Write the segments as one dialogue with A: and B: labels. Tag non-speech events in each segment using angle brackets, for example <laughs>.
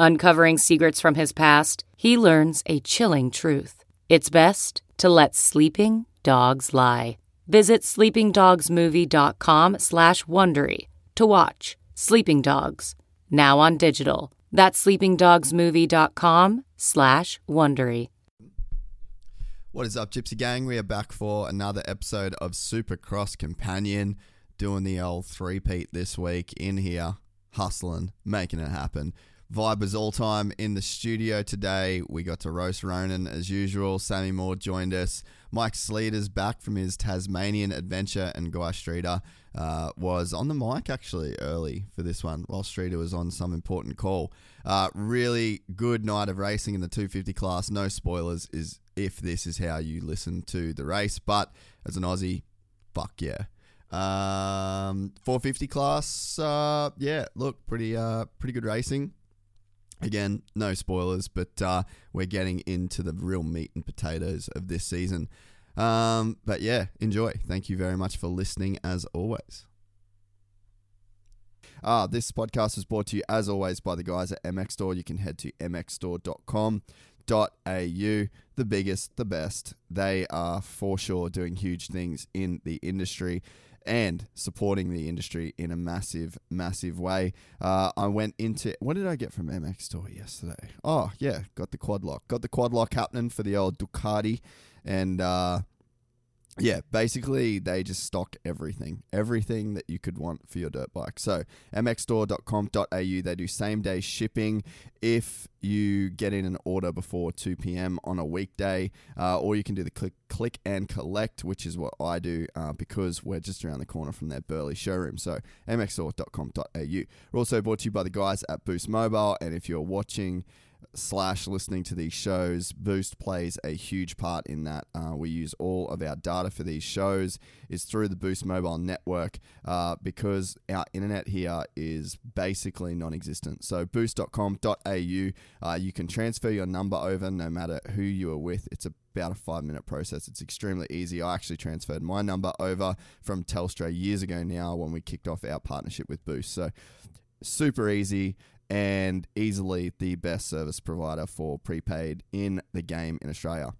A: Uncovering secrets from his past, he learns a chilling truth. It's best to let sleeping dogs lie. Visit sleepingdogsmovie.com slash Wondery to watch Sleeping Dogs, now on digital. That's sleepingdogsmovie.com slash Wondery.
B: What is up, Gypsy Gang? We are back for another episode of Supercross Companion, doing the old three-peat this week in here, hustling, making it happen. Vibe is all time in the studio today. We got to roast Ronan as usual. Sammy Moore joined us. Mike Sleater's back from his Tasmanian adventure, and Guy Streeter uh, was on the mic actually early for this one while Streeter was on some important call. Uh, really good night of racing in the 250 class. No spoilers is if this is how you listen to the race, but as an Aussie, fuck yeah. Um, 450 class, uh, yeah, look, pretty, uh, pretty good racing. Again, no spoilers, but uh, we're getting into the real meat and potatoes of this season. Um, but yeah, enjoy. Thank you very much for listening as always. Ah, this podcast was brought to you as always by the guys at MX Store. You can head to mxstore.com. Dot au the biggest the best they are for sure doing huge things in the industry and supporting the industry in a massive massive way uh, i went into what did i get from mx store yesterday oh yeah got the quad lock got the quad lock happening for the old ducati and uh, yeah, basically they just stock everything, everything that you could want for your dirt bike. So mxstore.com.au, they do same day shipping if you get in an order before 2 p.m. on a weekday, uh, or you can do the click, click and collect, which is what I do uh, because we're just around the corner from their Burley showroom. So mxstore.com.au. We're also brought to you by the guys at Boost Mobile, and if you're watching slash listening to these shows. Boost plays a huge part in that. Uh, we use all of our data for these shows is through the Boost mobile network uh, because our internet here is basically non-existent. So boost.com.au, uh, you can transfer your number over no matter who you are with. It's a about a five minute process. It's extremely easy. I actually transferred my number over from Telstra years ago now when we kicked off our partnership with Boost. So super easy and easily the best service provider for prepaid in the game in Australia.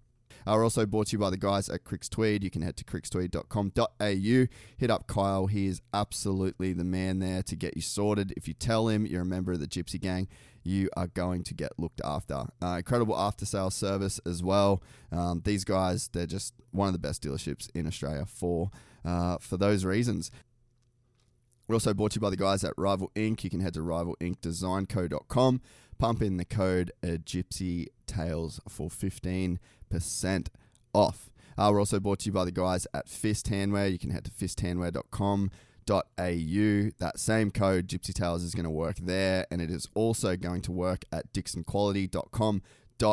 B: Are also brought to you by the guys at Cricks Tweed. You can head to crickstweed.com.au. Hit up Kyle. He is absolutely the man there to get you sorted. If you tell him you're a member of the Gypsy Gang, you are going to get looked after. Uh, incredible after sales service as well. Um, these guys, they're just one of the best dealerships in Australia for uh, for those reasons. We're also brought to you by the guys at Rival Inc. You can head to rivalincdesignco.com, pump in the code uh, Gypsy Tales for 15% off. Uh, we're also brought to you by the guys at Fist Handwear. You can head to fisthandwear.com. .au. That same code, Gypsy Tales, is going to work there, and it is also going to work at dixonquality.com.au.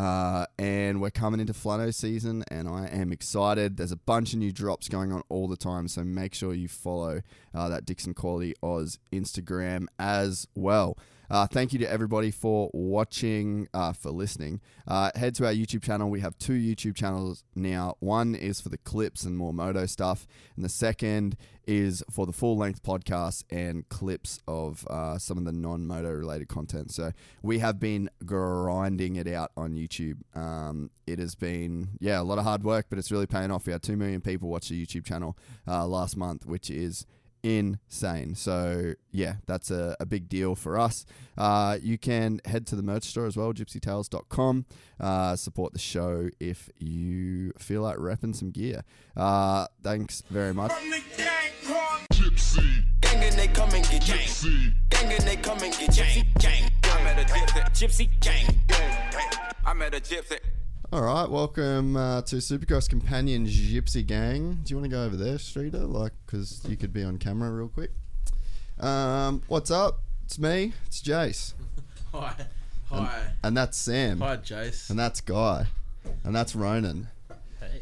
B: Uh, and we're coming into Flano season, and I am excited. There's a bunch of new drops going on all the time, so make sure you follow uh, that Dixon Quality Oz Instagram as well. Uh, thank you to everybody for watching, uh, for listening. Uh, head to our YouTube channel. We have two YouTube channels now. One is for the clips and more moto stuff, and the second is for the full length podcast and clips of uh, some of the non moto related content. So we have been grinding it out on YouTube. Um, it has been, yeah, a lot of hard work, but it's really paying off. We had 2 million people watch the YouTube channel uh, last month, which is insane. So yeah, that's a, a big deal for us. Uh, you can head to the merch store as well, gypsytales.com. Uh, support the show if you feel like repping some gear. Uh, thanks very much.
C: From the gang called Gypsy. Gang and they come and get Gypsy. Gang and they come and get Gypsy. Gang. I met a gypsy. Gypsy. Gang. I met a gypsy.
B: All right, welcome uh, to Supercross Companion Gypsy Gang. Do you want to go over there, Streeter? Like, because you could be on camera real quick. Um, what's up? It's me. It's Jace,
D: Hi. Hi.
B: and that's Sam,
D: Hi, Jace.
B: and that's Guy, and that's Ronan,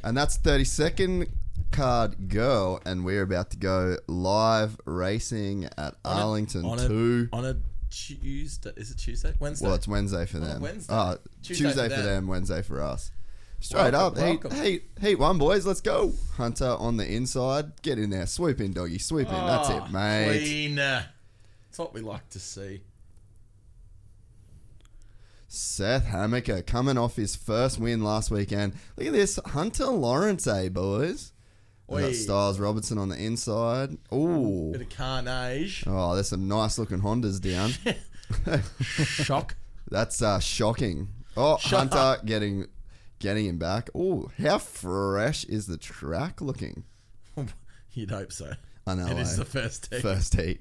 B: and that's thirty second card girl, and we're about to go live racing at Arlington
D: on a,
B: Two.
D: On a Tuesday. Is it Tuesday? Wednesday?
B: well, it's Wednesday for them.
D: Wednesday.
B: Oh, Tuesday,
D: Tuesday
B: for
D: for
B: them.
D: them,
B: Wednesday for us. Straight
D: Welcome,
B: up,
D: welcome.
B: hey, hey, hey, one boys, let's go. Hunter on the inside, get in there, swoop in, doggy, swoop in. That's
D: Ah,
B: it, mate.
D: Clean. It's what we like to see.
B: Seth Hamaker coming off his first win last weekend. Look at this, Hunter Lawrence, eh, boys. We
D: Oi.
B: got Styles Robertson on the inside. Ooh,
D: Bit of carnage.
B: <laughs> oh, there's some nice looking Hondas down.
D: <laughs> Shock.
B: That's uh, shocking. Oh,
D: Shock.
B: Hunter getting getting him back. Oh, how fresh is the track looking?
D: <laughs> You'd hope so.
B: I know,
D: It
B: eh?
D: is the first <laughs> day.
B: First heat.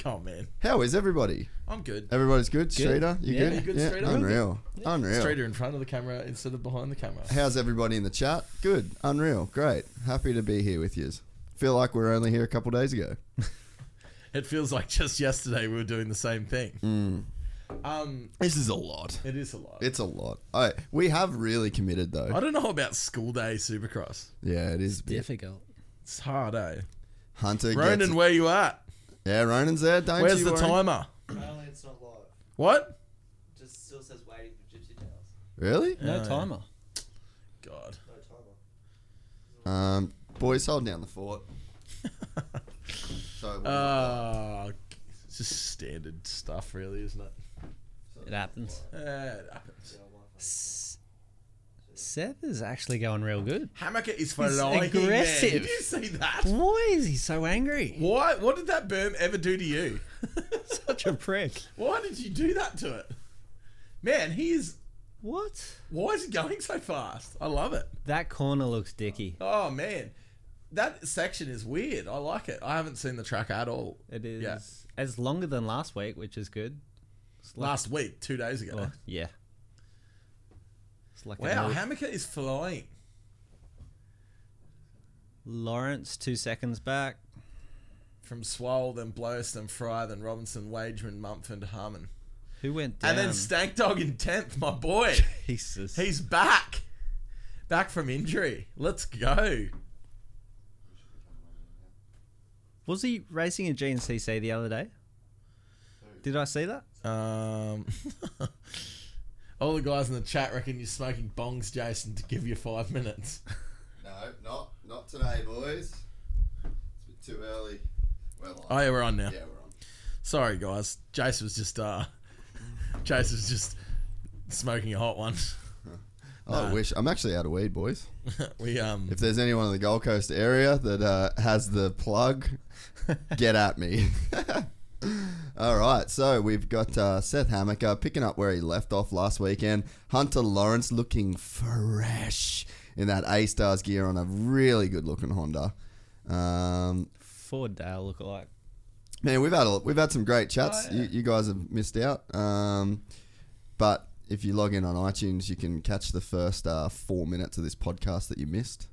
D: Come on, man.
B: How is everybody?
D: I'm good.
B: Everybody's good. Streeter, you
D: Yeah,
B: good?
D: you good,
B: yeah,
D: Streeter?
B: unreal, unreal.
D: Straighter in front of the camera instead of behind the camera.
B: How's everybody in the chat? Good, unreal, great. Happy to be here with yous. Feel like we were only here a couple days ago.
D: It feels like just yesterday we were doing the same thing. Um,
B: This is a lot.
D: it is a lot.
B: Mm. It's a lot. All right, we have really committed
D: I
B: though.
D: don't know about school day supercross.
B: Yeah, it is.
E: Difficult.
D: It's hard, eh?
B: Hunter, gets,
D: Ronan, where you at?
B: yeah, Ronan's there. Don't
D: Where's
B: you
D: the
B: worry.
D: timer?
F: Apparently it's not live.
D: What?
F: Just still says waiting for Gypsy Tales.
B: Really?
E: No timer.
D: God.
F: No timer.
G: <laughs>
B: Um, boys, hold down the
D: <laughs>
B: fort. so,
D: Uh, it's just standard stuff, really, isn't it?
E: It happens.
D: Uh, it happens.
E: Seth is actually going real good.
D: Hamaker is
E: He's
D: flying. man.
E: aggressive.
D: Did you see that?
E: Why is he so angry?
D: Why? What did that berm ever do to
E: <laughs>
D: you?
E: Such a prick.
D: Why did you do that to it? Man, he is.
E: What?
D: Why is he going so fast? I love it.
E: That corner looks dicky.
D: Oh man, that section is weird. I like it. I haven't seen the track at all.
E: It is.
D: Yeah.
E: It's longer than last week, which is good. It's like-
D: Last week, two days ago.
E: oh, yeah. It's like
D: wow,
E: another-
D: Hamaker is flying.
E: Lawrence two seconds back.
D: From Swole, then Blows, then Fry, then Robinson, Wageman, Mumford, Harmon.
E: Who went down?
D: And then Stank Dog in 10th, my boy. <laughs>
E: Jesus.
D: He's back. Back from injury. Let's go.
E: was he racing in GNCC the other day? Did I see that?
D: Um, <laughs> all the guys in the chat reckon you're smoking bongs, Jason, to give you five minutes.
B: no, not not today, boys. It's a bit too early. We're live.
D: <laughs> Oh, yeah, we're on now.
B: yeah, we're on.
D: Sorry, guys. Jace was just, uh, <laughs> Jace was just smoking a hot one. <laughs>
B: I wish I'm actually out of weed, boys.
D: we, um,
B: If there's anyone in the Gold Coast area that uh, has the plug, get at me. <laughs> All right, so we've got uh, Seth Hamaker picking up where he left off last weekend. Hunter Lawrence looking fresh in that A Stars gear on a really good looking Honda. Um,
E: Ford Dale look alike.
B: Man, we've had a, we've had some great chats.
E: Oh,
B: you, you guys have missed out. Um, but if you log in on iTunes, you can catch the first uh, four minutes of this podcast that you missed.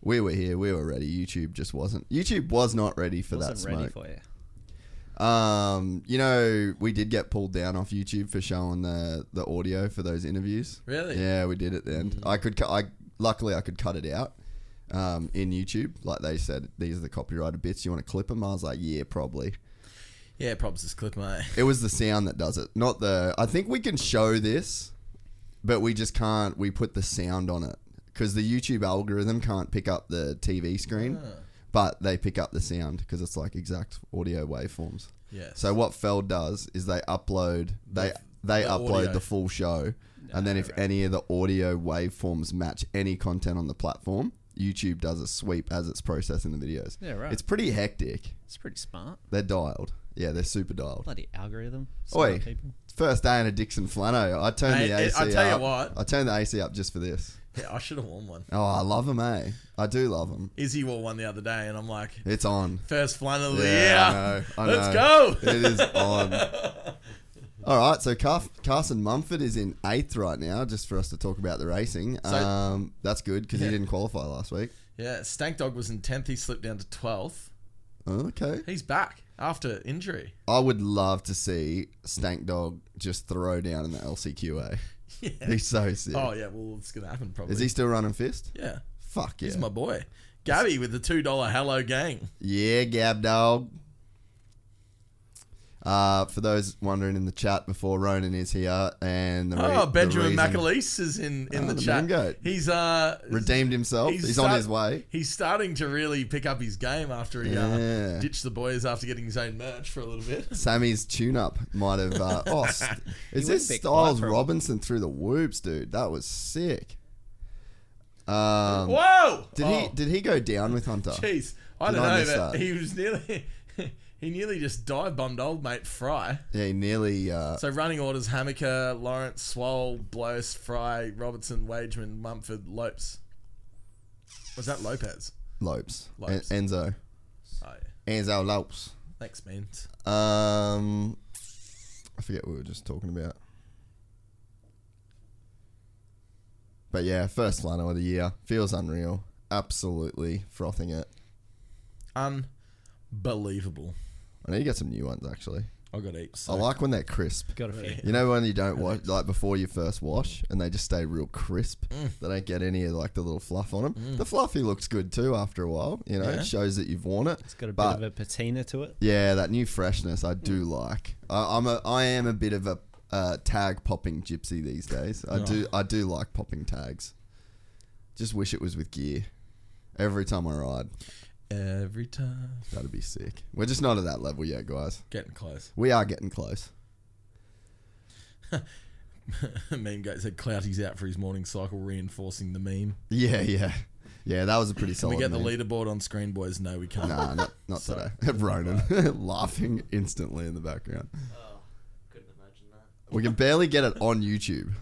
B: We were here. We were ready. YouTube just wasn't. YouTube was not ready for
E: Wasn't
B: that smoke.
E: ready for you.
B: um, you know, we did get pulled down off YouTube for showing the the audio for those interviews.
D: Really?
B: Yeah, we did at the end.
E: Mm.
B: I could. cu- I luckily I could cut it out. Um, in YouTube, like they said, these are the copyrighted bits. You want to clip them? I was like, yeah, probably.
D: yeah, props this clip, mate.
B: It was the sound that does it, not the. I think we can show this, but we just can't. We put the sound on it because the YouTube algorithm can't pick up the TV screen,
D: Ah.
B: but they pick up the sound because it's like exact audio waveforms.
D: Yes.
B: So what Feld does is they upload they they
D: the
B: upload
D: audio.
B: the full show, and then if any of the audio waveforms match any content on the platform, YouTube does a sweep as it's processing the videos.
E: Yeah, right.
B: It's pretty hectic.
E: It's pretty smart.
B: They're dialed. Yeah, they're super dialed.
E: Bloody algorithm. Smart
B: Oi,
E: people.
B: first day in a Dixon Flano. I turned
D: Hey,
B: the
D: I- I
B: AC
D: tell you
B: up.
D: what.
B: I turned the AC up just for this.
D: Yeah, I should have worn one.
B: Oh, I love them, eh? I do love them.
D: Izzy wore one the other day, and I'm like,
B: It's on.
D: first flannel of the
B: Yeah,
D: year.
B: I know, I
D: Let's
B: know.
D: go.
B: It is on.
D: <laughs>
B: All right, so Car- Carson Mumford is in eighth right now, just for us to talk about the racing. um, that's good because he didn't qualify last week.
D: Yeah, Stank Dog was in 10th. He slipped down to 12th.
B: Okay.
D: He's back after injury.
B: I would love to see Stank Dog just throw down in the
D: <laughs>
B: LCQA. He's so sick.
D: Oh, yeah, well, it's going to happen probably.
B: Is he still running fist?
D: Yeah,
B: Fuck yeah.
D: he's my boy. Gabby with the $2 hello gang.
B: Yeah, Gab Dog. Uh, for those wondering in the chat before Ronan is here and the re-
D: Oh,
B: the
D: Benjamin
B: reason-
D: McAleese is in, in
B: Oh,
D: the,
B: the
D: chat.
B: mango.
D: He's uh
B: redeemed himself. He's, on
D: start-
B: his way.
D: He's starting to really pick up his game after he
B: Yeah.
D: uh, ditched the boys after getting his own merch for a little bit.
B: Sammy's tune-up might have.
D: <laughs>
B: Uh, oh, st- is
E: went
B: this
E: a bit
B: Styles
E: quiet for a-
B: Robinson through the whoops, dude? That was sick. Um,
D: Whoa!
B: did he
D: Uh, Oh,
B: did he go down with Hunter?
D: Jeez, I
B: Did
D: don't
B: I
D: know,
B: miss
D: but
B: that?
D: he was nearly <laughs> he nearly just dive bombed old mate Fry.
B: Yeah, he nearly. Uh,
D: So running orders: Hamaker, Lawrence, Swole, Blose, Fry, Robertson, Wageman, Mumford, Lopes. Was that Lopez?
B: Lopes.
D: Lopes.
B: En- Enzo.
D: Oh, yeah.
B: Enzo Lopes.
D: Thanks, means.
B: Um, I forget what we were just talking about. But yeah, first flannel of the year feels unreal. Absolutely frothing it.
D: Unbelievable.
B: I need to get some new ones actually.
D: I got eat.
B: I like when they're crisp.
E: Got a few.
B: You know when you don't
E: <laughs>
B: wash like before you first wash and they just stay real crisp.
E: Mm.
B: They don't get any of like the little fluff on them. The fluffy looks good too after a while. You know, it shows that you've worn it.
E: It's got a
B: But-
E: bit of a patina
B: <laughs>
E: to it.
B: Yeah, that new freshness I do like. I, I'm a I am a bit of a uh, tag popping gypsy these days. I do I do like popping tags. Just wish it was with gear. Every time I ride,
D: Every time.
B: that'd be sick. We're just not at that level yet, guys.
D: Getting close. <laughs>
B: We are getting close.
D: meme guy said Clouty's out for his morning cycle, reinforcing the meme.
B: Yeah, yeah, yeah. That was a pretty
D: Can
B: solid.
D: we get
B: meme.
D: the leaderboard on screen, boys? No, we can't.
B: Nah, not, not today. <laughs> Ronan laughing instantly in the background.
F: Oh, couldn't imagine that.
B: We can barely get it on YouTube.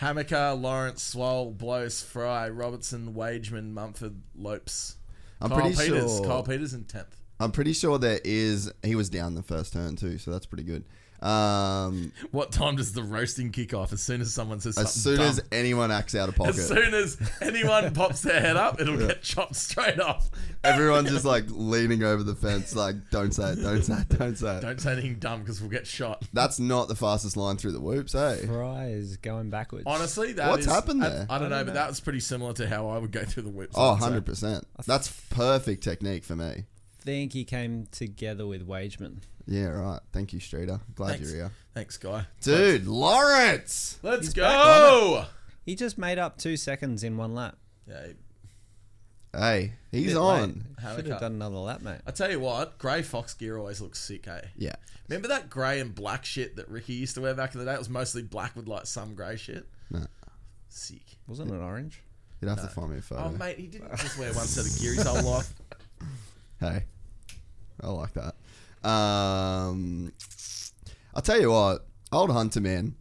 D: Hamaker, Lawrence, Swole, Blose, Fry, Robertson, Wageman, Mumford, Lopes.
B: I'm
D: Kyle
B: pretty
D: Peters.
B: sure.
D: Kyle Peters in 10th.
B: I'm pretty sure there is. He was down the first turn too, so that's pretty good.
D: <laughs>
B: Um,
D: What time does the roasting kick off? As soon as someone says
B: as soon
D: something dumb.
B: as anyone acts out of pocket,
D: As soon as
B: <laughs>
D: anyone pops their head up, it'll get chopped straight off.
B: everyone's
D: <laughs>
B: just like leaning over the fence, like "Don't say it, don't say it, don't say it."
D: Don't say anything dumb because we'll get shot.
B: That's not the fastest line through the whoops, hey? Oh,
E: Fry is going backwards.
D: Honestly, that
B: What's
D: is-
B: happened
D: I-
B: there?
D: I, don't know, but that was pretty similar to how I would go through the whips.
B: Oh,
D: I'd say.
B: 100 percent. That's perfect technique for me.
E: think he came together with Wageman.
B: Yeah, right. Thank you, Streeter. Glad
D: Thanks.
B: you're here,
D: Thanks, guy.
B: dude. Lawrence.
D: Let's go.
E: He just made up two seconds in one lap.
D: Yeah, he-
B: Hey, he's
E: Bit
B: on.
E: late. Should
D: Hanukkah.
E: have done another lap, mate.
D: I tell you what, grey fox gear always looks sick, eh?
B: Yeah.
D: Remember that grey and black shit that Ricky used to wear back in the day? It was mostly black with like some grey shit.
B: No.
D: Sick.
E: Wasn't it orange?
B: You'd have to find me a
D: Oh,
B: photo.
D: mate, he didn't just wear one set of gear
B: <laughs>
D: his whole life.
B: Hey, I like that. Um, I'll tell you what, old Hunter man,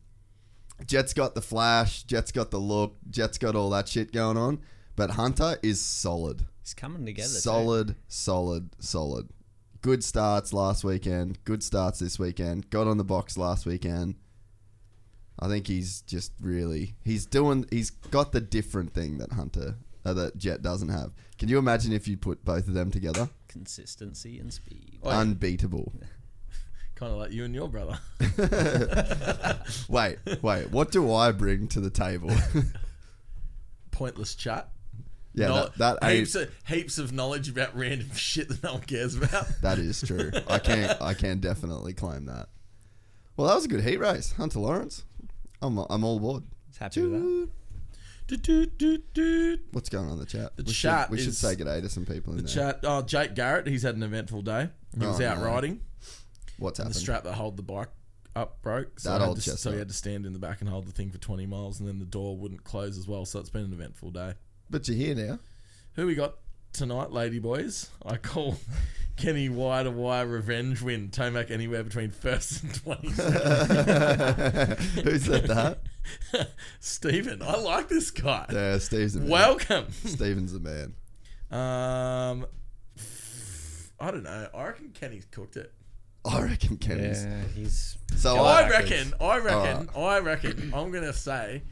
B: Jet's got the flash, Jet's got the look, Jet's got all that shit going on, but Hunter is solid,
E: He's coming together. too.
B: solid, solid, solid. Good starts last weekend, good starts this weekend. Got on the box last weekend. I think he's just really he's doing he's got the different thing that Hunter uh, that Jet doesn't have. Can you imagine if you put both of them together?
E: Consistency and speed.
D: Wait.
B: unbeatable.
D: kind of like you and your brother. <laughs>
B: Wait, wait. What do I bring to the table? <laughs>
D: Pointless chat.
B: yeah,
D: Knowl-
B: that that,
D: heaps, of, heaps of knowledge about random <laughs> shit that no one cares about.
B: <laughs> that is true. I can I can definitely claim that. Well, that was a good heat race, Hunter Lawrence. I'm I'm all aboard.
E: He's happy with that.
D: Do, do, do, do.
B: What's going on in the chat?
D: The
B: we
D: chat
B: Should, we should
D: is-
B: say good day to some people in
D: The
B: there.
D: chat. Oh, Jake Garrett. He's had an eventful day. He was
B: Oh,
D: out
B: no.
D: riding.
B: What's
D: The
B: happened?
D: strap that hold the bike up broke. So,
B: That
D: I had
B: old
D: to- so
B: chestnut.
D: he had to stand in the back and hold the thing for 20 miles, and then the door wouldn't close as well. So it's been an eventful day.
B: but you're here now. <laughs>
D: Who we got tonight, lady boys? I call <laughs> Kenny wire to wire revenge win. Tomac anywhere between first and 20th.
B: Who said
D: <laughs>
B: that?
D: Stephen, I like this guy.
B: Yeah, Uh, Steve's the man.
D: Welcome.
B: Steven's the man.
D: Um, I don't know. I reckon Kenny's cooked it.
B: I reckon Kenny's.
E: Yeah, he's.
B: So
D: I reckon. I reckon. I reckon. I'm gonna say.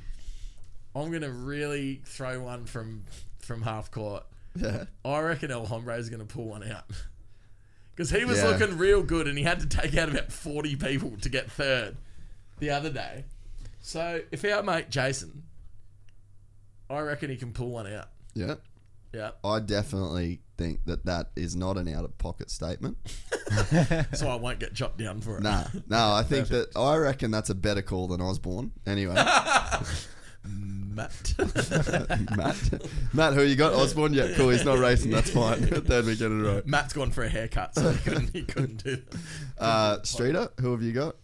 D: I'm gonna really throw one from from half court.
B: Yeah.
D: I reckon El Hombre is gonna pull one out because he was
B: Yeah.
D: looking real good and he had to take out about 40 people to get third the other day. So if our mate Jason, I reckon he can pull one out.
B: Yeah.
D: Yeah.
B: I definitely think that that is not an out of pocket statement.
D: So I won't get chopped down for it.
B: Nah, no, I think that I reckon that's a better call than Osborne. Anyway, <laughs>
D: Matt. <laughs>
B: Matt, Matt, who you got? Osborne? Yeah, cool. He's not racing. That's fine. <laughs> Third we get it
D: <laughs>
B: right.
D: Matt's gone for a haircut, so he couldn't, he couldn't do that.
B: Uh, Streeter, who have you got?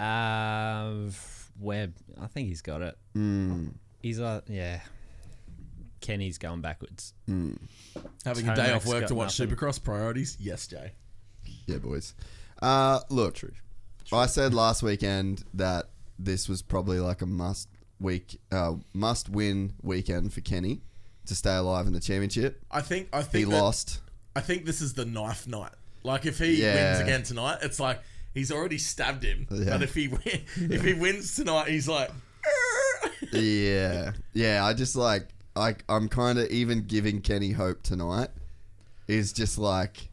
E: Uh, Webb. I think he's got it.
B: Hmm.
E: He's uh, yeah. Kenny's going backwards.
D: Having a day off
E: Tomac's
D: work
E: got
D: to watch
E: nothing.
D: Supercross priorities? Yes, Jay.
B: Yeah, boys. Uh, look, I said last weekend that this was probably like a must week, uh, must win weekend for Kenny to stay alive in the championship.
D: I think I
B: He
D: think that-
B: lost.
D: I think this is the knife night. Like if he
B: Yeah.
D: wins again tonight, it's like he's already stabbed him.
B: Yeah.
D: But if he
E: <laughs>
D: win, if he wins tonight, he's like
B: Yeah, yeah. I just like I I'm kind of even giving Kenny hope tonight. Is just like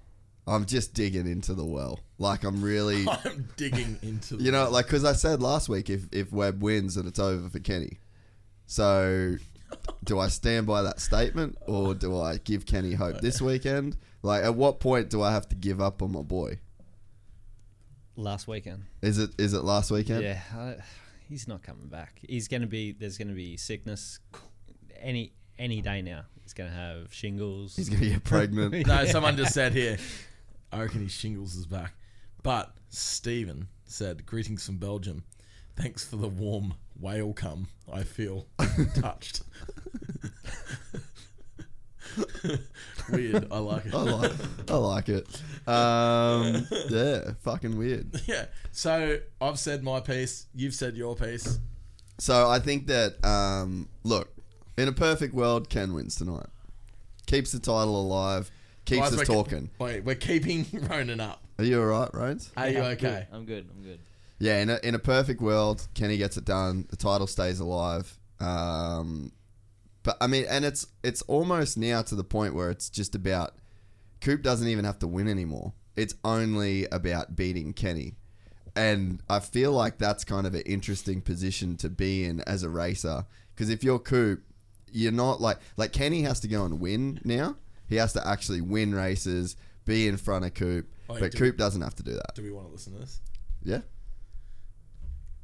B: I'm just digging into the well. Like I'm really,
D: I'm digging into.
B: you know, like because I said last week if if Webb wins and it's over for Kenny. So, do I stand by that statement or do I give Kenny hope this weekend? Like, at what point do I have to give up on my boy?
E: Last weekend.
B: Is it is it last weekend?
E: Yeah, I, he's not coming back. He's gonna be. There's gonna be sickness. Any any day now. He's gonna have shingles.
B: He's gonna get pregnant.
D: <laughs> no,
B: <laughs>
D: someone just said here. I reckon his shingles is back. But Stephen said, "Greetings from Belgium. Thanks for the warm whale come.
B: <laughs>
D: I feel touched." <laughs> Weird. I like it.
B: I like, I like it. Um, yeah, fucking weird.
D: Yeah. So I've said my piece. You've said your piece.
B: So I think that um, look, in a perfect world, Ken wins tonight. Keeps the title alive. Keeps
D: Guys,
B: us
D: we're-
B: talking.
D: Wait, we're keeping <laughs> Ronan up.
B: Are you all right, Rhodes?
D: Are you
F: I'm
D: okay?
F: Good. I'm good. I'm good.
B: Yeah. In a, in a perfect world, Kenny gets it done. The title stays alive. Um, but I mean, and it's it's almost now to the point where it's just about Coop doesn't even have to win anymore. It's only about beating Kenny. And I feel like that's kind of an interesting position to be in as a racer. Because if you're Coop, you're not like, like Kenny has to go and win now. He has to actually win races, be in front of Coop.
D: Wait,
B: but
D: do-
B: Coop doesn't have to do that.
D: Do we want to listen to this?
B: Yeah.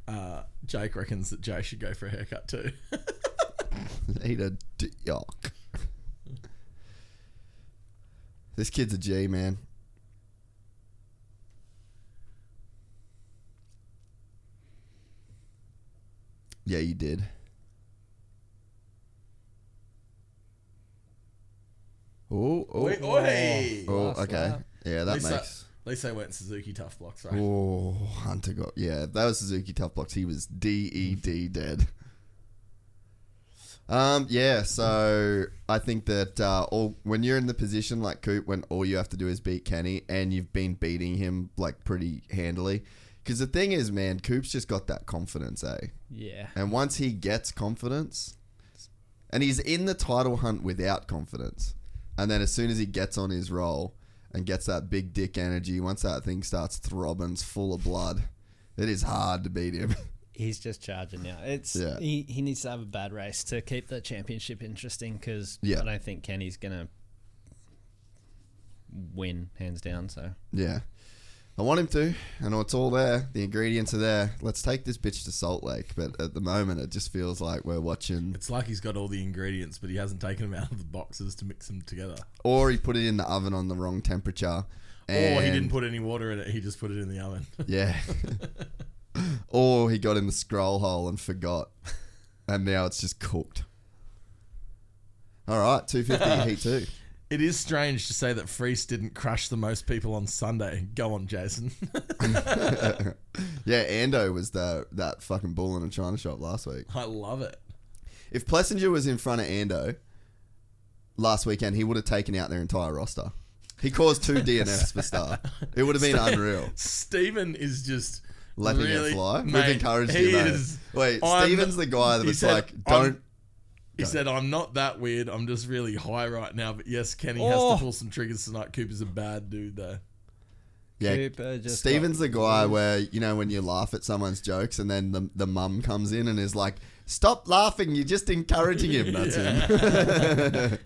D: Uh, Jake reckons that Jay should go for a
B: <laughs>
D: haircut too.
B: Eat a d- yuck. This kid's a G, man. Yeah, you did. Oh, oh,
D: Oi, oi.
B: oh,
E: Last
B: okay.
E: lap.
B: Yeah, that
D: Lisa-
B: makes.
D: At least they went Suzuki tough blocks, right?
B: Oh, Hunter got. Yeah, if that was Suzuki Tough Blocks. He was DED dead. Um, yeah, so I think that uh, all when you're in the position like Coop, when all you have to do is beat Kenny, and you've been beating him like pretty handily, because the thing is, man, Coop's just got that confidence, eh?
E: yeah.
B: And once he gets confidence, and he's in the title hunt without confidence, and then as soon as he gets on his roll and gets that big dick energy, once that thing starts throbbing, it's full of blood. It is hard to beat him. <laughs>
E: He's just charging now. It's
B: Yeah.
E: he, he needs to have a bad race to keep the championship interesting because
B: Yeah.
E: I don't think Kenny's gonna win hands down. So
B: yeah. I want him to. I know it's all there. The ingredients are there. Let's take this bitch to Salt Lake. But at the moment, it just feels like we're watching.
D: It's like he's got all the ingredients, but he hasn't taken them out of the boxes to mix them together.
B: Or he put it in the oven on the wrong temperature.
D: or he
B: and-
D: didn't put any water in it. He just put it in the oven. <laughs>
B: Yeah. <laughs> or he got in the scroll hole and forgot. And now it's just cooked. All right, 250 heat two.
D: It is strange to say that Freese didn't crush the most people on Sunday. Go on, Jason. <laughs>
B: Yeah, Ando was the that fucking bull in a china shop last week.
D: I love it.
B: If Plessinger was in front of Ando last weekend, he would have taken out their entire roster. He caused two DNFs for star. It would have been unreal.
D: Stephen is just
B: Letting
D: really,
B: it fly. We've
D: mate,
B: encouraged
D: he
B: you, mate.
D: is-
B: Wait,
D: I'm-
B: Steven's the guy that
D: he
B: was
D: said,
B: like,
D: "I'm-
B: don't
D: He said, "I'm not that weird. I'm just really high right now." But yes, Kenny has
E: Oh.
D: to pull some triggers tonight. Cooper's a bad dude, though.
B: Yeah.
E: Cooper just
B: Steven's
E: got-
B: the guy where, you know, when you laugh at someone's jokes and then the, the mum comes in and is like, stop laughing, you're just encouraging him. That's him.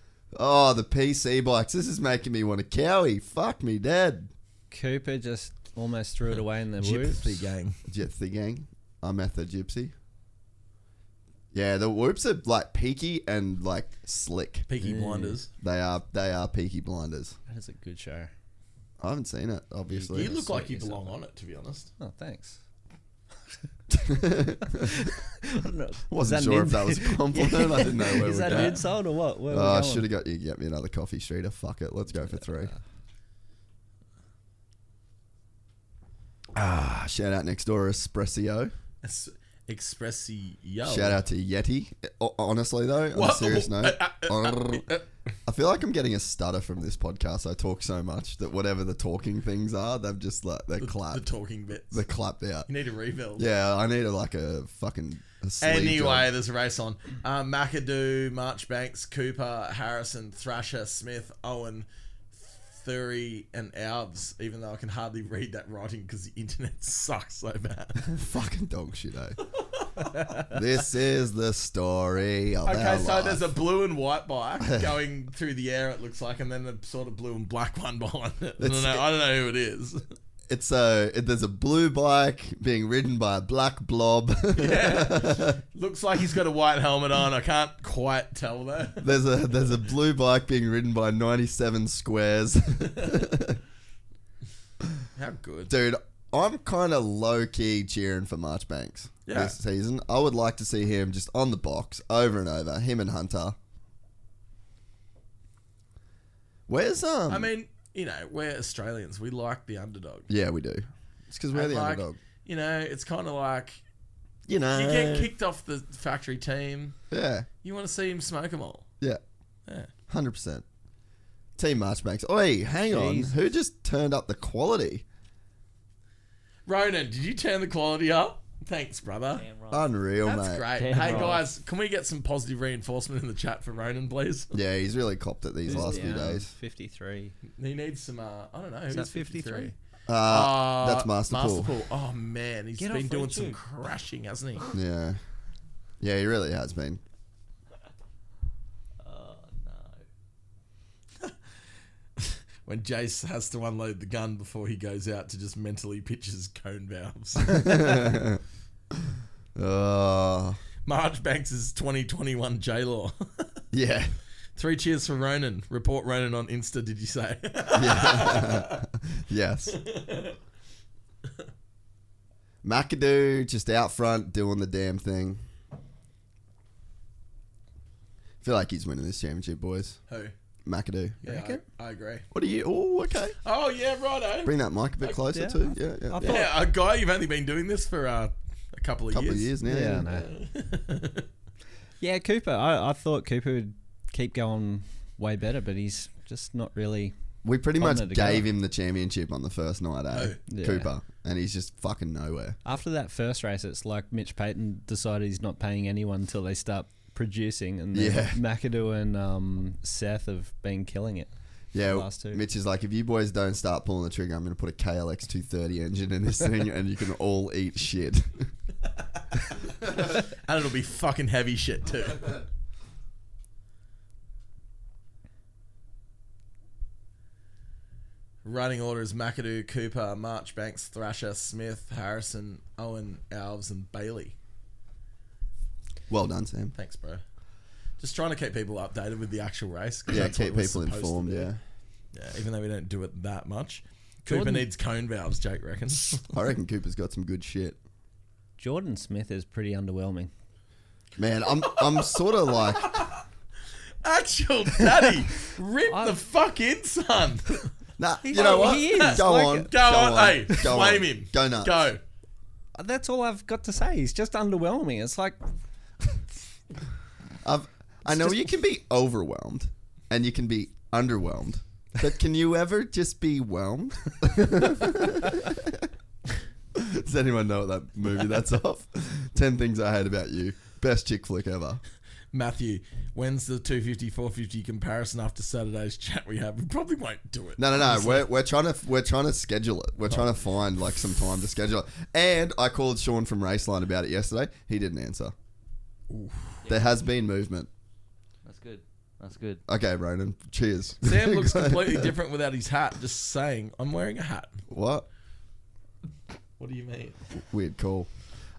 B: <laughs> oh, the PC bikes. This is making me want a cowie. Fuck me, dad.
E: Cooper just almost threw it away in the woods.
D: Gypsy gang.
B: Gypsy gang. I'm at the gypsy. Yeah, the whoops are like peaky and like slick.
D: Peaky Blinders.
B: They are they are peaky blinders.
E: That is a good show.
B: I haven't seen it, obviously.
D: You look like you belong on it, to be honest.
E: Oh, thanks. I don't know. Is
B: Wasn't
E: an
B: sure if
E: ins-
B: that was a compliment. I didn't know where
E: Is
B: we
E: that
B: were
E: an
B: going.
E: insult or what? Where are we
B: Oh, I
E: going?
B: should have got you. Get me another coffee streeter. Fuck it. Let's go for three. Ah, shout out next door Espresso.
D: Es- Expressi yo.
B: Shout out to Yeti. O- honestly though, on a
D: Oh, Whoa.
B: serious
D: <laughs>
B: note,
D: Uh, uh,
B: Arr. I feel like I'm getting a stutter from this podcast. I talk so much that whatever the talking things are, they've just like they're
D: the
B: clapped.
D: talking bits.
B: They're clapped out.
D: you need a rebuild.
B: Yeah, I need a, like a fucking. A sleeve
D: Anyway,
B: job.
D: there's a race on. Um, McAdoo, Marchbanks, Cooper, Harrison, Thrasher, Smith, Owen, Thury, and Alves, even though I can hardly read that writing because the internet <laughs> sucks so bad.
B: fucking dog shit. Eh? this is the story of our
D: <laughs> Okay, so
B: life.
D: there's a blue and white bike going through the air, it looks like, and then a sort of blue and black one <laughs> behind it. I don't
B: It's-
D: know, I don't know who it is. <laughs>
B: It's a it, there's a blue bike being ridden by a black blob. <laughs>
D: Looks like he's got a white helmet on. I can't quite tell though.
B: there's a there's a blue bike being ridden by 97
D: <laughs>
B: squares.
D: <laughs> How good.
B: Dude, I'm kind of low key cheering for Marchbanks
D: Yeah.
B: this season. I would like to see him just on the box over and over. Him and Hunter. Where's um?
D: I mean, you know, we're Australians. We like the underdog.
B: yeah, we do. It's because we're
D: And,
B: the
D: like,
B: underdog.
D: You know, it's kind of like
B: You know.
D: you get kicked off the factory team.
B: Yeah.
D: You want to see him smoke 'em all.
B: Yeah.
D: Yeah.
B: Hundred percent. Team Marchbanks. Oi, hang on. Who just turned up the quality?
D: Ronan, did you turn the quality up? Thanks, brother.
F: Damn right.
B: Unreal,
D: That's
B: mate.
D: great.
E: Damn
D: hey
E: right.
D: guys, can we get some positive reinforcement in the chat for Ronan, please?
B: Yeah, he's really copped it these last few
E: Yeah,
B: days.
E: 53.
D: He needs some. Uh, I don't know.
E: that
D: Who's
E: 53?
B: Uh,
D: Uh,
B: that's Masterpool.
D: Masterpool. Oh man, he's
F: Get
D: been
F: off
D: doing
F: YouTube.
D: some crashing, hasn't he?
B: Yeah. Yeah, he really has been.
F: Oh, no.
D: When Jace has to unload the gun before he goes out to just mentally pitch his cone valves.
B: Oh,
D: March Banks is 2021 J Law.
B: yeah.
D: <laughs>
B: <laughs>
D: Three cheers for Ronan. Report Ronan on Insta, did you say? <laughs>
B: Yes. McAdoo just out front doing the damn thing. feel like he's winning this championship, boys.
D: Who?
B: McAdoo.
D: Yeah, I, I agree.
B: What are you? Oh, okay.
D: Oh, yeah, righto.
B: Bring that mic a bit closer,
E: yeah.
B: too. Yeah, yeah. yeah.
D: yeah, a guy, you've only been doing this for uh, a couple of
B: couple of years
D: years.
B: now.
E: Yeah,
B: yeah.
E: I know. <laughs> yeah, Cooper. I, I thought Cooper would keep going way better, but he's just not really.
B: We pretty
E: Holding
B: much
E: it together.
B: gave him the championship on the first night, eh?
E: Yeah.
B: Cooper. And he's just fucking nowhere.
E: After that first race, it's like Mitch Payton decided he's not paying anyone until they start producing, and then
B: Yeah.
E: McAdoo and um, Seth have been killing it.
B: Yeah,
E: last two.
B: Mitch is like, if you boys don't start pulling the trigger, I'm going to put a KLX 230 engine in this thing and you can all eat shit. <laughs>
D: And it'll be fucking heavy shit, too. <laughs> Running order is McAdoo, Cooper, Marchbanks, Thrasher, Smith, Harrison, Owen, Alves, and Bailey.
B: well done, Sam.
D: Thanks, bro. Just trying to keep people updated with the actual race. 'cause
B: Yeah,
D: that's what
B: keep
D: we're
B: people
D: supposed to
B: informed,
D: do.
B: yeah.
D: Yeah, even though we don't do it that much. Cooper
E: Jordan-
D: needs cone valves, Jake reckons. <laughs>
B: I reckon Cooper's got some good shit.
E: Jordan Smith is pretty underwhelming.
B: Man, I'm I'm sort of like
D: Actual
B: <laughs>
D: daddy, rip the fuck in, son. <laughs>
B: Nah, you know what?
E: he is,
B: Go
E: like-
B: on.
D: Go on, hey, flame him.
B: Go nuts.
D: Go.
E: Uh, That's all I've got to say. He's just underwhelming. It's like
B: I've, I know you can be overwhelmed and you can be underwhelmed, but can you ever just be whelmed? <laughs> Does anyone know what that movie
D: <laughs>
B: that's off? 10 Things I Hate About You. Best chick flick ever.
D: Matthew, when's the 250 450 comparison after Saturday's chat we have? We probably won't do it.
B: No, no, no. We're, we're trying to we're trying to schedule it. We're trying to find like some time to schedule it. And I called Sean from Raceline about it yesterday. He didn't answer. There has been movement.
F: That's good. That's good.
B: Okay, Ronan. Cheers.
D: Sam
B: <laughs>
D: looks completely different without his hat. Just saying, I'm wearing a hat.
B: what?
D: What do you mean?
B: Weird call.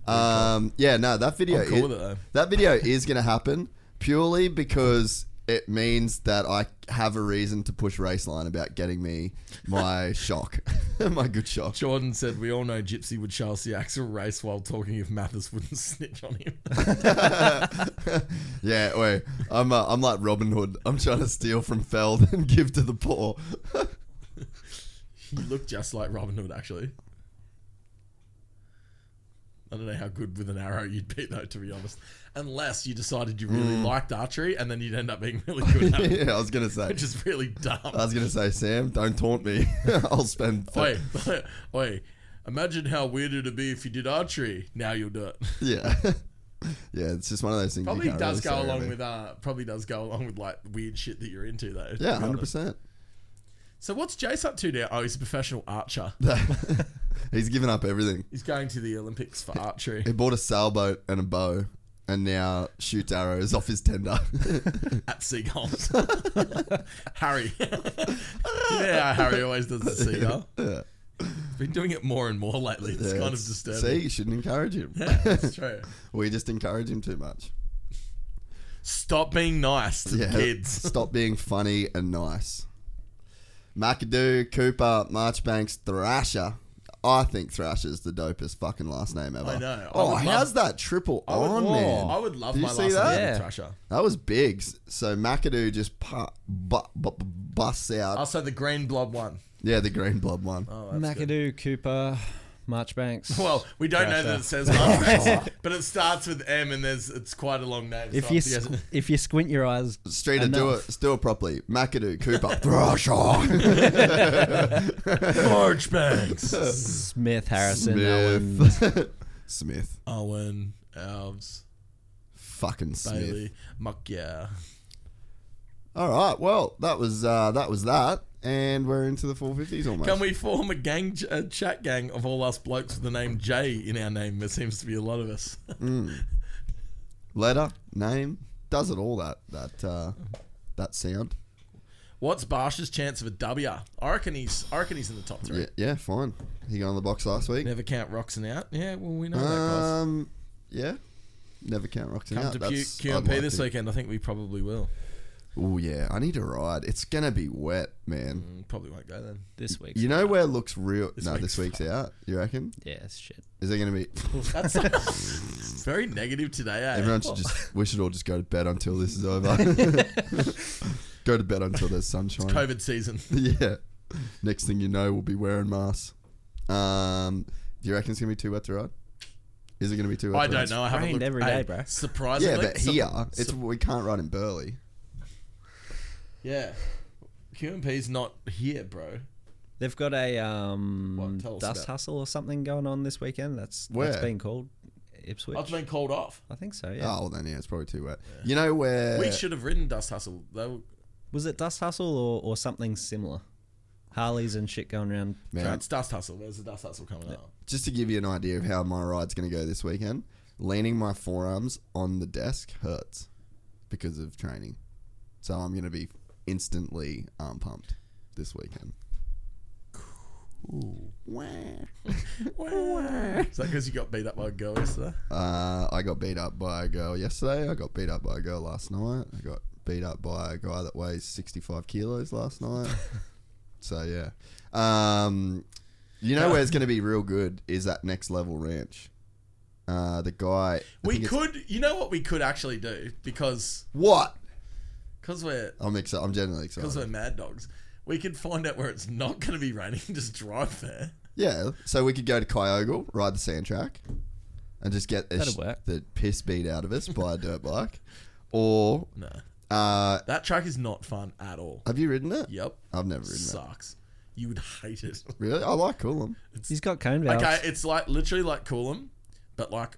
B: Um, yeah, no, that video.
D: I'm cool
B: i-
D: with it, though.
B: That video is going to happen purely because it means that I have a reason to push Raceline about getting me
D: <laughs>
B: my shock, <laughs> my good shock.
D: Jordan said, "We all know Gypsy would Chelsea Axel race while talking if Mathis wouldn't <laughs> snitch on him."
B: Yeah, wait. I'm uh, I'm like Robin Hood. I'm trying to steal from Feld <laughs> and give to the poor.
D: he looked just like Robin Hood, actually. I don't know how good with an arrow you'd be though, to be honest. Unless you decided you really
B: Hmm.
D: liked archery, and then you'd end up being <laughs> really good at it,
B: <laughs> yeah, I was gonna say.
D: which is really dumb.
B: I was gonna say, Sam, don't taunt me. <laughs> I'll spend.
D: <laughs> Oi, <laughs> oi! Imagine how weird it'd be if you did archery. Now you'll
B: <laughs>
D: do it.
B: <laughs> Yeah, yeah. It's just one of those things. you
D: Probably
B: can't
D: does
B: really
D: go
B: say,
D: along
B: really.
D: with uh, probably does go along with like weird shit that you're into though. to be
B: Yeah,
D: honest.
B: hundred percent.
D: So what's Jace up to now? Oh, he's a professional archer.
B: <laughs> He's given up everything.
D: He's going to the Olympics for archery.
B: He bought a sailboat and a bow, and now shoots arrows off his tender. <laughs>
D: <laughs> at <laughs> seagulls. Harry. yeah, Harry always does the seagull.
B: <laughs>
D: He's been doing it more and more lately. It's kind of
B: See,
D: <laughs> disturbing.
B: you shouldn't encourage him. <laughs>
D: That's true.
B: we just encourage him too much.
D: Stop being nice to the kids.
B: <laughs> Stop being funny and nice. McAdoo, Cooper, Marchbanks, Thrasher. I think Thrasher's the dopest fucking last name ever.
D: I know. I
B: oh,
D: would
B: how's that triple
D: I would,
B: on,
D: whoa,
B: man?
D: I would love
B: Did you
D: my
B: see
D: last
B: that?
D: name
E: Yeah.
D: Thrasher.
B: That was big. So McAdoo just pu- bu- bu- bu- busts out.
D: Also, the green blob
B: <laughs>
D: one.
B: yeah, the green blood one.
D: Oh.
E: McAdoo, Cooper, Marchbanks.
D: Well, we don't know that it
B: <laughs>
D: says Marchbanks, <laughs> but it starts with M and there's it's quite a long name.
E: if
D: so I
E: you
D: guess-
E: squ- if you squint your eyes,
B: Streeter,
E: enough,
B: do it, do it properly. McAdoo, Cooper, Thrasher. <laughs>
D: Marchbanks,
E: Smith, Harrison, Owen,
B: Smith. <laughs> Smith.
D: Owen, Alves,
B: Fucking Smith.
D: Bailey, Muck, yeah.
B: All right. Well, that was uh, that was that, and we're into the 450s almost.
D: Can we form a gang, a chat gang of all us blokes with the name Jay in our name? There seems to be a lot of us. <laughs>
B: Letter, name, does it all that that uh, that sound?
D: What's Barsh's chance of a W? I reckon he's, I reckon he's in the top three.
B: Yeah, yeah, fine. He got on the box last week.
D: Never count Roxon out. Yeah, well we know that. Guys.
B: um, yeah, never count rocks
D: Come
B: out.
D: to Pu-
B: That's-
D: QMP
B: I'd like
D: this
B: to-
D: weekend. I think we probably will.
B: Oh yeah, I need a ride. It's gonna be wet, man.
D: We probably won't
B: <laughs>
D: go then.
E: this week.
B: You know where looks real? no,
D: week's
B: this week's out. You reckon?
E: yeah, it's shit.
B: Is it gonna
D: <laughs>
B: be?
D: That's <laughs> very negative today. Eh?
B: Everyone should just. We should all just go to bed until this is
D: <laughs>
B: over. go to bed until there's sunshine.
D: COVID
B: <laughs>
D: season.
B: yeah. Next thing you know, we'll be wearing masks. Um, do you reckon it's gonna be too wet to ride? Is it gonna be too wet?
D: I
B: to
D: don't
B: ride?
D: know. I haven't
E: rained
D: looked
E: every
D: Hey,
E: day, bro.
D: Surprisingly,
B: Yeah, but
D: sup-
B: here it's
D: sup-
B: we can't ride in Burley.
D: yeah. QMP's not here, bro.
E: They've got a um,
D: What? Tell us about
E: dust
D: it.
E: hustle or something going on this weekend. That's
B: Where?
E: that's been called Ipswich.
D: I've been called off.
E: I think so. Yeah.
B: Oh, well then yeah, it's probably too wet. You know where?
D: We should have ridden Dust Hustle. They were,
E: Was it dust hustle or, or something similar? Harleys and shit going around.
B: Man,
D: No, it's Dust Hustle. There's a Dust Hustle coming up.
B: just to give you an idea of how my ride's going to go this weekend, leaning my forearms on the desk hurts because of training. So I'm going to be instantly arm pumped this weekend.
D: Is that because you got beat up by a girl yesterday?
B: Uh, I got beat up by a girl yesterday. I got beat up by a girl last night. I got beat up by a guy that weighs 65 kilos last night.
E: <laughs>
B: so, yeah. Um, you know where it's going to be real good is that next level ranch. Uh, the guy. I
D: We
B: think it's-
D: could, you know what we could actually do because
B: What?
D: because we're
B: I'm excited. I'm genuinely excited.
D: because we're mad dogs, we could find out where it's not going to be raining and just drive there.
B: Yeah, so we could go to Kyogle, ride the sand track, and just get the,
E: That'd work.
B: the piss beat out of us by a
E: <laughs>
B: dirt bike. Or
D: No,
B: uh,
D: that track is not fun at all.
B: have you ridden it?
D: Yep,
B: I've never ridden it.
D: sucks. You would hate it.
B: Really, I like Coolum.
E: He's got cone valves.
D: Okay, it's like literally like Coolum, but like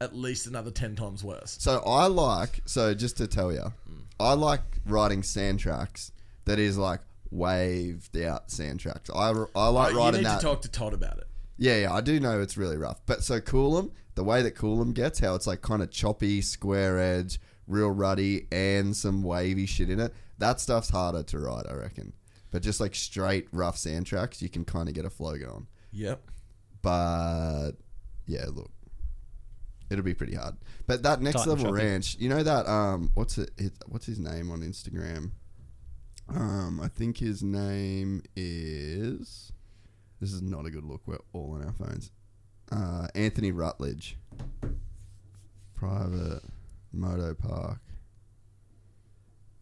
D: at least another ten times worse.
B: So I like. So just to tell you,
D: Mm.
B: I like riding sand tracks that is like waved out sand tracks. I, I like
D: But Oh, you
B: riding
D: need
B: that.
D: to talk to Todd about it.
B: Yeah, yeah, I do know it's really rough. But so Coolum, the way that Coolum gets, how it's like kind of choppy, square edge, real ruddy, and some wavy shit in it, that stuff's harder to ride, I reckon. But just like straight, rough sand tracks, you can kind of get a flow going.
D: Yep.
B: But yeah, look, it'll be pretty hard. But that next
E: Tight and
B: level
E: choppy.
B: ranch, you know that um, what's it, it? What's his name on Instagram? Um, I think his name is. This is not a good look. We're all on our phones. Uh, Anthony Rutledge, private moto park.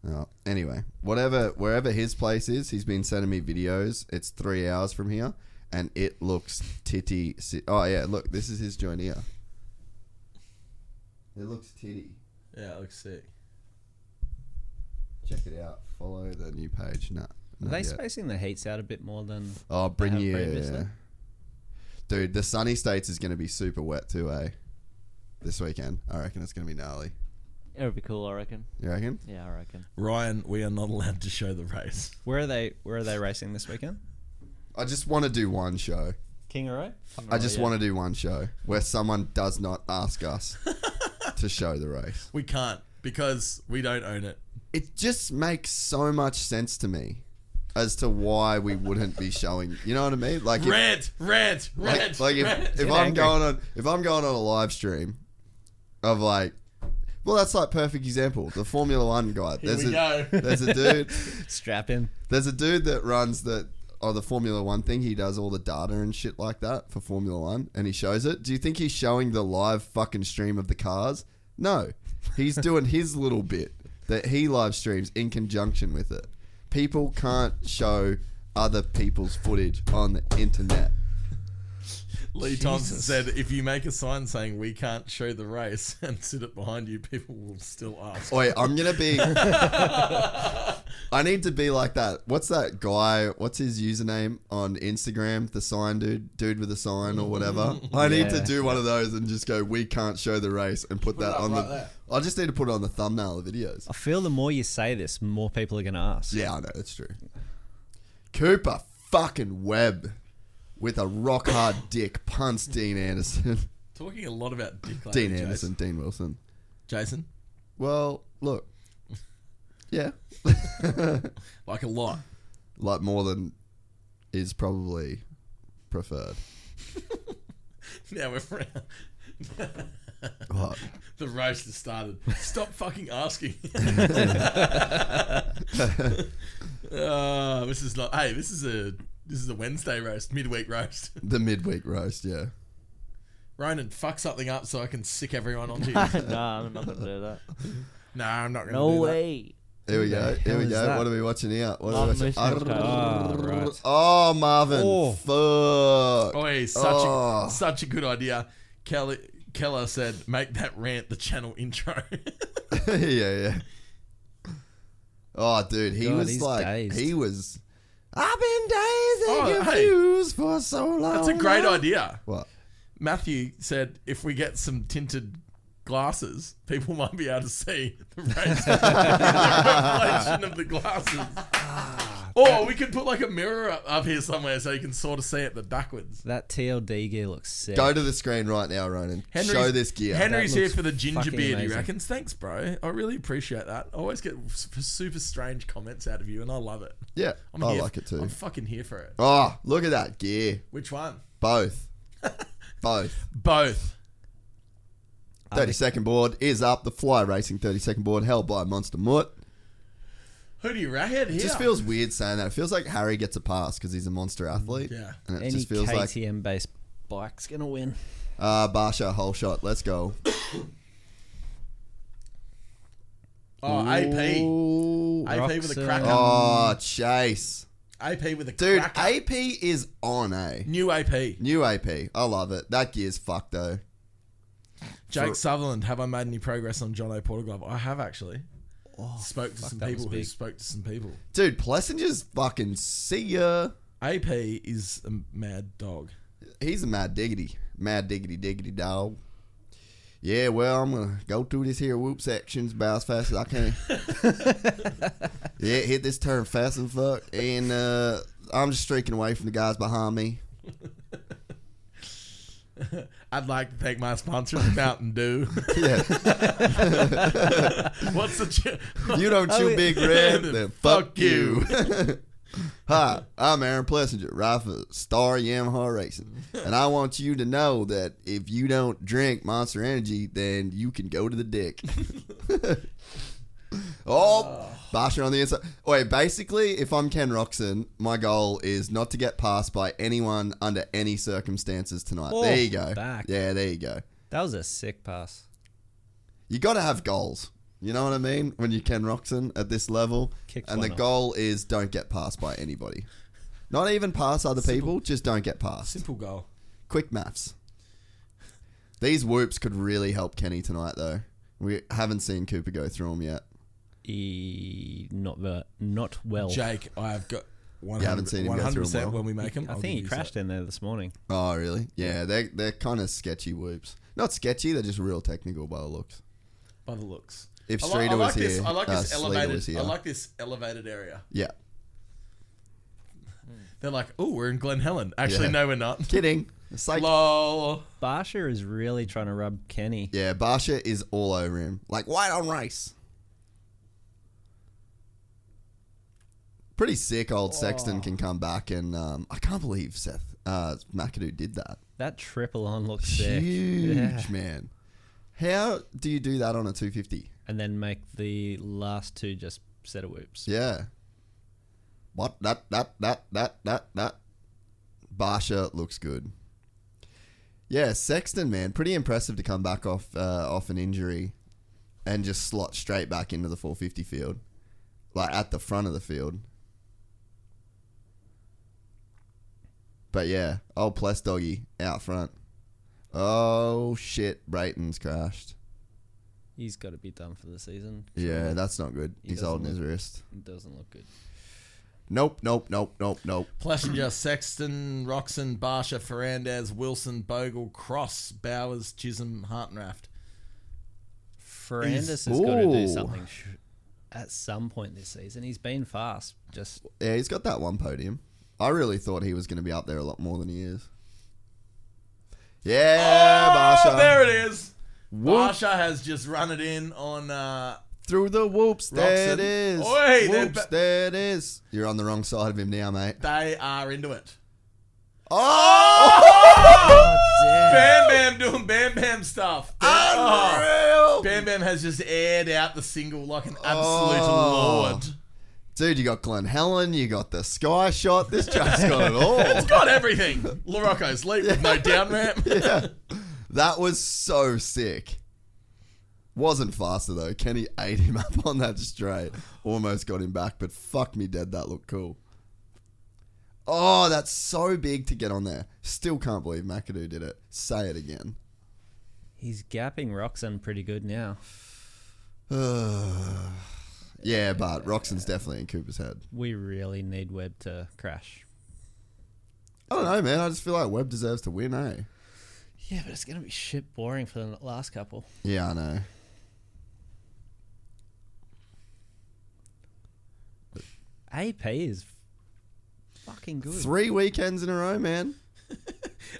B: Oh, anyway, whatever, wherever his place is, he's been sending me videos. It's three hours from here, and it looks titty. Si- oh yeah, look, this is his joint here. It looks titty.
D: Yeah, it looks sick.
B: Check it out. Follow the new page. Nah,
E: Are
B: not
E: they
B: yet.
E: spacing the heats out a bit more than
B: Oh, bring
E: have
B: you,
E: previously?
B: dude. The sunny states is going to be super wet too, eh? This weekend, I reckon it's going to be gnarly.
F: It would be cool, I reckon.
B: You reckon?
F: Yeah, I reckon.
D: Ryan, we are not allowed to show the race.
E: where are they? Where are they racing this weekend?
B: I just want to do one show.
E: Kingaroy.
D: Oh,
B: I just want to do one show where someone does not ask us to show the race.
D: We can't because we don't own it.
B: It just makes so much sense to me as to why we wouldn't be showing. You know what I mean? Like, if,
D: Red, red,
B: like,
D: red.
B: like if,
D: red.
B: if I'm going on if I'm going on a live stream of like, well, that's like perfect example. The Formula One guy.
D: Here
B: There's
D: we
B: a
D: go.
B: there's a dude.
E: <laughs>
D: <laughs>
E: Strap in.
B: There's a dude that runs the or the Formula One thing. He does all the data and shit like that for Formula One, and he shows it. Do you think he's showing the live fucking stream of the cars? No, he's doing his little bit that he live streams in conjunction with it. People can't show other people's footage on the internet.
D: Lee Thompson said, if you make a sign saying we can't show the race <laughs> and sit it behind you, people will still ask.
B: Oi, I'm gonna be. I need to be like that. What's that guy? What's his username on Instagram? The sign dude, dude with a sign or whatever. I need to
E: Yeah.
B: do one of those and just go. We can't show the race and put, that
D: up
B: on
D: right
B: the.
D: there.
B: I just need to put it on the thumbnail of videos.
E: I feel the more you say this, more people are going to ask.
B: Yeah, I know that's true. Cooper fucking Webb with a rock hard dick punts Dean Anderson.
D: Talking a lot about Dick lately,
B: Dean
D: Jason.
B: Anderson, Dean Wilson.
D: Jason,
B: Well, look. Yeah.
D: like a lot. <laughs>
B: like more than is probably
E: <laughs>
B: preferred.
D: Now we're friends.
B: What?
D: <laughs> The roast has started. Stop fucking asking. <laughs> uh, this is not. Hey, this is a this is a Wednesday roast, midweek roast.
B: The midweek roast, yeah.
D: Ronan, fuck something up so I can sick
F: <laughs>
D: everyone onto you.
F: nah, I'm not gonna do
D: <laughs>
F: that.
D: no, I'm not gonna.
F: No
D: do that.
F: way.
B: Here we go. Here
E: hell
B: we
E: is
B: go.
E: that?
B: What are we watching here? What are
F: Love
B: we watching?
F: Mission's
E: Ah, right.
B: Oh, Marvin.
E: Oh.
B: Fuck.
D: Oi, such
B: Oh.
D: a such a good idea. Kelly Keller said, "Make that rant the channel intro." <laughs>
B: yeah, <laughs> yeah. Oh, dude, he
E: God,
B: was
E: he's
B: like,
E: dazed.
B: he was. I've been dazed and
D: Oh, hey.
B: confused for so long.
F: Oh,
D: That's a great
B: now."
D: idea.
B: What?
D: Matthew said, "If we get some tinted glasses, people <laughs> might be able to see the race the reflection of the glasses." Or we could put like a mirror up, up here somewhere so you can sort of see it but backwards.
E: That TLD gear looks sick.
B: Go to the screen right now, Ronan. Show this gear.
D: Henry's
E: That
D: here
E: looks
D: for the ginger
E: fucking
D: beard, he
E: amazing.
D: reckons. Thanks, bro. I really appreciate that. I always get s- super strange comments out of you, and I love it.
B: yeah,
D: I'm
B: I
D: here
B: like
D: f-
B: it too.
D: I'm fucking here for it.
B: oh, look at that gear.
D: Which one? <laughs>
B: Both. Both.
D: Both.
B: 30 second board is up. The fly racing 30 second board held by Monster Mutt.
D: Who do you reckon? Here.
B: It just feels weird saying that. It feels like Harry gets a pass because he's a monster athlete.
D: Yeah.
B: And it
E: Any
B: just feels like,
E: KTM based bike's going to win.
B: ah, Barsha, whole shot. Let's go.
D: oh AP.
E: Ooh,
D: AP with a
E: Roxanne.
D: cracker.
B: Oh, Chase.
D: AP with a
B: Dude,
D: cracker.
B: AP is on, eh?
D: New AP.
B: New AP. I love it. That gear's fucked, though.
D: Jake
B: For-
D: Sutherland, have I made any progress on John O'Porterglove? I have actually.
B: Oh,
D: spoke to some
E: that
D: people
E: was
D: who
E: big.
D: spoke to some people.
B: Dude, Plessinger's fucking see ya.
D: AP is a mad dog.
B: He's a mad diggity. Mad diggity diggity dog. Yeah, well, I'm going to go through this here whoop sections about as fast as I can. yeah, hit this turn fast and fuck. And uh, I'm just streaking away from the guys behind me.
D: I'd like to thank my sponsor,
B: <laughs>
D: Mountain Dew.
B: Yeah.
D: What's the
B: <laughs>
D: ch-
B: you don't chew big red, then fuck you. <laughs> Hi, I'm Aaron Plessinger, ride for Star Yamaha Racing, and I want you to know that if you don't drink Monster Energy, then you can go to the dick. <laughs> oh, Basher on the inside. Wait, basically, if I'm Ken Roxon, my goal is not to get passed by anyone under any circumstances tonight. there you
E: Oh,
B: go.
E: back.
B: Yeah, there you go.
E: That was a sick pass.
B: You got to have goals. You know what I mean? When you Ken Roxon at this level,
E: Kicked
B: and the
E: one off.
B: goal is don't get passed by anybody. Not even pass other people, just don't get passed.
D: Simple goal.
B: Quick maths. These whoops could really help Kenny tonight, though. We haven't seen Cooper go through them yet.
E: E, not ver- not well.
D: Jake, I've got 100%,
B: haven't seen him go through 'em
D: 100%
B: well.
D: when we make him.
E: I think he crashed in there this morning.
B: Oh, really? Yeah, they're, they're kind of sketchy whoops. Not sketchy, they're just real technical by the looks.
D: By the looks.
B: If
D: I, li-
B: Streeter
D: I like
B: was
D: this.
B: here,
D: I like
B: uh, Sleater
D: this
B: was
D: elevated.
B: here.
D: I like this elevated area.
B: Yeah.
D: They're like, oh, we're in Glen Helen. Actually,
B: Yeah.
D: no, we're not.
B: Kidding. It's like
D: Lol.
E: Barsha is really trying to rub Kenny.
B: Yeah, Barsha is all over him. Like white on rice. Pretty sick old Sexton
E: Oh.
B: can come back and um, I can't believe Seth uh, McAdoo did that.
E: That triple on looks sick.
B: Huge
E: Yeah.
B: man. How do you do that on a 250?
E: And then make the last two just set of whoops.
B: Yeah. What that that that that that that Barsha looks good. Yeah, Sexton man, pretty impressive to come back off uh, off an injury and just slot straight back into the 450 field. Like at the front of the field. But yeah, old Pless doggy out front. Oh shit, Brayton's crashed.
E: He's got to be done for the season.
B: Yeah, that's not good.
E: He
B: He's
E: doesn't
B: holding his
E: look-
B: wrist.
E: It doesn't look good.
B: Nope, nope, nope, nope, nope.
D: Plessinger, Sexton, Roxon, Barsha, Ferrandez, Wilson, Bogle, Cross, Bowers, Chisholm, Hartenraft.
E: Ferrandis
B: He's-
E: has got to
B: Ooh.
E: do something sh- at some point this season. He's been fast. Just
B: Yeah, he's got that one podium. I really thought he was going to be up there a lot more than he is. Yeah,
D: Oh,
B: Barsha.
D: there it is.
B: Whoop.
D: Barsha has just run it in on. Uh,
B: Through the whoops. There
D: Roxon.
B: it is.
D: Oi, they're
B: whoops.
D: ba-
B: there it is. You're on the wrong side of him now, mate.
D: they are into it.
B: Oh!
D: Bam Bam doing Bam Bam stuff. Bam,
B: <laughs>
D: oh.
B: Unreal.
D: Bam Bam has just aired out the single like an absolute
B: Oh.
D: lord.
B: Dude, you got Glenn Helen. You got the sky shot. This track's got it
D: <laughs>
B: all.
D: Got everything. <laughs> LaRocco's leap with no down ramp. <laughs>
B: yeah. That was so sick. Wasn't faster though. Kenny ate him <laughs> up on that straight. Almost got him back, but fuck me dead, that looked cool. Oh, that's so big to get on there. Still can't believe McAdoo did it. Say it again. <sighs>
E: he's gapping Roxanne pretty good now.
B: yeah, but Roxon's definitely in Cooper's head.
E: We really need Webb to crash.
B: I don't know, man. I just feel like Webb deserves to win, eh?
E: Yeah, but it's gonna be shit boring for the last couple.
B: Yeah, I know.
E: AP is fucking good.
B: Three weekends in a row, man.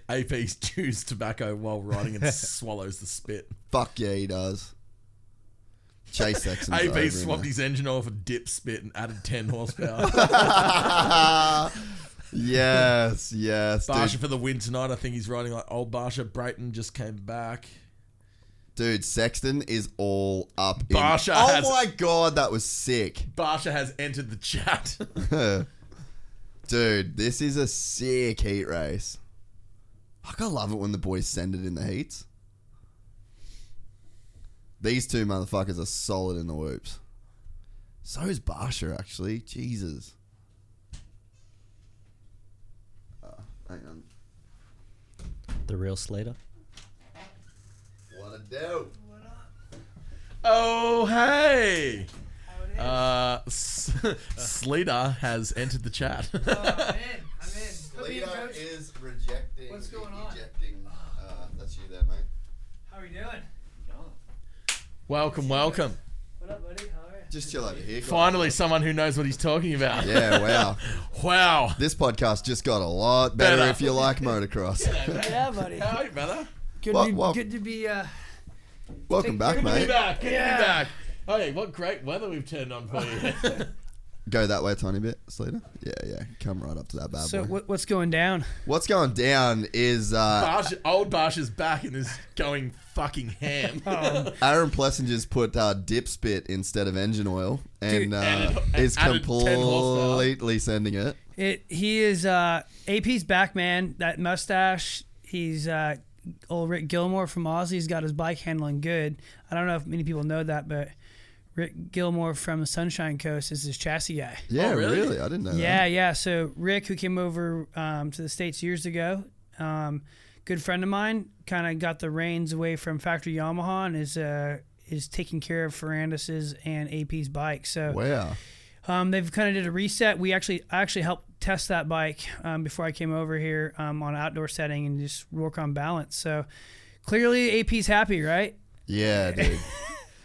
D: AP's chews tobacco while riding and swallows the spit.
B: Fuck yeah, he does. Chase <laughs> Sexton.
D: AP
B: eh?
D: swapped his engine oil for dip spit and added 10 horsepower.
B: Yes, yes. Dude,
D: Barsha for the win tonight. I think he's riding like old Barsha. Brayton just came back.
B: Dude, Sexton is all up. in-
D: Barsha
B: oh
D: has-
B: my god, that was sick.
D: Barsha has entered the chat. <laughs>
B: Dude, this is a sick heat race. Fuck, I love it when the boys send it in the heats. These two motherfuckers are solid in the whoops. So's Barsha, actually. Jesus. Uh, hang on.
E: The real Slater.
B: What a do?
D: Oh, hey! Uh, S- <laughs> Sleater has entered the chat.
G: I'm in. I'm in. Put me in, coach.
B: is rejecting.
G: What's going on?
B: Ejecting. Uh, that's you there, mate.
G: How are you doing?
D: <laughs> welcome, welcome.
G: What up, buddy? How are you?
B: Just chill over here. guys.
D: Finally, someone who knows what he's talking about.
B: Yeah, wow.
D: <laughs> Wow.
B: this podcast just got a lot better,
D: Better.
B: if you like
D: <laughs>
B: motocross.
G: Yeah, buddy.
D: How are you, brother?
G: Good,
B: Well,
G: to, be-
B: well-
G: good to be. Uh,
B: Welcome back,
D: Good to be
B: mate.
D: back. Good to be back. Hey, what great weather we've turned on for you.
B: Go that way a tiny bit, Slater. Yeah, yeah. Come right up to that bad
G: so
B: boy.
G: what, what's going down?
B: What's going down is uh,
D: Barsh, old Barsh is back and is going fucking ham.
B: <laughs> Aaron Plessinger's put uh, dip spit instead of engine oil, and
G: Dude.
B: uh,
D: Added-
B: is
D: added 10 horsepower. Oh,
B: completely sending it.
G: It. He is. Uh, AP's back, man. That mustache. He's. Uh, old Rick Gilmore from Ozzy's got his bike handling good. I don't know if many people know that, but Rick Gilmore from the Sunshine Coast is his chassis guy.
B: Yeah,
D: really?
B: really? I didn't know.
G: Yeah,
B: that.
G: yeah. So Rick, who came over um, to the states years ago, um, good friend of mine, kind of got the reins away from factory Yamaha and is uh, is taking care of Ferrandis's and AP's bike. So
B: Wow.
G: um, they've kind of did a reset. We actually I actually helped test that bike um, before I came over here um, on outdoor setting and just work on balance. So clearly AP's happy, right?
B: Yeah, dude.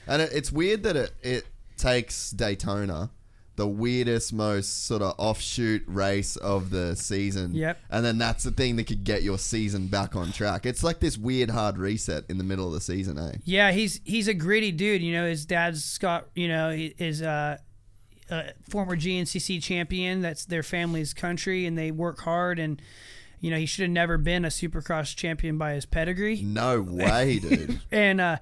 B: and it, it's weird that it, it takes Daytona, the weirdest, most sort of offshoot race of the season.
G: Yep.
B: And then that's the thing that could get your season back on track. It's like this weird hard reset in the middle of the season, eh?
G: Yeah, he's he's a gritty dude. You know, his dad's Scott. You know, he is a, a former GNCC champion. That's their family's country, and they work hard. And you know, he should have never been a Supercross champion by his pedigree.
B: No way, dude.
G: And uh,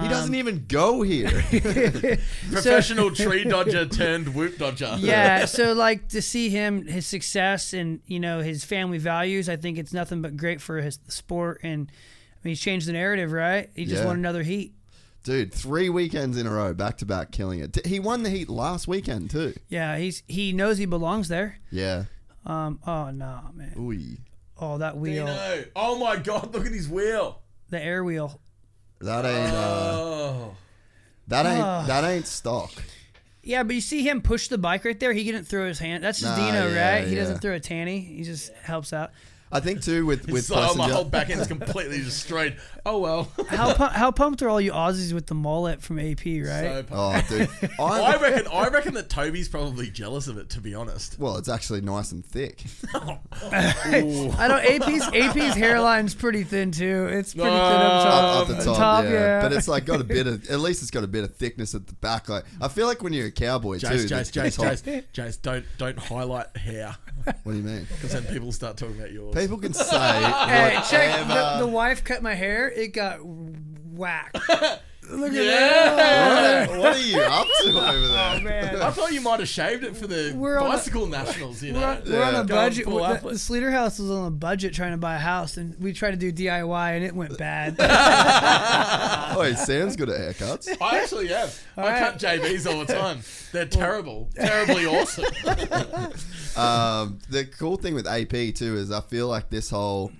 B: he doesn't even go here. <laughs>
D: Professional tree dodger turned whoop dodger.
G: yeah, so like to see him his success and you know his family values. I think it's nothing but great for his sport. And I mean, he's changed the narrative, right? He just
B: Yeah.
G: won another heat.
B: dude, three weekends in a row, back to back, killing it. D- He won the heat last weekend, too.
G: Yeah, he's he knows he belongs there.
B: Yeah.
G: Um, oh no, man,
B: Ooh.
G: oh that wheel,
D: Dino. Oh my god, look at his wheel.
G: the air wheel.
B: That ain't uh,
D: Oh.
B: that ain't that ain't stock.
G: Yeah, but you see him push the bike right there. He didn't throw his hand. That's just
B: Nah,
G: Dino,
B: yeah,
G: right? He
B: yeah.
G: doesn't throw a tanny. He just helps out.
B: I think too with with
D: so, oh, my
B: Plessinger-
D: whole back
B: <laughs>
D: end's completely destroyed. Oh well.
G: How pu- how pumped are all you Aussies with the mullet from AP, right?
D: So-
B: Oh,
D: <laughs>
B: dude.
D: I
B: I,
D: reckon I reckon that Toby's probably jealous of it, to be honest.
B: well, it's actually nice and thick.
G: I know AP's AP's hairline's pretty thin too. It's pretty thin up
D: Um,
G: top.
B: Up the top,
G: top,
B: yeah.
G: yeah.
B: But it's like got a bit
G: <laughs>
B: of, at least it's got a bit of thickness at the back. Like I feel like when you're a cowboy
D: Jace,
B: too. the-
D: Jace,
B: the
D: Jace,
B: top-
D: Jace, Jace, don't don't highlight hair.
B: What do you mean?
D: Because then people start talking about yours.
B: People can say,
G: Hey,
B: whatever.
G: check the, the wife cut my hair. It got
B: <laughs>
G: whacked. Look at that.
B: what, what are you up to over there?
G: man.
D: I thought you might have shaved it for the
G: We're on a-
D: bicycle nationals, you know.
G: We're on, <laughs> we're on
B: Yeah.
G: a budget.
D: Don't pull
G: The,
D: up.
G: the Sleater house was on a budget trying to buy a house, and we tried to do DIY, and it went
D: <laughs>
G: bad.
B: Oi, Sam's Oh, good at haircuts.
D: <laughs> I actually have. I
G: right.
D: cut JBs all
G: <laughs>
D: the time. They're terrible, terribly awesome.
B: Um, the cool thing with AP too is I feel like this whole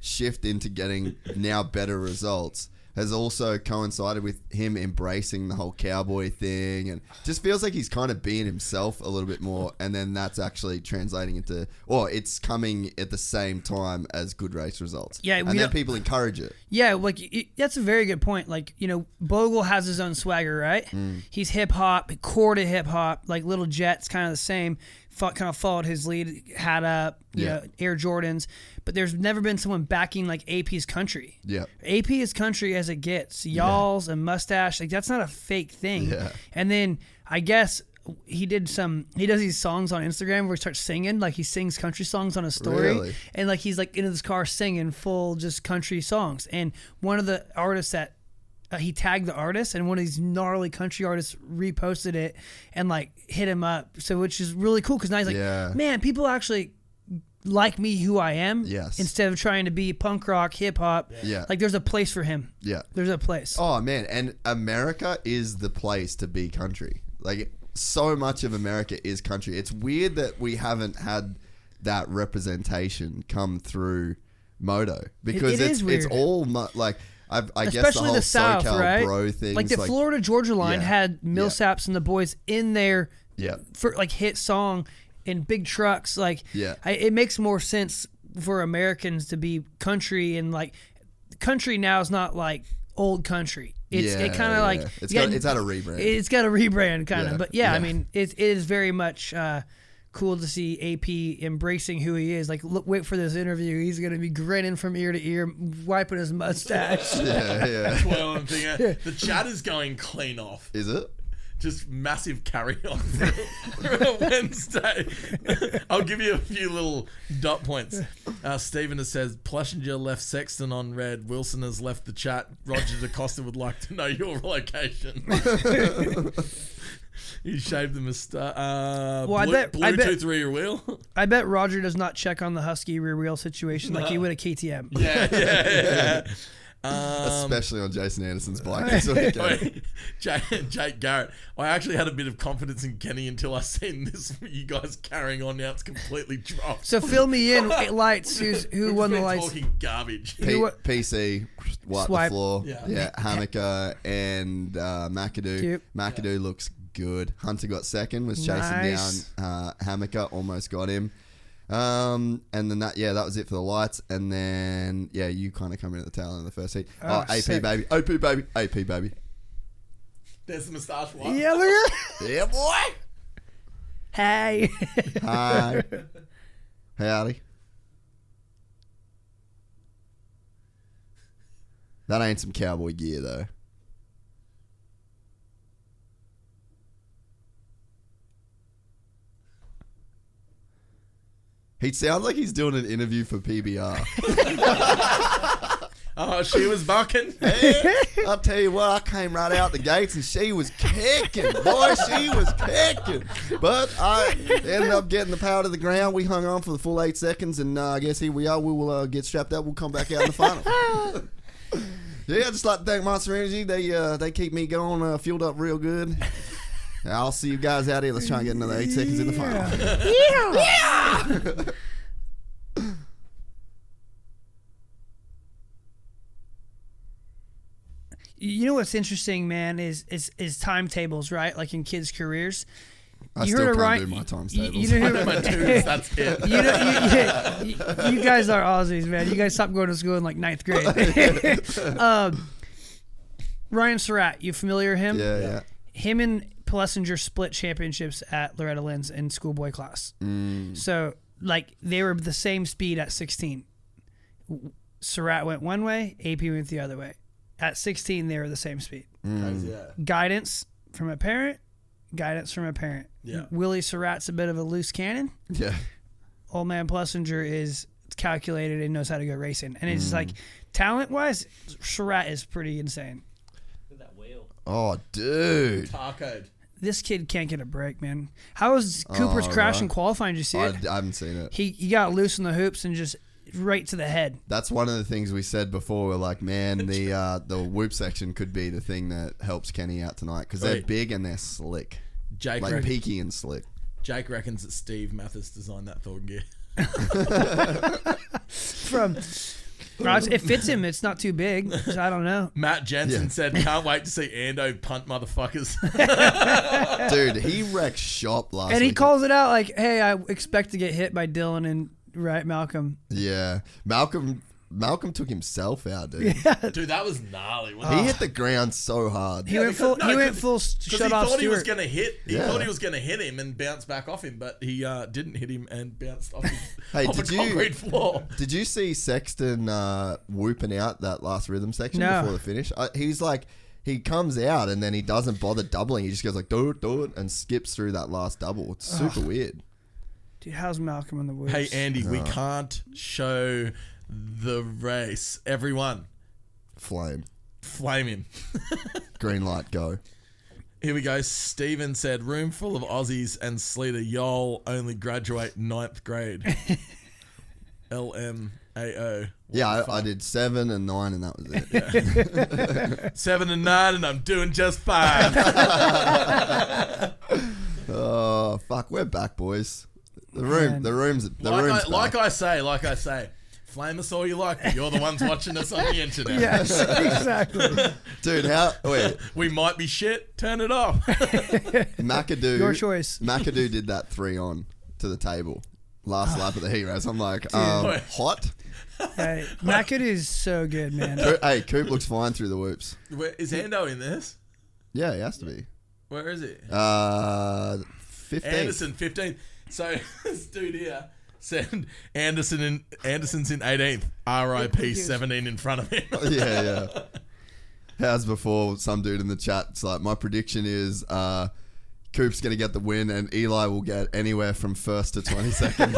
B: shift into getting now better results has also coincided with him embracing the whole cowboy thing and just feels like he's kind of being himself a little bit more and then that's actually translating into or it's coming at the same time as good race results
G: Yeah,
B: and
G: we
B: then
G: don't-
B: people encourage it
G: Yeah, like y- y- that's a very good point. Like you know, Bogle has his own swagger, right?
B: Mm.
G: He's hip hop, core to hip hop. Like Little Jet's kind of the same. Fo- kind of followed his lead, hat up, you
B: Yeah.
G: know, Air Jordans. But there's never been someone backing like AP's country.
B: yeah
G: AP is country as it gets. Y'alls and mustache, like that's not a fake thing.
B: Yeah.
G: And then I guess he did some. He does these songs on Instagram where he starts singing, like he sings country songs on his story,
B: Really?
G: and like he's like in his car singing full just country songs. And one of the artists that uh, he tagged the artist, and one of these gnarly country artists reposted it and like hit him up. So which is really cool because now he's like,
B: Yeah.
G: man, people actually like me who I am.
B: Yes.
G: Instead of trying to be punk rock, hip hop.
B: Yeah.
G: Like there's a place for him.
B: yeah
G: There's a place.
B: Oh man, and America is the place to be country. Like so much of America is country. It's weird that we haven't had that representation come through Moto because
G: it
B: it's
G: is weird.
B: it's all mu- like i I guess the
G: especially
B: whole
G: the South,
B: SoCal
G: right?
B: bro thing.
G: like the Florida Georgia line
B: Yeah.
G: had
B: Yeah.
G: Millsaps and the boys in their
B: Yeah.
G: for like hit song in big trucks. Like
B: Yeah.
G: I, it makes more sense for Americans to be country and like country now is not like old country. It's it
B: Yeah,
G: kind of
B: yeah.
G: like
B: It's
G: you
B: got- it's had a rebrand.
G: It's got a rebrand kind of,
B: Yeah,
G: but yeah, I
B: yeah.
G: mean it, it is very much. uh Cool to see AP embracing who he is. Like, look, wait for this interview. He's gonna be grinning from ear to ear, wiping his mustache.
B: <laughs> Yeah, yeah.
G: <laughs>
D: Well, I'm thinking, the chat is going clean off.
B: Is it?
D: Just massive carry on <laughs> for a Wednesday. <laughs> I'll give you a few little dot points. Uh, Stephen has says Plushinger left Sexton on red. Wilson has left the chat. Roger DaCosta would like to know your location. <laughs> you shaved the moustache. Uh,
G: Well, I
D: Blu-
G: bet-
D: Bluetooth
G: I bet-
D: rear
G: <laughs>
D: wheel. <laughs>
G: I bet Roger does not check on the Husky rear wheel situation like he would a KTM.
D: yeah, yeah.
B: Especially on Jason Anderson's bike. this weekend.
D: Wait, Jake, Jake Garrett. I actually had a bit of confidence in Kenny until I seen this. You guys carrying on now. It's completely dropped.
G: So fill me
D: <laughs>
G: in. eh, Lights. Who's, who
D: We've
G: won the
D: been
G: lights?
D: Talking garbage.
B: P-
G: wa-
B: PC, wipe
G: Swipe.
B: the floor.
D: Yeah.
B: Yeah, Hanukkah and uh, McAdoo.
G: Cute.
B: McAdoo looks good. Hunter got second, was chasing
G: Nice.
B: down uh, Hanukkah, almost got him. Um, and then that, yeah, that was it for the lights. And then, yeah, you kind of come in at the tail end of the first heat. Oh, AP
G: Ah, sick.
B: baby, AP baby, AP baby.
D: <laughs> There's the moustache one.
G: Yeah, look at
B: Yeah, boy.
G: Hey. <laughs>
B: Hi. Howdy. That ain't some cowboy gear though. He sounds like he's doing an interview for PBR.
D: Oh, she
B: <laughs>
D: was bucking.
B: I'll tell you what, I came right out the gates and she was kicking. Boy, she was kicking. But I ended up getting the power to the ground. We hung on for the full eight seconds, and uh, I guess here we are. We will uh, get strapped up. We'll come back out in the final. yeah, I'd just like to thank Monster Energy. They uh, they keep me going, uh, fueled up real good. I'll see you guys out here. Let's try and get another eight seconds in the final.
G: You know what's interesting, man, is is is timetables, right? Like in kids' careers.
B: I
G: You
B: still can't
G: heard it right.
B: do my times
G: You,
B: tables.
G: you
D: <laughs>
G: know who? <laughs>
D: My twos, that's it.
G: You, know, you, you, you guys are Aussies, man. You guys stopped going to school in like
B: <laughs>
G: ninth grade. <laughs> um, Ryan Surratt, you familiar with him?
B: yeah, yeah.
G: him and Plessinger split championships at Loretta Lynn's in schoolboy class. So like they were the same speed at 16. W- Surratt went one way, AP went the other way. At 16, they were the same speed.
D: Yeah.
G: Guidance from a parent, guidance from a parent.
D: Yeah.
G: Willie Surratt's a bit of a loose cannon.
B: Yeah.
G: Old man Plessinger is calculated and knows how to go racing. And it's like talent wise, Surratt is pretty insane.
B: Oh, dude.
D: Barcode.
G: This kid can't get a break, man. How was Cooper's
D: Oh,
G: crash and qualifying? Did you see
B: I,
G: it?
B: I haven't seen it.
G: he he got loose in the hoops and just right to the head.
B: that's one of the things we said before. We're like, man, the uh, the whoop section could be the thing that helps Kenny out tonight because they're
D: Right.
B: big and they're slick,
D: Jake,
B: like
D: rec-
B: peaky and slick.
D: Jake reckons that Steve Mathis designed that
B: <laughs>
D: Thorn gear.
G: From Roger, it fits him. It's not too big. So I
D: <laughs>
G: don't know.
D: Matt Jensen
B: Yeah.
D: said, "Can't wait to see Ando
B: <laughs>
D: punt motherfuckers." <laughs>
B: Dude, he wrecked shop last.
G: And he
B: week.
G: calls it out like, "Hey, I expect to get hit by Dylan and right Malcolm."
B: Yeah, Malcolm. Malcolm took himself out, dude.
D: Dude, that was gnarly. wasn't
B: He hit the ground so hard.
G: He went full.
D: because- no,
G: he
D: <laughs>
G: went
D: 'cause-
G: full s-
D: Because he
G: shut
D: thought
G: off
D: he was
G: Stewart.
D: going to hit. He
B: Yeah.
D: thought he was going to hit him and bounce back off him, but he uh, didn't hit him and bounced off, his,
B: <laughs> Hey,
D: off a
B: did you- <laughs>
D: concrete floor.
B: Did you see Sexton uh, whooping out that last rhythm section
G: No.
B: before the finish? Uh, he's like, he comes out and then he doesn't bother doubling. He just goes like, do it, do it, and skips through that last double. It's super weird.
G: Dude, how's Malcolm in the woods?
D: Hey, Andy, <laughs>
B: Oh.
D: we can't show the race. Everyone,
B: Flame,
D: flame him.
B: green light, go.
D: Here we go. Steven said, room full of Aussies and Sleater. Y'all only graduate ninth grade. LMAO.
B: Yeah, I, I did seven and nine, and that was
G: <laughs>
B: it.
D: Seven and nine, and I'm doing just fine.
B: Oh fuck, we're back, boys. The room, the rooms, the
D: like,
B: rooms.
D: I, like
B: back.
D: I say, like I say, flame us all you like, but you're the ones watching us on the internet.
G: Yes, <laughs> exactly.
B: dude, how?
D: <laughs>
B: Wait,
D: We might be shit. Turn it off.
B: McAdoo.
G: Your choice.
B: McAdoo did that three on to the table. Last lap of the heroes. I'm
D: <laughs>
B: like, um, hot.
G: Hey, Macad is so good,
D: <laughs>
G: man.
B: Co- Hey, Coop looks fine through the whoops.
D: <laughs> Where, is Ando in this?
B: Yeah, he has to be.
D: Where is it?
B: Uh, 15.
D: Anderson, 15. So <laughs> this dude here said Anderson in Anderson's in 18th. R.I.P. 17 in front of him.
B: yeah,
G: <laughs>
B: yeah. How's before some dude in the chat? It's like my prediction is uh, Coop's gonna get the win and Eli will get anywhere from first to
G: <laughs>
B: twenty second.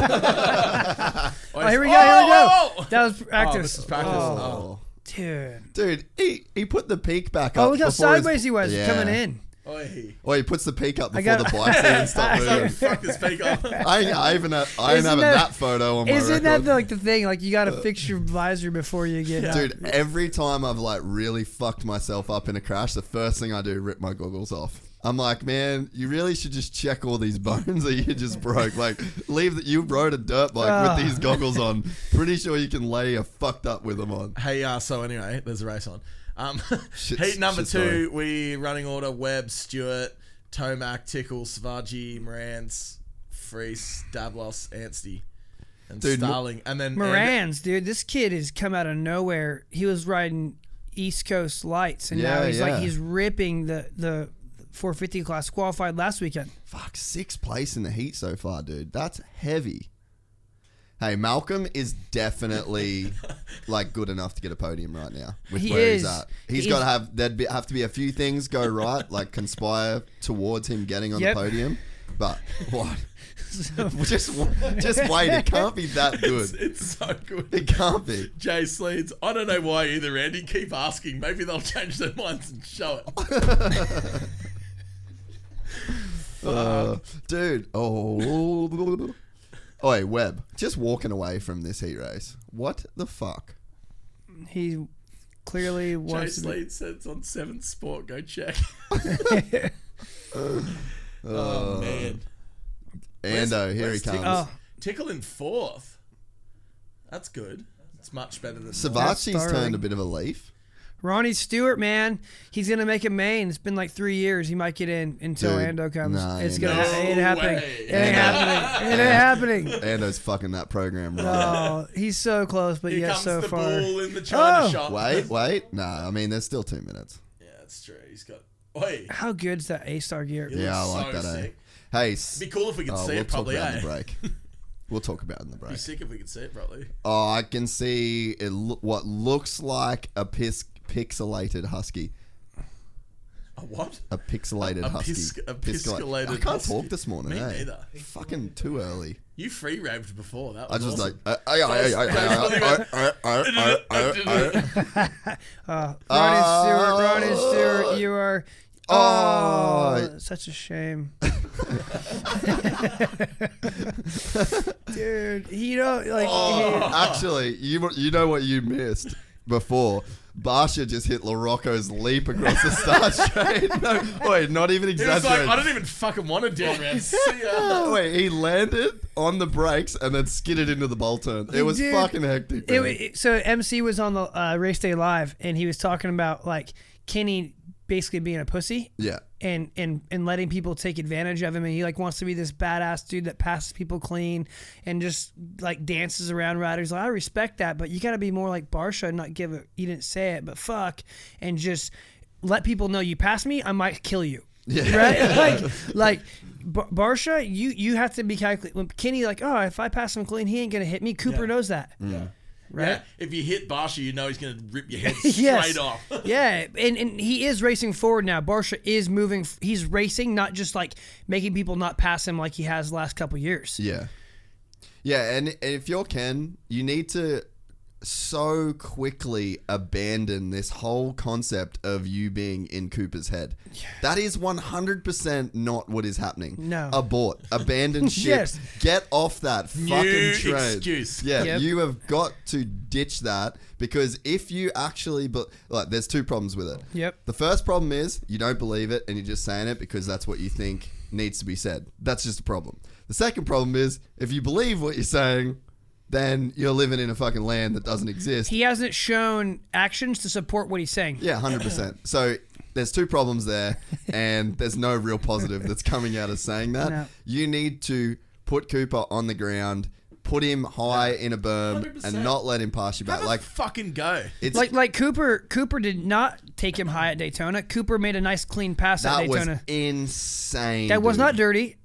G: Oh, here we go. Here we
D: Oh,
G: go.
D: oh,
G: That was
D: Oh,
G: practice.
D: this is practice. Oh.
G: Dude.
B: <laughs> dude, he, he put the peak back up.
G: Oh, look
B: before
G: how
B: his-
G: sideways he was
B: Yeah.
G: coming in.
D: Oi.
B: Or he puts the peak up before
G: got-
B: the bike
G: <laughs>
B: even <laughs> stop moving.
D: Fuck this peak off.
B: I, I even have, I even
G: Isn't
B: have
G: that-
B: that photo on my
G: Isn't that
B: record.
G: the, like the thing? Like you got to fix your visor before you get.
B: Uh, Dude, every time I've like really fucked myself up in a crash, the first thing I do rip my goggles off. I'm like, man, you really should just check all these bones that you just broke. Like, leave that you rode a dirt bike with these goggles on. Pretty sure you can lay a fucked up with them on.
D: Hey, uh, so anyway, there's a race on. Um, <laughs>
B: Shit-
D: heat number
B: shit story.
D: two, we running order Webb, Stewart, Tomac, Tickle, Savaji, Morantz, Freese, Davlos, Anstey, and
B: Dude, Mo-
D: Starling. And then And,
G: Moran's, dude. This kid has come out of nowhere. He was riding East Coast Lights, and now
B: Yeah,
G: he's
B: yeah.
G: like he's ripping the the 450 class qualified last weekend. <laughs>
B: Fuck, sixth place in the heat so far, dude. That's heavy. Hey, Malcolm is
D: <laughs>
B: definitely like good enough to get a podium right now with
G: He
B: where he's
G: is.
B: at. He's
G: He
B: got to
G: is.
B: have there'd be, have to be a few things go right, like conspire towards him getting on
G: Yep.
B: the podium.
G: <laughs>
B: But what? just just wait. It can't be that
D: it's,
B: good.
D: <laughs> it's so
B: It
D: good.
B: can't be.
D: <laughs> Jay Sleeds, I don't know why either, Andy. Keep asking. Maybe they'll change their minds and show it. Um,
B: Uh, dude. Oh. Oi, Webb. Just walking away from this heat race. What the fuck?
G: He clearly
D: Jay
G: wants. to be-
D: Sleeds said it's on Seven Sport.
B: <laughs>
D: Go check. <laughs> oh, man.
B: Ando, here he
D: where's
B: comes.
D: Tickle?
G: Oh,
D: Tickle in fourth. That's good. It's much better than
B: Savachi's
G: Starling.
B: turned a bit of a leaf.
G: Ronnie Stewart, man, he's gonna make it main. It's been like three years. He might get in until
B: Dude,
G: Ando comes.
B: nah,
G: it's
B: Ando.
D: No
G: gonna. it ain't happening.
D: way.
G: It ain't happening.
B: <laughs>
G: It ain't happening.
B: Ando's fucking that program right.
G: Oh, he's so close, but
D: Here
G: yet
D: comes
G: so
D: the
G: far.
D: ball in the China
G: Oh.
D: shop.
B: Wait, wait. Nah, I mean, there's still two minutes.
D: Yeah, that's true. He's got. Oi.
G: How good's that A star gear?
D: He
B: yeah, I
D: looks
B: like
D: so
B: that. Eh?
D: sick.
B: Hey, s-
D: It'd be cool if we could
B: oh,
D: see
B: we'll talk
D: it properly.
B: about
D: Eh?
B: it in the break.
D: <laughs>
B: we'll talk about it in the
D: Be
B: break.
D: sick if we could see it properly.
B: Oh, I can see it lo- what looks like a pis- pixelated husky.
D: A Oh, what?
B: A pixelated
D: A- a
B: husky.
D: pis- a
B: Piscola-
D: piscolated
B: I can't
D: husky.
B: talk this morning.
D: Me
B: eh?
D: neither.
B: Fucking too early.
D: You free raved before. That
B: I
D: was
B: just
D: awesome.
B: like. Uh, aye, aye, aye, aye, aye, aye, aye, aye, aye, aye, aye. Oh.
G: <laughs> Ronnie Uh, Stewart, Ronnie Stewart, you are.
B: Oh.
G: Oh, such a shame. Dude, you know, like,
B: Oh,
D: Oh.
B: Actually, you you know what you missed before. Barsha just hit LaRocco's leap across the
D: <laughs>
B: star straight. No, wait, not even
D: He was like,
B: exaggerating.
D: I don't even fucking want to deal round. See ya.
G: Oh.
B: wait, he landed on the brakes and then skidded into the bolt turn. It was
G: Dude,
B: fucking hectic.
G: it,
B: man.
G: it- so MC was on the uh, race day live, and he was talking about like Kenny basically being a pussy.
B: yeah.
G: and and and letting people take advantage of him and he like wants to be this badass dude that passes people clean and just like dances around riders like, i respect that but you gotta be more like barsha and not give a you didn't say it but fuck and just let people know you pass me i might kill you
B: Yeah.
G: <laughs> right like like Bar- barsha you you have to be calculated when kenny like oh if i pass him clean he ain't gonna hit me cooper knows that
D: Yeah,
G: <laughs> right
D: if you hit Barsha, you know he's going to rip your head straight
G: <laughs> Yes.
D: off. <laughs>
B: <laughs>
G: yeah, and, and he is racing forward now. Barsha is moving. f- He's racing, not just like making people not pass him like he has the last couple years.
B: Yeah. Yeah, and if you're Ken, you need to so quickly abandon this whole concept of you being in Cooper's head. That is 100% not what is happening.
G: No.
B: Abort.
G: <laughs>
B: Abandon ship.
G: Yes.
B: Get off that fucking train.
D: excuse.
B: Yeah,
G: Yep.
B: you have got to ditch that because if you actually but like there's two problems with it.
G: Yep.
B: The first problem is you don't believe it and you're just saying it because that's what you think needs to be said. That's just a problem. The second problem is if you believe what you're saying, then you're living in a fucking land that doesn't exist.
G: He hasn't shown actions to support what he's saying.
B: Yeah, hundred percent. So there's two problems
G: <laughs>
B: there, and there's no real positive that's coming out of saying that.
G: No.
B: You need to put Cooper on the ground, put him high in a berm,
D: 100%.
B: and not let him pass you
D: Have
B: back. Like
D: a fucking go.
B: it's
G: Like like Cooper Cooper did not take him high at Daytona. Cooper made a nice clean pass at
B: that was
G: Daytona.
B: insane.
G: that was
B: dude.
G: not dirty.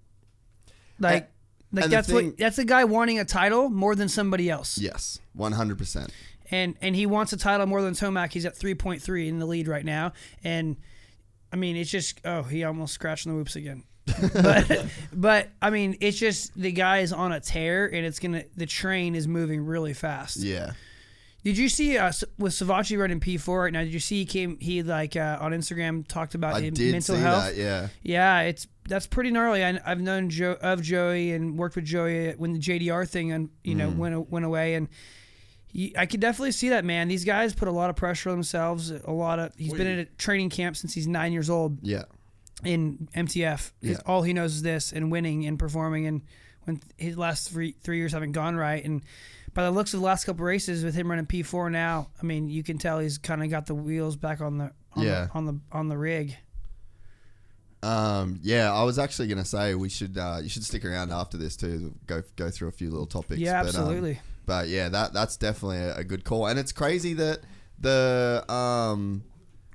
G: Like
B: And-
G: like
B: and the
G: that's
B: thing-
G: what that's a guy wanting a title more than somebody else.
B: Yes, one hundred percent.
G: and and he wants a title more than Tomac. He's at 3.3 in the lead right now, and I mean it's just oh he almost scratched the
B: <laughs>
G: whoops again. but but I mean it's just the guy is on a tear and it's gonna the train is moving really fast.
B: Yeah.
G: Did you see uh, S- with Savachi running P4 right now? Did you see he came he like uh, on Instagram talked about
B: I
G: him-
B: did
G: mental
B: see
G: health?
B: that, yeah.
G: Yeah, it's that's pretty gnarly. I, I've known Joe of Joey and worked with Joey when the JDR thing and you know
B: Mm.
G: went went away, and he, I could definitely see that man. These guys put a lot of pressure on themselves. A lot of he's been in a training camp since he's nine years old
B: Yeah.
G: in MTF. His-
B: Yeah.
G: All he knows is this and winning and performing. And when his last three three years haven't gone right, and by the looks of the last couple races with him running P four now, I mean you can tell he's kind of got the wheels back on the on,
B: Yeah.
G: the, on the on the rig.
B: Um, yeah, I was actually gonna say we should uh, you should stick around after this too. Go go through a few little topics.
G: Yeah,
B: um,
G: absolutely.
B: but yeah, that that's definitely a, a good call, and it's crazy that the um,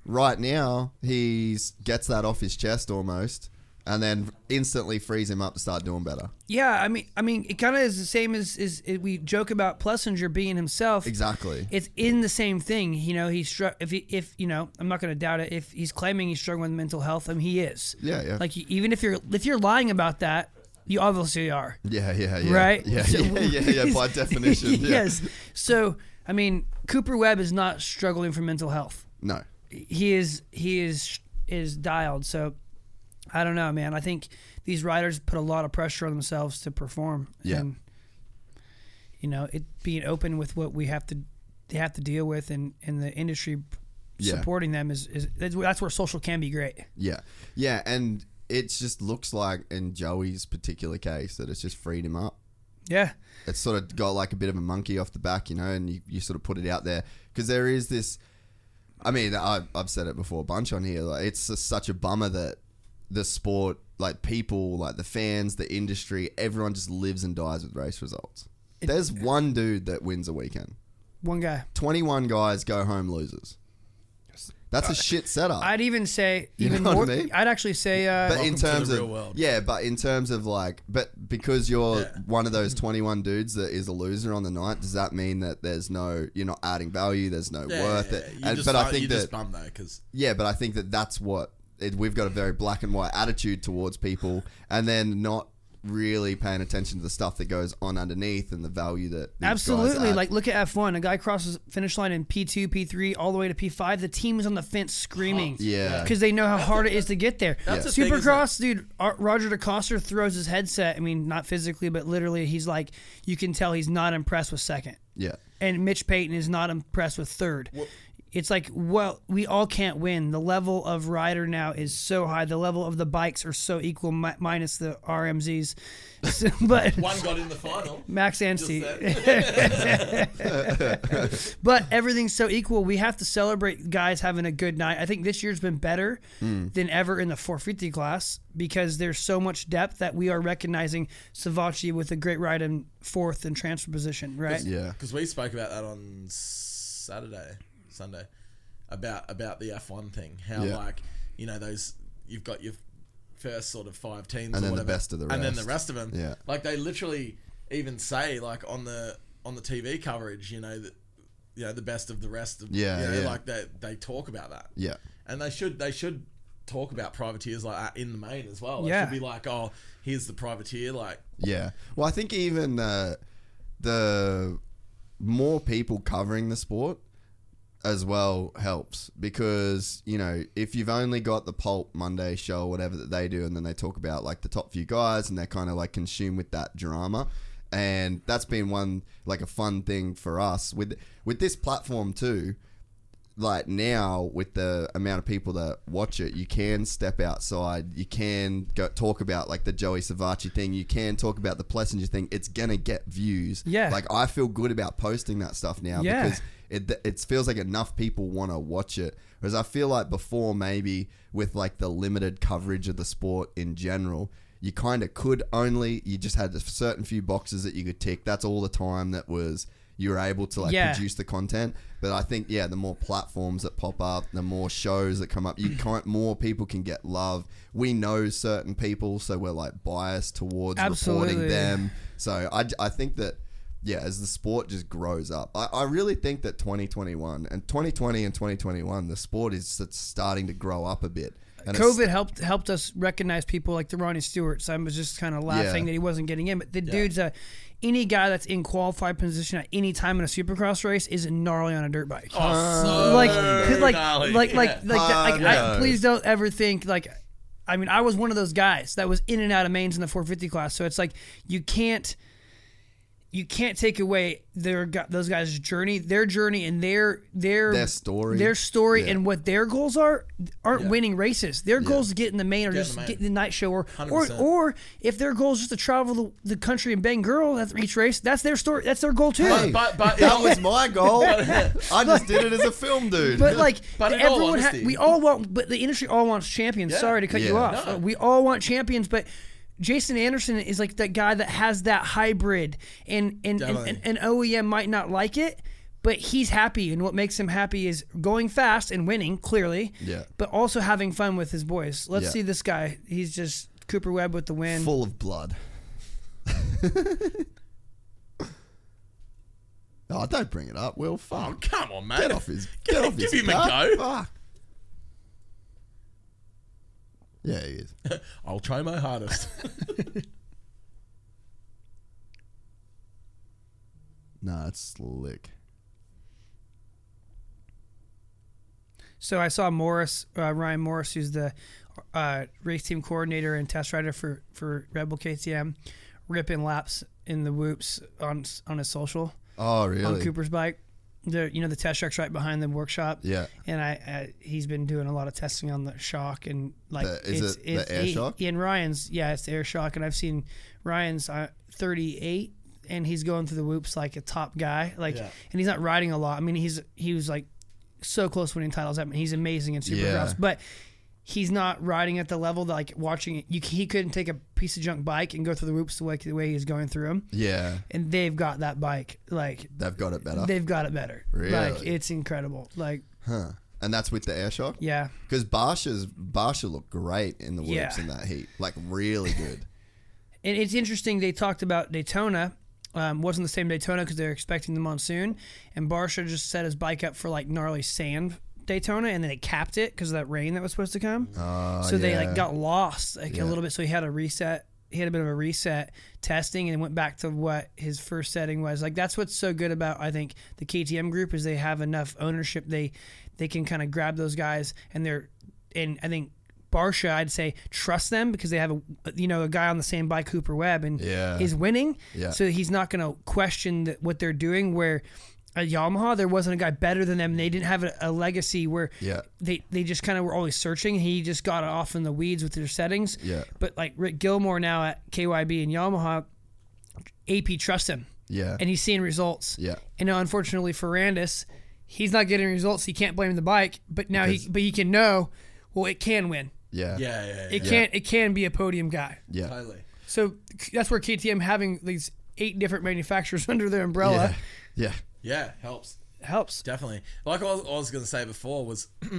B: right now he gets that off his chest almost, and then instantly frees him up to start doing better.
G: Yeah, I mean, I mean, it kind of is the same as is it, we joke about Plessinger being himself.
B: Exactly.
G: It's in the same thing, you know. He's str- if he, if you know, I'm not going to doubt it. If he's claiming he's struggling with mental health, I mean, he is.
B: Yeah, yeah.
G: Like even if you're if you're lying about that, you obviously are,
B: yeah, yeah, yeah.
G: right? <laughs>
B: Yeah,
G: So-
B: yeah, yeah, yeah.
G: <laughs>
B: By definition, yeah.
G: yes. So I mean, Cooper Webb is not struggling for mental health.
B: No.
G: He is he is is dialed. So I don't know, man. I think these riders put a lot of pressure on themselves to perform.
B: Yeah.
G: And, you know, it being open with what we have to they have to deal with and and the industry
B: Yeah.
G: supporting them is, is that's where- that's where social can be great.
B: Yeah, yeah, and it just looks like in Joey's particular case that it's just freed him up.
G: Yeah.
B: it's sort of got like a bit of a monkey off the back, you know, and you, you sort of put it out there because there is this. I mean, I, I've said it before a bunch on here. Like, it's just such a bummer that the sport, like people, like the fans, the industry, everyone just lives and dies with race results. There's one dude that wins a weekend.
G: One guy.
B: 21 guys go home losers. That's a shit setup.
G: I'd even say
B: Uh, You
G: even
B: know what
G: more
B: I mean?
G: I'd actually say uh
B: but in
D: Welcome to the
B: terms of
D: real world.
B: yeah, but in terms of like, but because you're one of those twenty-one dudes that is a loser on the night, does that mean that there's no you're not adding value? There's no
D: Yeah,
B: worth
D: yeah,
B: it.
D: yeah. You
B: And,
D: just
B: but I
D: don't-
B: think
D: you
B: that
D: just bum though, because
B: yeah, but I think that that's what it, we've got a very black and white attitude towards
D: <sighs>
B: people, and then not really paying attention to the stuff that goes on underneath and the value that these guys
G: Absolutely.
B: add.
G: Like, look at F1. A guy crosses finish line in P2, P3, all the way to P5. The team is on the fence screaming.
B: Yeah.
G: Because they know how hard it is to get there.
D: That's the thing, isn't
G: Supercross, dude, Ar- Roger DeCoster throws his headset. I mean, not physically, but literally, he's like, you can tell he's not impressed with second.
B: yeah,
G: And Mitch Payton is not impressed with third. It's like, well, we all can't win. The level of rider now is so high. The level of the bikes are so equal, mi- minus the RMZs. <laughs> So- but
D: one got in the
G: <laughs>
D: final.
G: Max Anstey. but everything's so equal. We have to celebrate guys having a good night. I think this year's been better than ever in the 450 class because there's so much depth that we are recognizing Savachi with a great ride in fourth and transfer position, right?
B: yeah,
D: Because we spoke about that on Saturday, Sunday, about about the F one thing. How
B: Yeah.
D: like you know those you've got your first sort of five teams,
B: then
D: or
B: the
D: whatever,
B: best of the
D: and then
B: rest.
D: the rest of them.
B: Yeah.
D: like they literally even say like on the on the TV coverage, you know that you know the best of the rest of
B: Yeah,
D: you know,
B: yeah.
D: like they they talk about that.
B: yeah.
D: and they should they should talk about privateers like that in the main as well.
G: Yeah.
D: it should be like oh here's the privateer like
B: Yeah. Well, I think even uh, the more people covering the sport as well helps because you know if you've only got the pulp monday show or whatever that they do and then they talk about like the top few guys and they're kind of like consumed with that drama and that's been one like a fun thing for us with with this platform too like now with the amount of people that watch it, you can step outside. You can go talk about like the Joey Savacci thing. You can talk about the Plessinger thing. It's gonna get views.
G: Yeah.
B: Like I feel good about posting that stuff now
G: Yeah.
B: because it it feels like enough people want to watch it. Whereas I feel like before maybe with like the limited coverage of the sport in general. You kind of could only you just had a certain few boxes that you could tick. That's all the time that was you were able to like
G: Yeah.
B: produce the content. But I think yeah, the more platforms that pop up, the more shows that come up,
G: <clears throat>
B: you can't more people can get love. We know certain people, so we're like biased towards
G: Absolutely.
B: reporting them. Um, So I, I think that yeah, as the sport just grows up, I, I really think that 2021 and 2020 and 2021, the sport is s- starting to grow up a bit. And it's- <laughs>
G: COVID helped helped us recognize people like the Ronnie Stewart. So I was just kind of laughing
B: Yeah.
G: that he wasn't getting in. But the dude's a any guy that's in qualified position at any time in a supercross race is gnarly on a dirt bike.
D: so
G: like, 'cause like,
D: Oh, gnarly.
G: like, like, like,
D: Yeah.
G: that- like, I,
B: Hard
G: please don't ever think like, I mean, I was one of those guys that was in and out of mains in the 450 class. So it's like you can't, you can't take away their gu- those guys' journey, their journey, and their their
B: Their story.
G: their story,
B: Yeah.
G: and what their goals are aren't winning races. Their goals to get in the main or
D: Get in
G: just
D: the main.
G: get in the night show, or or
D: 100%.
G: or if their goal is just to travel the, the country and bang girls after each race, that's their story. That's their goal too.
B: Hey,
D: But- but-
B: that was my
D: <laughs>
B: goal. I just did it as a film dude.
G: But like,
D: But in all
G: everyone, ha-
D: honesty-
G: we all want. But the industry all wants champions.
D: Yeah.
G: Sorry to cut you
B: Yeah.
G: off.
D: No.
G: We all want champions, but. Jason Anderson is like that guy that has that hybrid, and and, and,
D: Definitely.
G: and and OEM might not like it, but he's happy, and what makes him happy is going fast and winning clearly,
B: Yeah.
G: But also having fun with his boys. Let's
B: Yeah.
G: see this guy. He's just Cooper Webb with the
B: <laughs>
G: win.
B: full of blood. <laughs> oh, don't bring it up, Will.
D: Oh,
B: Fuck.
D: come on, mate.
B: Get off his. Get off
D: Give
B: his
D: him a
B: back.
D: go.
B: Fuck. Yeah, he is.
D: I'll try my hardest.
B: nah, it's slick.
G: So I saw Morris, uh, Ryan Morris, who's the uh, race team coordinator and test rider for for Rebel KTM, ripping laps in the whoops on on his social
B: Oh, really?
G: on Cooper's bike. The you know the test truck's right behind the workshop.
B: Yeah.
G: and I, I he's been doing a lot of testing on the shock and like
B: The- is
G: it's,
B: it the
G: it's
B: air
G: he-
B: shock?
G: and Ryan's yeah it's the air shock and I've seen Ryan's uh, 38 and he's going through the whoops like a top guy like
D: Yeah.
G: and he's not riding a lot. I mean he's he was like so close winning titles. I mean he's amazing in supercross,
B: Yeah.
G: but he's not riding at the level that like watching it. You, he couldn't take a piece of junk bike and go through the whoops the way the way he's going through them.
B: Yeah,
G: And they've got that bike like
B: they've got it better.
G: They've got it better. Like
B: Really?
G: it's incredible. Like
B: huh. And that's with the air shock.
G: yeah,
B: Because Barsha's Barsha looked great in the whoops
G: Yeah.
B: in that heat, like really
G: <laughs>
B: good.
G: and it's interesting. They talked about Daytona. Um, wasn't the same Daytona because they're expecting the monsoon, and Barsha just set his bike up for like gnarly sand Daytona, and then they capped it because of that rain that was supposed to come. so they like
B: Uh, yeah.
G: got lost like a little bit. So he had a reset. He had a bit of a reset testing and went back to what his first setting was. Like that's what's so good about I think the KTM group is they have enough ownership. They they can kind of grab those guys and they're and I think Barsha I'd say trust them because they have a you know a guy on the same bike Cooper Webb and
B: Yeah.
G: he's winning.
B: Yeah.
G: So he's not going to question that what they're doing. Where at Yamaha there wasn't a guy better than them. They didn't have a, a legacy where
B: Yeah.
G: they they just kind of were always searching. He just got off in the weeds with their settings.
B: Yeah.
G: But like Rick Gilmore now at KYB and Yamaha, AP trusts him,
B: Yeah,
G: and he's seeing results.
B: Yeah.
G: And now, unfortunately for Randis, he's not getting results. He can't blame the bike, but now he
B: Because-
G: but he can know. Well, it can win.
B: <laughs> yeah,
D: yeah, yeah, yeah.
G: It can it can be a podium guy.
B: yeah.
D: Totally.
G: So that's where KTM having these eight different manufacturers <laughs> under their umbrella
B: Yeah. <laughs> yeah.
D: Yeah, helps.
G: helps.
D: Definitely. Like I was, I was going to say before was, <clears throat>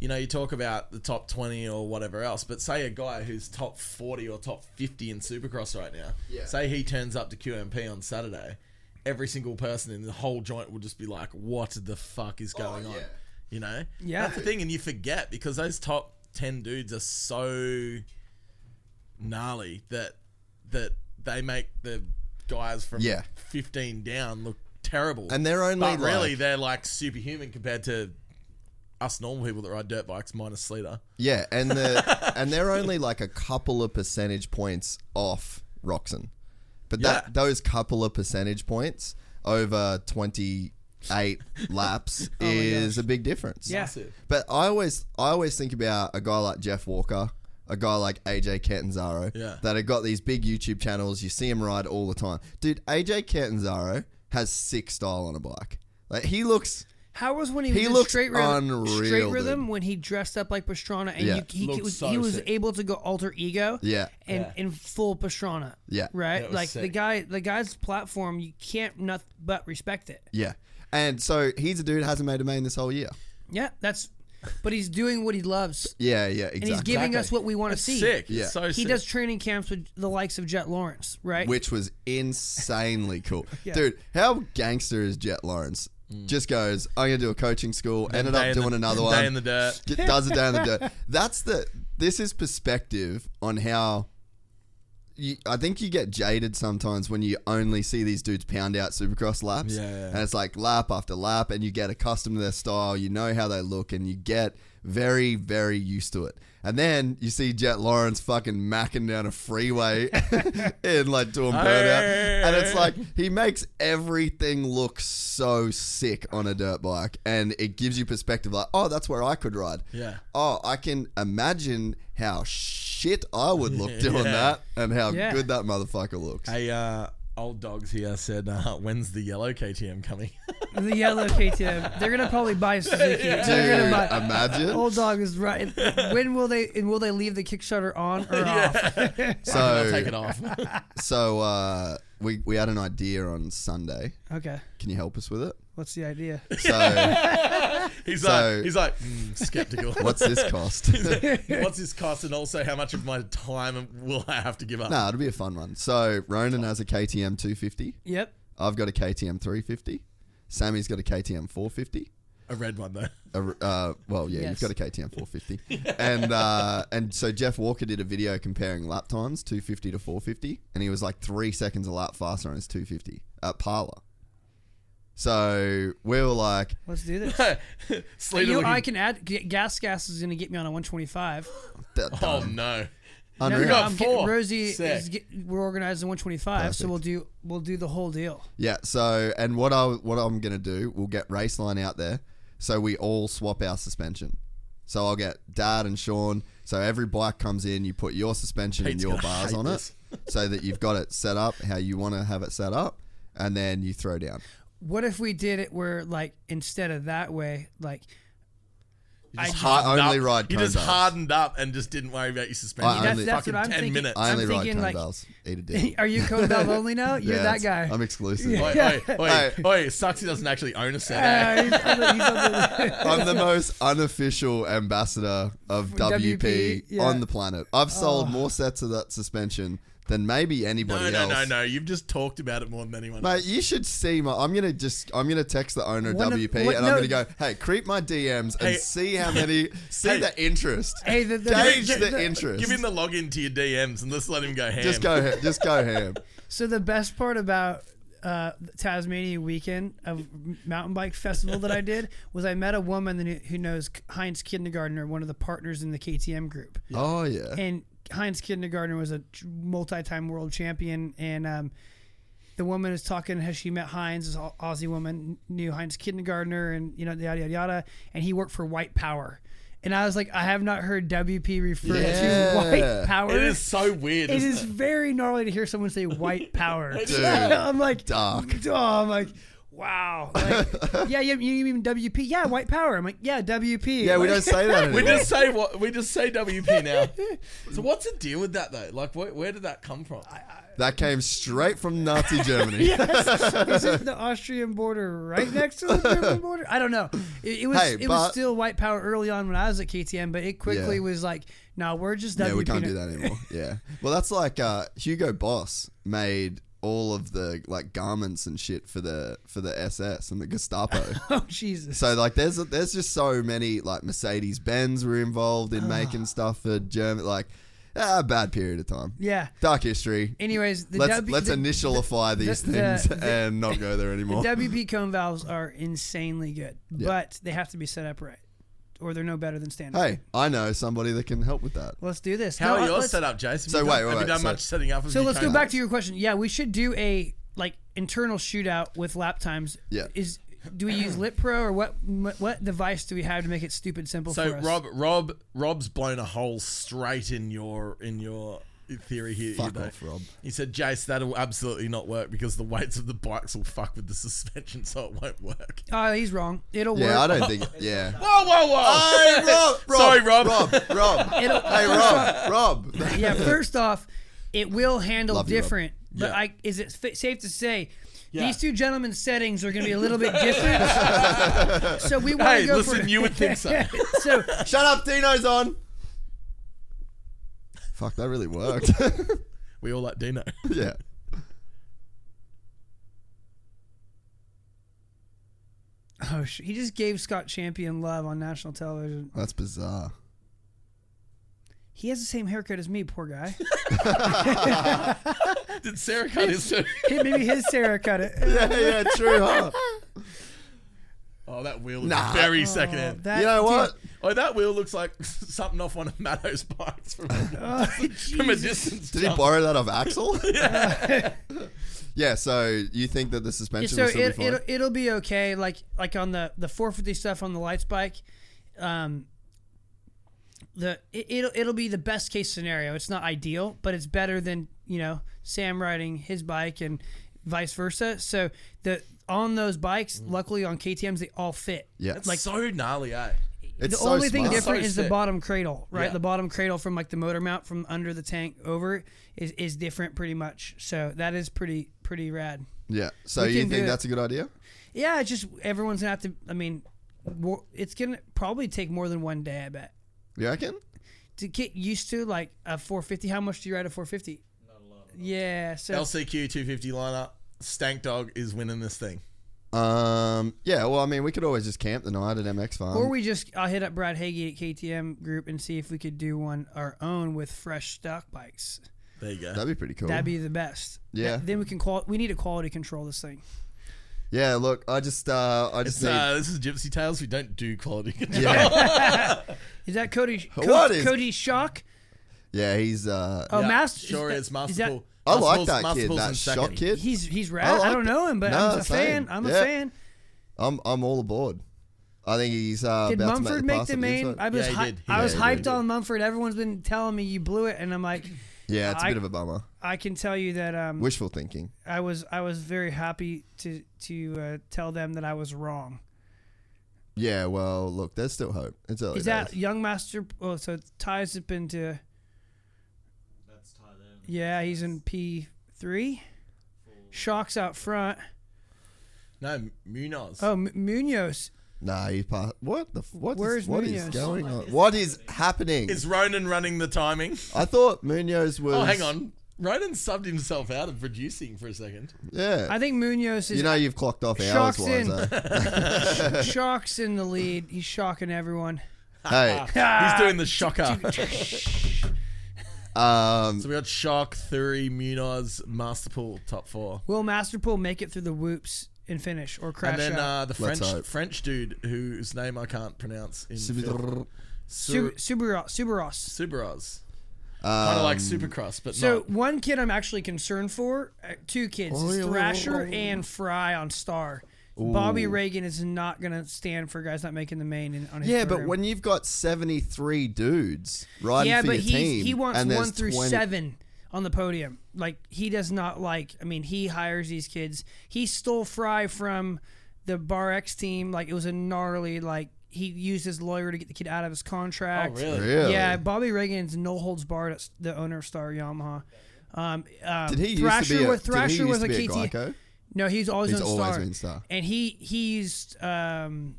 D: you know, you talk about the top 20 or whatever else, but say a guy who's top 40 or top 50 in Supercross right now, say he turns up to QMP on Saturday, every single person in the whole joint will just be like, what the fuck is going on? You know?
G: Yeah.
D: That's the thing, and you forget because those top 10 dudes are so gnarly that that they make the guys from
B: Yeah.
D: 15 down look terrible.
B: And they're only
D: but really
B: like-
D: they're like superhuman compared to us normal people that ride dirt bikes minus Sleater.
B: Yeah, and
D: <laughs>
B: the and they're only like a couple of percentage points off Roxon. But that
D: Yeah.
B: those couple of percentage points over
D: <laughs>
B: 28 laps
D: Oh
B: is a big difference.
G: Yeah.
B: But I always I always think about a guy like Jeff Walker, a guy like AJ Catanzaro
D: Yeah.
B: that have got these big YouTube channels. You see him ride all the time. Dude, AJ Catanzaro has sick style on a bike. Like he looks
G: How was when he was
B: He
G: in
B: looks
G: straight rhythm,
B: unreal,
G: straight
B: dude.
G: rhythm when he dressed up like Pastrana and
B: Yeah.
G: you, he,
D: Looks
G: was,
D: so
G: he was
D: sick.
G: able to go alter ego
B: yeah.
G: and
D: Yeah.
G: in full Pastrana.
B: Yeah.
G: Right?
D: That was
G: like the
D: sick.
G: guy the guy's platform you can't not but respect it.
B: Yeah. And so he's a dude who hasn't made a main this whole year.
G: Yeah, that's but he's doing what he
B: <laughs>
G: loves
B: Yeah, yeah, exactly.
G: and he's giving us what we want to
D: That's
G: see.
D: sick.
B: Yeah.
D: Yeah. So
G: He
D: sick.
G: does training camps with the likes of Jet Lawrence, right?
B: which was insanely cool. Dude, how gangster is Jet Lawrence? Just goes, I'm gonna do a coaching school, ended
D: Mm. day
B: up
D: in the-
B: doing another
D: day
B: one.
D: in the dirt.
B: J- Does it
D: <laughs>
B: down the dirt. That's the this is perspective on how you, I think you get jaded sometimes when you only see these dudes pound out supercross laps.
D: Yeah, yeah.
B: And it's like lap after lap, and you get accustomed to their style, you know how they look, and you get very, very used to it. And then you see Jet Lawrence fucking macking down a
D: <laughs>
B: freeway and like doing burnout. And it's like he makes everything look so sick on a dirt bike. And it gives you perspective like, oh, that's where I could ride.
D: Yeah.
B: Oh, I can imagine how shit I would
D: <laughs>
B: look doing that and how
G: Yeah.
B: good that motherfucker looks.
D: a uh, old dogs here said, uh, <laughs> "When's the yellow KTM coming?" <laughs>
G: the yellow KTM. They're gonna probably buy a Suzuki.
B: Dude,
G: They're gonna buy Oh,
B: imagine.
G: Old dog is right. When will they and will they leave the Kickstarter on
D: <laughs>
G: or off?
B: so
D: Take it off.
B: So uh, we we had an idea on Sunday.
G: Okay,
B: Can you help us with it?
G: what's the idea?
B: So
D: <laughs> he's
B: So-
D: like, he's like mm, skeptical. <laughs>
B: what's this cost? <laughs>
D: What's his cost, and also how much of my time will I have to give up?
B: nah, it'll be a fun one. So Ronan has a KTM 250.
G: Yep.
B: I've got a KTM 350. Sammy's got a KTM 450.
D: A red one <laughs> though.
B: A r uh, well, yeah,
G: Yes.
B: you've got a KTM 450, and uh, and so Jeff Walker did a video comparing lap times 250 to 450, and he was like three seconds a lap faster on his 250 at Parla. So we were like,
G: Let's
D: <laughs>
G: do this.
D: Slater
G: you,
D: looking-
G: I can add g- gas. Gas is gonna get me on
D: <laughs>
G: a 125.
B: "That-
D: Oh
B: done.
D: no.
B: unreal.
D: got
G: I'm
D: four.
G: Rosie is
D: Sick.
G: get, we're organizing 125, so
B: Perfect.
G: we'll do we'll do the whole deal.
B: Yeah. So, and what I what I'm gonna do, we'll get Raceline out there, so we all swap our suspension. So I'll get Dad and Sean. So every bike comes in, you put your suspension
D: Pete's
B: and your
D: gonna
B: bars
D: hate
B: on
D: this.
B: it, so that you've got it set up how you want to have it set up, and then you throw down.
G: What if we did it where like instead of that way, like <laughs> I
D: Just
G: just-
B: I only
D: up.
B: ride
D: You just
B: cones.
D: hardened up and just didn't worry about your suspension.
B: I
D: for
B: only-
G: That's- that's what
D: fucking
G: I'm
D: ten
G: thinking.
D: minutes.
B: I only ride
G: thinking,
B: cone
G: like-
B: bells.
G: <laughs>
B: Eat a dick.
G: are you code valve only now? You're
B: Yeah, that's-
G: that guy.
B: I'm exclusive. <laughs>
D: Oi, oi, oi, oi! Sucks he doesn't actually own a set.
G: <laughs> Uh, he's on the- he's
B: <laughs>
G: on the- <laughs>
B: I'm the most unofficial ambassador of WP,
G: WP, yeah. Oh.
B: on the planet. I've sold more sets of that suspension than maybe anybody
D: No, no,
B: else.
D: no, no! You've just talked about it more than anyone.
B: Mate, you should see my. I'm gonna just. I'm gonna text the owner of
G: One of-
B: WP
G: what-
B: and
G: no.
B: I'm gonna go. Hey, creep my DMs and
D: Hey.
B: see how
D: <laughs>
B: many. See
D: Hey.
B: the interest.
G: Hey, the- the-
B: gauge
G: the-
B: the,
G: the-
B: interest.
D: Give him the login to your DMs and let's let him go ham.
B: just go. ha- Just go
G: <laughs>
B: ham.
G: So the best part about uh, the Tasmania weekend of m- mountain bike festival
B: <laughs>
G: that I did was I met a woman that knew- who knows Heinz Kindergartner, one of the partners in the KTM group,
B: Oh yeah.
G: and Heinz Kindergartner was a tr- multi-time world champion, and um, the woman is talking how she met Heinz, this Au- Aussie woman knew Heinz Kindergartner, and you know yada yada yada, and he worked for White Power, and I was like, I have not heard WP refer
B: Yeah.
G: to White Power.
D: It is so weird.
G: It
D: isn't
G: is very gnarly to hear someone say <laughs> white power.
B: Dude,
G: I'm like,
B: dark.
G: <laughs> Oh, I'm like, wow.
B: <laughs>
G: Like, yeah, you, you mean WP? Yeah, white power. I'm like, yeah, WP.
B: Yeah, we
G: Like,
B: don't
G: <laughs>
B: say that anymore.
D: <laughs> We just say what we just
B: <laughs>
D: say WP now. so what's the deal with that though? Like, wh- where did that come from?
B: that came straight from
G: <laughs>
B: Nazi Germany. <laughs>
G: Is it the Austrian border right next to the German border? I don't know. It, it was
B: Hey,
G: it was
B: but-
G: still white power early on when I was at KTM, but it quickly
B: Yeah.
G: was like, no, we're just WP.
B: Yeah, we can't
G: now.
B: do that anymore. Yeah. Well, that's like uh, Hugo Boss made all of the like garments and shit for the for the SS and the
G: <laughs>
B: Gestapo.
G: <laughs> Oh Jesus.
B: So like, there's
G: <sighs>
B: there's just so many like Mercedes Benz were involved in making stuff for German like. ah, bad period of time.
G: Yeah.
B: Dark history.
G: Anyways, the
B: let's
G: W-
B: let's <laughs>
G: the-
B: initialify these
G: the-
B: things
G: the-
B: and not go there anymore.
G: WP cone valves are insanely good, but they have to be set up right, or they're no better than standard.
B: <laughs> hey, I know somebody that can help with that.
G: Let's do this.
D: How
G: No, uh,
D: are yours
G: let's-
D: set up, Jason?
B: So
D: Have you
B: wait,
D: done-
B: wait,
D: Have you
B: wait,
D: done
B: so-
D: much setting up? of
G: So
D: your
G: let's go
D: cone?
G: back to your question. Yeah, we should do a like internal shootout with lap times.
B: Yeah.
G: Is do we use Lit Pro or what? What, what device do we have to make it stupid simple
D: So
G: for us?
D: Rob, Rob, Rob's blown a hole straight in your in your theory here.
B: Fuck
D: you know.
B: off, Rob.
D: He said, "Jace, that'll absolutely not work because the weights of the bikes will fuck with the suspension, so it won't work."
G: oh, he's wrong. It'll
B: Yeah, I
G: work.
B: don't think.
G: <laughs>
B: Yeah.
D: Whoa, whoa, whoa!
B: Hey, Rob, Rob,
D: Sorry, Rob.
B: Rob, Rob.
G: <laughs>
B: hey, Rob, Rob.
G: Oh, yeah. First off, it will handle
B: Love you, Rob.
G: different. but
D: Yeah.
G: I is it fi- safe to say?
D: Yeah.
G: These two gentlemen's settings are going to be a little bit different.
B: <laughs>
G: so we want to
D: Hey,
G: go
D: listen,
G: for
D: you would think so.
G: <laughs> so
B: Shut up, Dino's on. Fuck, that really <laughs> worked.
D: we all like Dino.
B: yeah.
G: oh, sh- he just gave Scott Champion love on national television.
B: That's bizarre.
G: He has the same haircut as me, poor guy.
D: Did Sarah cut his too?
G: Maybe his Sarah cut it. <laughs>
B: Yeah, yeah, true, huh?
D: Oh, that wheel is
B: Nah.
D: very secondhand.
G: Oh, That-
B: You know
G: dude,
B: what?
D: Oh, that wheel looks like <laughs> something off one of Matto's bikes from,
G: Oh,
D: from a distance.
B: <laughs> Did he
D: jump.
B: borrow that of
G: <laughs>
B: Axel? yeah. <laughs> so you think that the suspension
G: so
B: will still be
G: it,
B: fine?
G: it'll, it'll be okay. Like like on the the 450 stuff on the lights bike, um, the it, it'll it'll be the best case scenario. It's not ideal, but it's better than you know Sam riding his bike and vice versa. So the on those bikes, luckily on KTM's, they all fit.
B: Mm. yeah.
D: Like so gnarly, eh?
B: it's
G: the
B: so
G: only thing
B: smart.
G: different
D: So
G: is the
D: sick.
G: bottom cradle, right?
D: Yeah.
G: The bottom cradle from like the motor mount from under the tank over is is different pretty much. So that is pretty pretty rad.
B: Yeah. So
G: We
B: you
G: can
B: think
G: do it.
B: that's a good idea?
G: Yeah, it's just everyone's gonna have to. I mean, wo- it's gonna probably take more than one day. I bet
B: You reckon?
G: to get used to like a 450. How much do you ride a 450? Not a lot. Yeah. So
D: LCQ 250 lineup. Stank Dog is winning this thing.
B: Um, yeah, well, I mean, we could always just camp the night at MX Farm.
G: or we just I'll hit up Brad Hagee at KTM Group and see if we could do one our own with fresh stock bikes.
D: There you go.
B: That'd be pretty cool.
G: That'd be the best.
B: Yeah.
G: Th- Then we can qual. We need to quality control this thing.
B: yeah, look, I just, uh, I just
D: It's,
B: need.
D: uh, this is Gypsy Tales. We don't do quality control.
B: yeah,
G: Is that Cody? Co-
B: What is-
G: Cody Shock?
B: yeah, he's. Uh,
G: Oh,
D: Yeah,
G: Master.
D: Sure is,
G: that-
D: Master
G: that-
D: Pool.
B: I like
D: Masterful's-
B: that kid,
D: Masterful's
B: that
D: in
B: shot
D: second.
B: kid.
G: He's he's rad. I,
B: like
G: don't
B: that.
G: know him, but
B: No,
G: I'm a
B: same.
G: fan. I'm
B: Yeah.
G: a fan.
B: I'm, I'm all aboard. I think he's. Uh,
G: Did
B: about
G: Mumford
B: to
G: make
B: pass
G: the
B: up
G: main?
B: inside.
G: I was
D: Yeah, he
G: hy-
D: did.
G: I
D: Yeah,
G: was
D: he
G: hyped
D: did.
G: on Mumford. Everyone's been telling me you blew it, and I'm like,
B: yeah, it's a
G: I-
B: bit of a bummer.
G: I can tell you that um,
B: Wishful thinking.
G: I was I was very happy to to uh, tell them that I was wrong.
B: Yeah, well, look, there's still hope. It's early.
G: Is that
B: days.
G: Young Master? Oh, so ties up into. That's Yeah, he's in P three. Shocks out front.
D: No, Munoz.
G: Oh, M- Munoz.
B: Nah, he passed. What the? f- What
G: Where's
B: is, what is
G: Munoz?
B: going on? What is happening?
D: Is Ronan running the timing?
B: I thought Munoz was.
D: Oh, hang on. Ronan subbed himself out of producing for a second.
B: Yeah.
G: I think Munoz is
B: You know
G: <laughs>
B: you've clocked off hours
G: Shocks
B: wise.
G: in.
B: eh?
G: <laughs> shocks in the lead. He's shocking everyone.
B: Hey,
D: He's doing
G: Ah.
D: the shocker.
G: <laughs>
B: um,
D: so we got Shock, Thuri, Munoz, Masterpool, top four.
G: Will Masterpool make it through the whoops and finish or crash
D: And then
G: out?
D: uh, the
B: Let's
D: French
B: hope.
D: French dude whose name I can't pronounce in film. Sur-
G: Sub- Subaru- Subaros.
D: Subaros. kind of like
B: Um,
D: Supercross, but
G: So
D: not.
G: one kid I'm actually concerned for, uh, two kids, is Thrasher and Fry on Star. Bobby Reagan is not gonna stand for guys not making the main in, on his
B: yeah, but
G: program.
B: when you've got 73 dudes riding
G: yeah,
B: for
G: but
B: your
G: he's,
B: team,
G: he wants
B: and there's
G: one through
B: 20
G: seven on the podium. Like he does not like. I mean, he hires these kids. He stole Fry from the Bar X team. Like it was a gnarly. Like he used his lawyer to get the kid out of his
D: oh,
G: contract.
D: really?
B: Really?
G: Yeah, Bobby Reagan's no holds barred. That's the owner of Star Yamaha. Um, um,
B: Did he
G: Thrasher
B: used to be a,
G: was Thrasher
B: did he used
G: was
B: to be
G: a
B: a
G: KT.
B: Glyco?
G: No, he's always
B: He's
G: on
B: always
G: Star.
B: been Star.
G: And he he used um,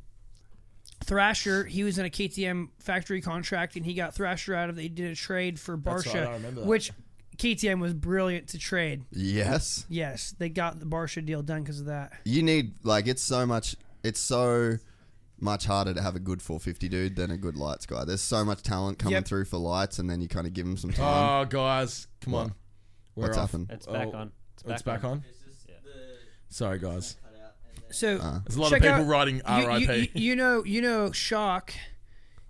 G: Thrasher. He was in a KTM factory contract, and he got Thrasher out of. They did a trade for
D: That's right, I
G: Barsha,
D: remember that.
G: which KTM was brilliant to trade.
B: Yes.
G: Yes, they got the Barsha deal done because of that.
B: You need, like, it's so much, it's so much harder to have a good 450 dude than a good lights guy. There's so much talent coming
G: Yep.
B: through for lights, and then you kind of give him some time.
D: Oh, guys, come on. We're
B: What's
D: off.
B: happened?
F: It's back
D: Oh,
F: on.
D: It's, back on. Sorry,
B: Uh,
D: guys.
G: So
D: There's a lot
G: check
D: of people
G: out-
D: writing
G: you-
D: RIP.
G: You, you- you know, you know, Shock.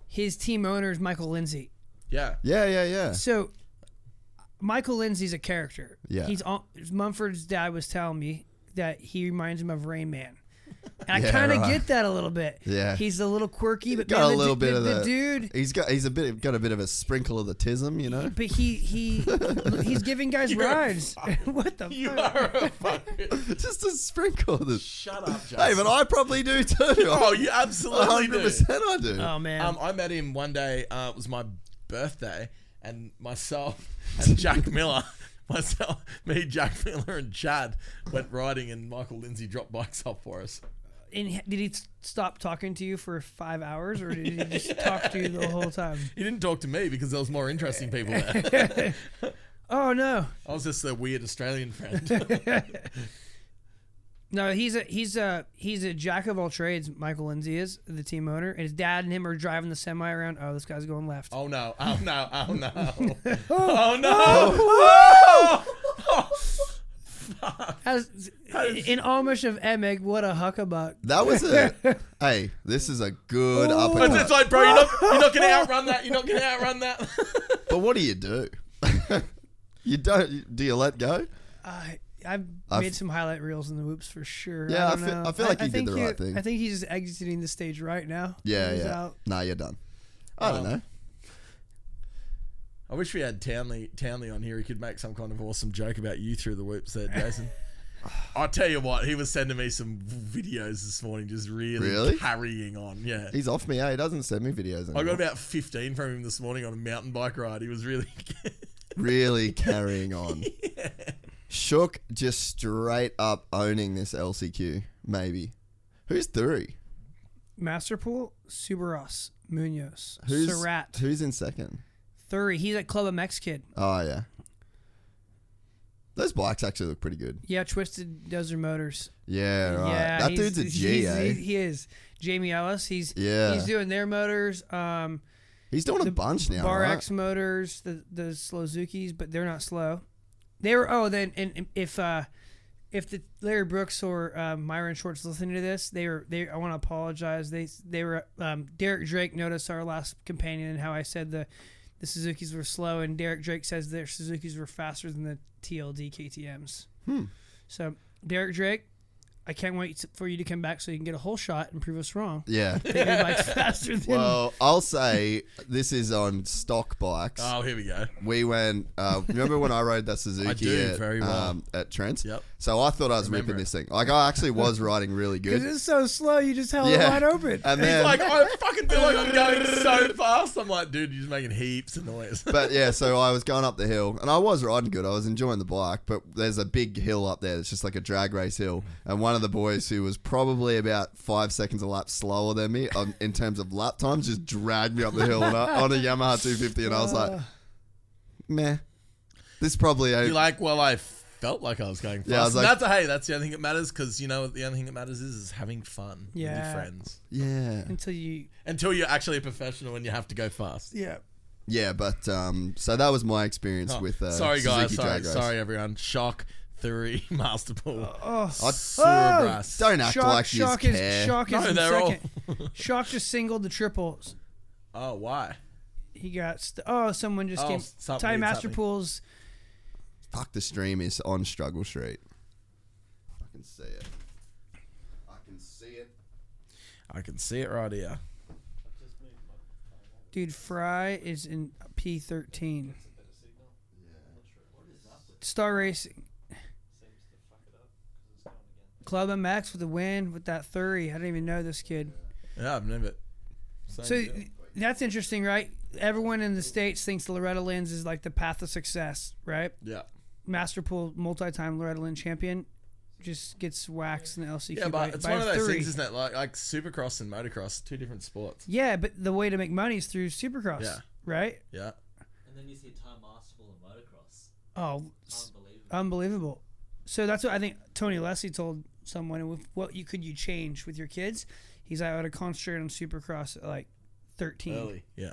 G: His team owner is Michael Lindsay.
D: yeah.
B: Yeah, yeah, yeah.
G: So Michael Lindsay's a character.
B: Yeah.
G: He's on, Mumford's dad was telling me that he reminds him of Rain Man. And I
B: Yeah,
G: kind of
B: right.
G: get that a little bit.
B: Yeah.
G: He's a little quirky, but
B: Got
G: man,
B: a
G: the
B: little
G: du-
B: bit
G: the,
B: of
G: the
B: that.
G: dude.
B: He's got he's a bit got a bit of a sprinkle of the tism, you
G: <laughs>
B: know. <laughs>
G: But he he he's giving guys rides. <laughs> what the
D: <laughs> You
G: fuck?
D: are a fucking.
B: Just a sprinkle of the.
D: Shut up, Jason.
B: Hey, but I probably do too.
D: <laughs> oh,
B: <laughs>
D: you absolutely
B: hundred
D: do.
B: percent, I do.
G: Oh man.
D: Um, I met him one day. Uh, it was my birthday, and myself <laughs> and Jack Miller, <laughs> myself, me, Jack Miller, and Chad went riding, and Michael Lindsay dropped bikes off for us.
G: and he- did he s- stop talking to you for 5 hours or did he just talk to you the
B: <laughs>
G: whole time?
D: He didn't talk to me because there was more interesting people <laughs> there.
G: Oh no.
D: I was just their weird Australian <laughs> friend.
G: No, he's a he's a he's a jack of all trades. Michael Lindsay is the team owner, and his dad and him are driving the semi around. Oh, this guy's going left.
D: oh no! Oh no! <laughs> Oh no! Oh no!
G: As, in Amish of Emig, what a huckabuck!
B: That was a.
G: <laughs>
B: hey, this is a good
D: It's,
B: uppercut.
D: it's like, bro, you're not, you're not gonna outrun that. You're not gonna outrun that. <laughs>
B: but what do you do? <laughs> you don't. Do you let go?
G: I I've,
B: I've-
G: made some highlight reels in the whoops for sure.
B: Yeah, I
G: don't
B: feel-
G: know.
B: I feel like he did
G: think
B: the right thing.
G: I think he's exiting the stage right now.
B: Yeah,
G: He's
B: yeah.
G: out.
B: Nah, you're done. I don't know.
D: I wish we had Townley Townley on here. He could make some kind of awesome joke about you through the whoops there,
B: <laughs>
D: Jason. I tell you what, he was sending me some videos this morning, just really,
B: Really?
D: carrying on. Yeah,
B: He's off me. Eh? He doesn't send me videos
D: I
B: anymore.
D: got about fifteen from him this morning on a mountain bike ride. He was really. <laughs>
B: really carrying on. Shook just straight up owning this LCQ. Maybe. Who's three?
G: Masterpool, Subaros, Munoz,
B: Who's
G: Surratt,
B: Who's in second?
G: Thurry. He's at Club MX kid.
B: Oh yeah. Those bikes actually look pretty good.
G: Yeah, Twisted Desert Motors.
B: Yeah, right.
G: Yeah,
B: that
G: he's-
B: dude's a
G: he's-
B: G,
G: he's-
B: eh?
G: he- He is Jamie Ellis. He's
B: Yeah.
G: He's doing their motors, um,
B: He's doing a bunch now.
G: Bar
B: right?
G: X motors, the the Slozukis, but they're not slow. They were oh then and if uh, if the Larry Brooks or uh, Myron Schwartz listening to this, they were they I want to apologize. They they were um, Derek Drake noticed our last companion and how I said the the Suzukis were slow and Derek Drake says their Suzukis were faster than the TLD KTM's.
B: Hmm.
G: So Derek Drake. I can't wait for you to come back so you can get a whole shot and prove us wrong. <laughs>
B: Yeah. <laughs>
G: That your bike's faster than
B: Well, I'll say this is on stock bikes.
D: oh, here we go.
B: we went. Uh, remember when I rode that Suzuki?
D: do
B: at,
D: very well.
B: um, at Trent's.
D: Yep.
B: So I thought I was ripping this thing. Like I actually was riding
G: <laughs>
B: really
G: Because
B: good.
G: it's so slow, you just held it
B: Yeah.
G: wide open.
B: And
D: He's
B: then,
D: like, I fucking feel like I'm going so fast. I'm like, dude, you're just making heaps of noise.
B: but yeah, so I was going up the hill and I was riding good. I was enjoying the bike, but there's a big hill up there. It's just like a drag race hill. And one of the boys who was probably about five seconds a lap slower than me um, in terms of lap times just dragged me up the hill and I, on a Yamaha 250. And I was like, meh, this probably ain't.
D: You're like, well, I felt like I was going fast.
B: Yeah, I was
D: And
B: like-
D: that's hey, that's the only thing that matters because you know what the only thing that matters is is having fun with
G: Yeah.
D: your friends
B: yeah.
G: until you,
D: until you're actually a professional and you have to go fast.
G: yeah.
B: Yeah, but um, so that was my experience
D: Oh,
B: with. Uh,
D: sorry, guys.
B: Suzuki
D: Sorry,
B: Drag Race.
D: sorry, everyone. Shock, theory, <laughs> masterpool.
B: I-
D: Cerebras.
B: Uh, Don't act
G: Shock,
B: like
G: shock
B: you
G: is
B: care.
G: shock
D: No,
G: is in
D: they're all-
G: second.
D: <laughs>
G: shock just singled the triples.
D: Oh, why?
G: He got st- oh, someone just
D: Oh,
G: came.
D: something
G: Ty
D: needs
G: Masterpool's
B: Fuck, the stream is on Struggle Street. I can see it. I can see it.
D: I can see it right here.
G: dude Fry is in P thirteen. Star Racing. Club MX with the win with that thirty. I didn't even know this kid.
D: Yeah, I've never.
G: So that's interesting, right? Everyone in the states thinks the Loretta Lynn's is like the path of success, right?
D: Yeah.
G: Masterpool, multi-time Loretta Lynn champion, just gets waxed in the LCQ
D: Yeah,
G: by,
D: but it's
G: by
D: one of those
G: three.
D: things, isn't it? Like, like supercross and motocross, two different sports.
G: yeah, but the way to make money is through Supercross,
D: Yeah.
G: right?
D: Yeah.
F: And then you see Time Masterful and Motocross.
G: Oh, s- unbelievable! So that's what I think Tony Leslie told someone. With what you could you change with your kids? He's like, I would have concentrated on Supercross at like 13.
D: Early. Yeah.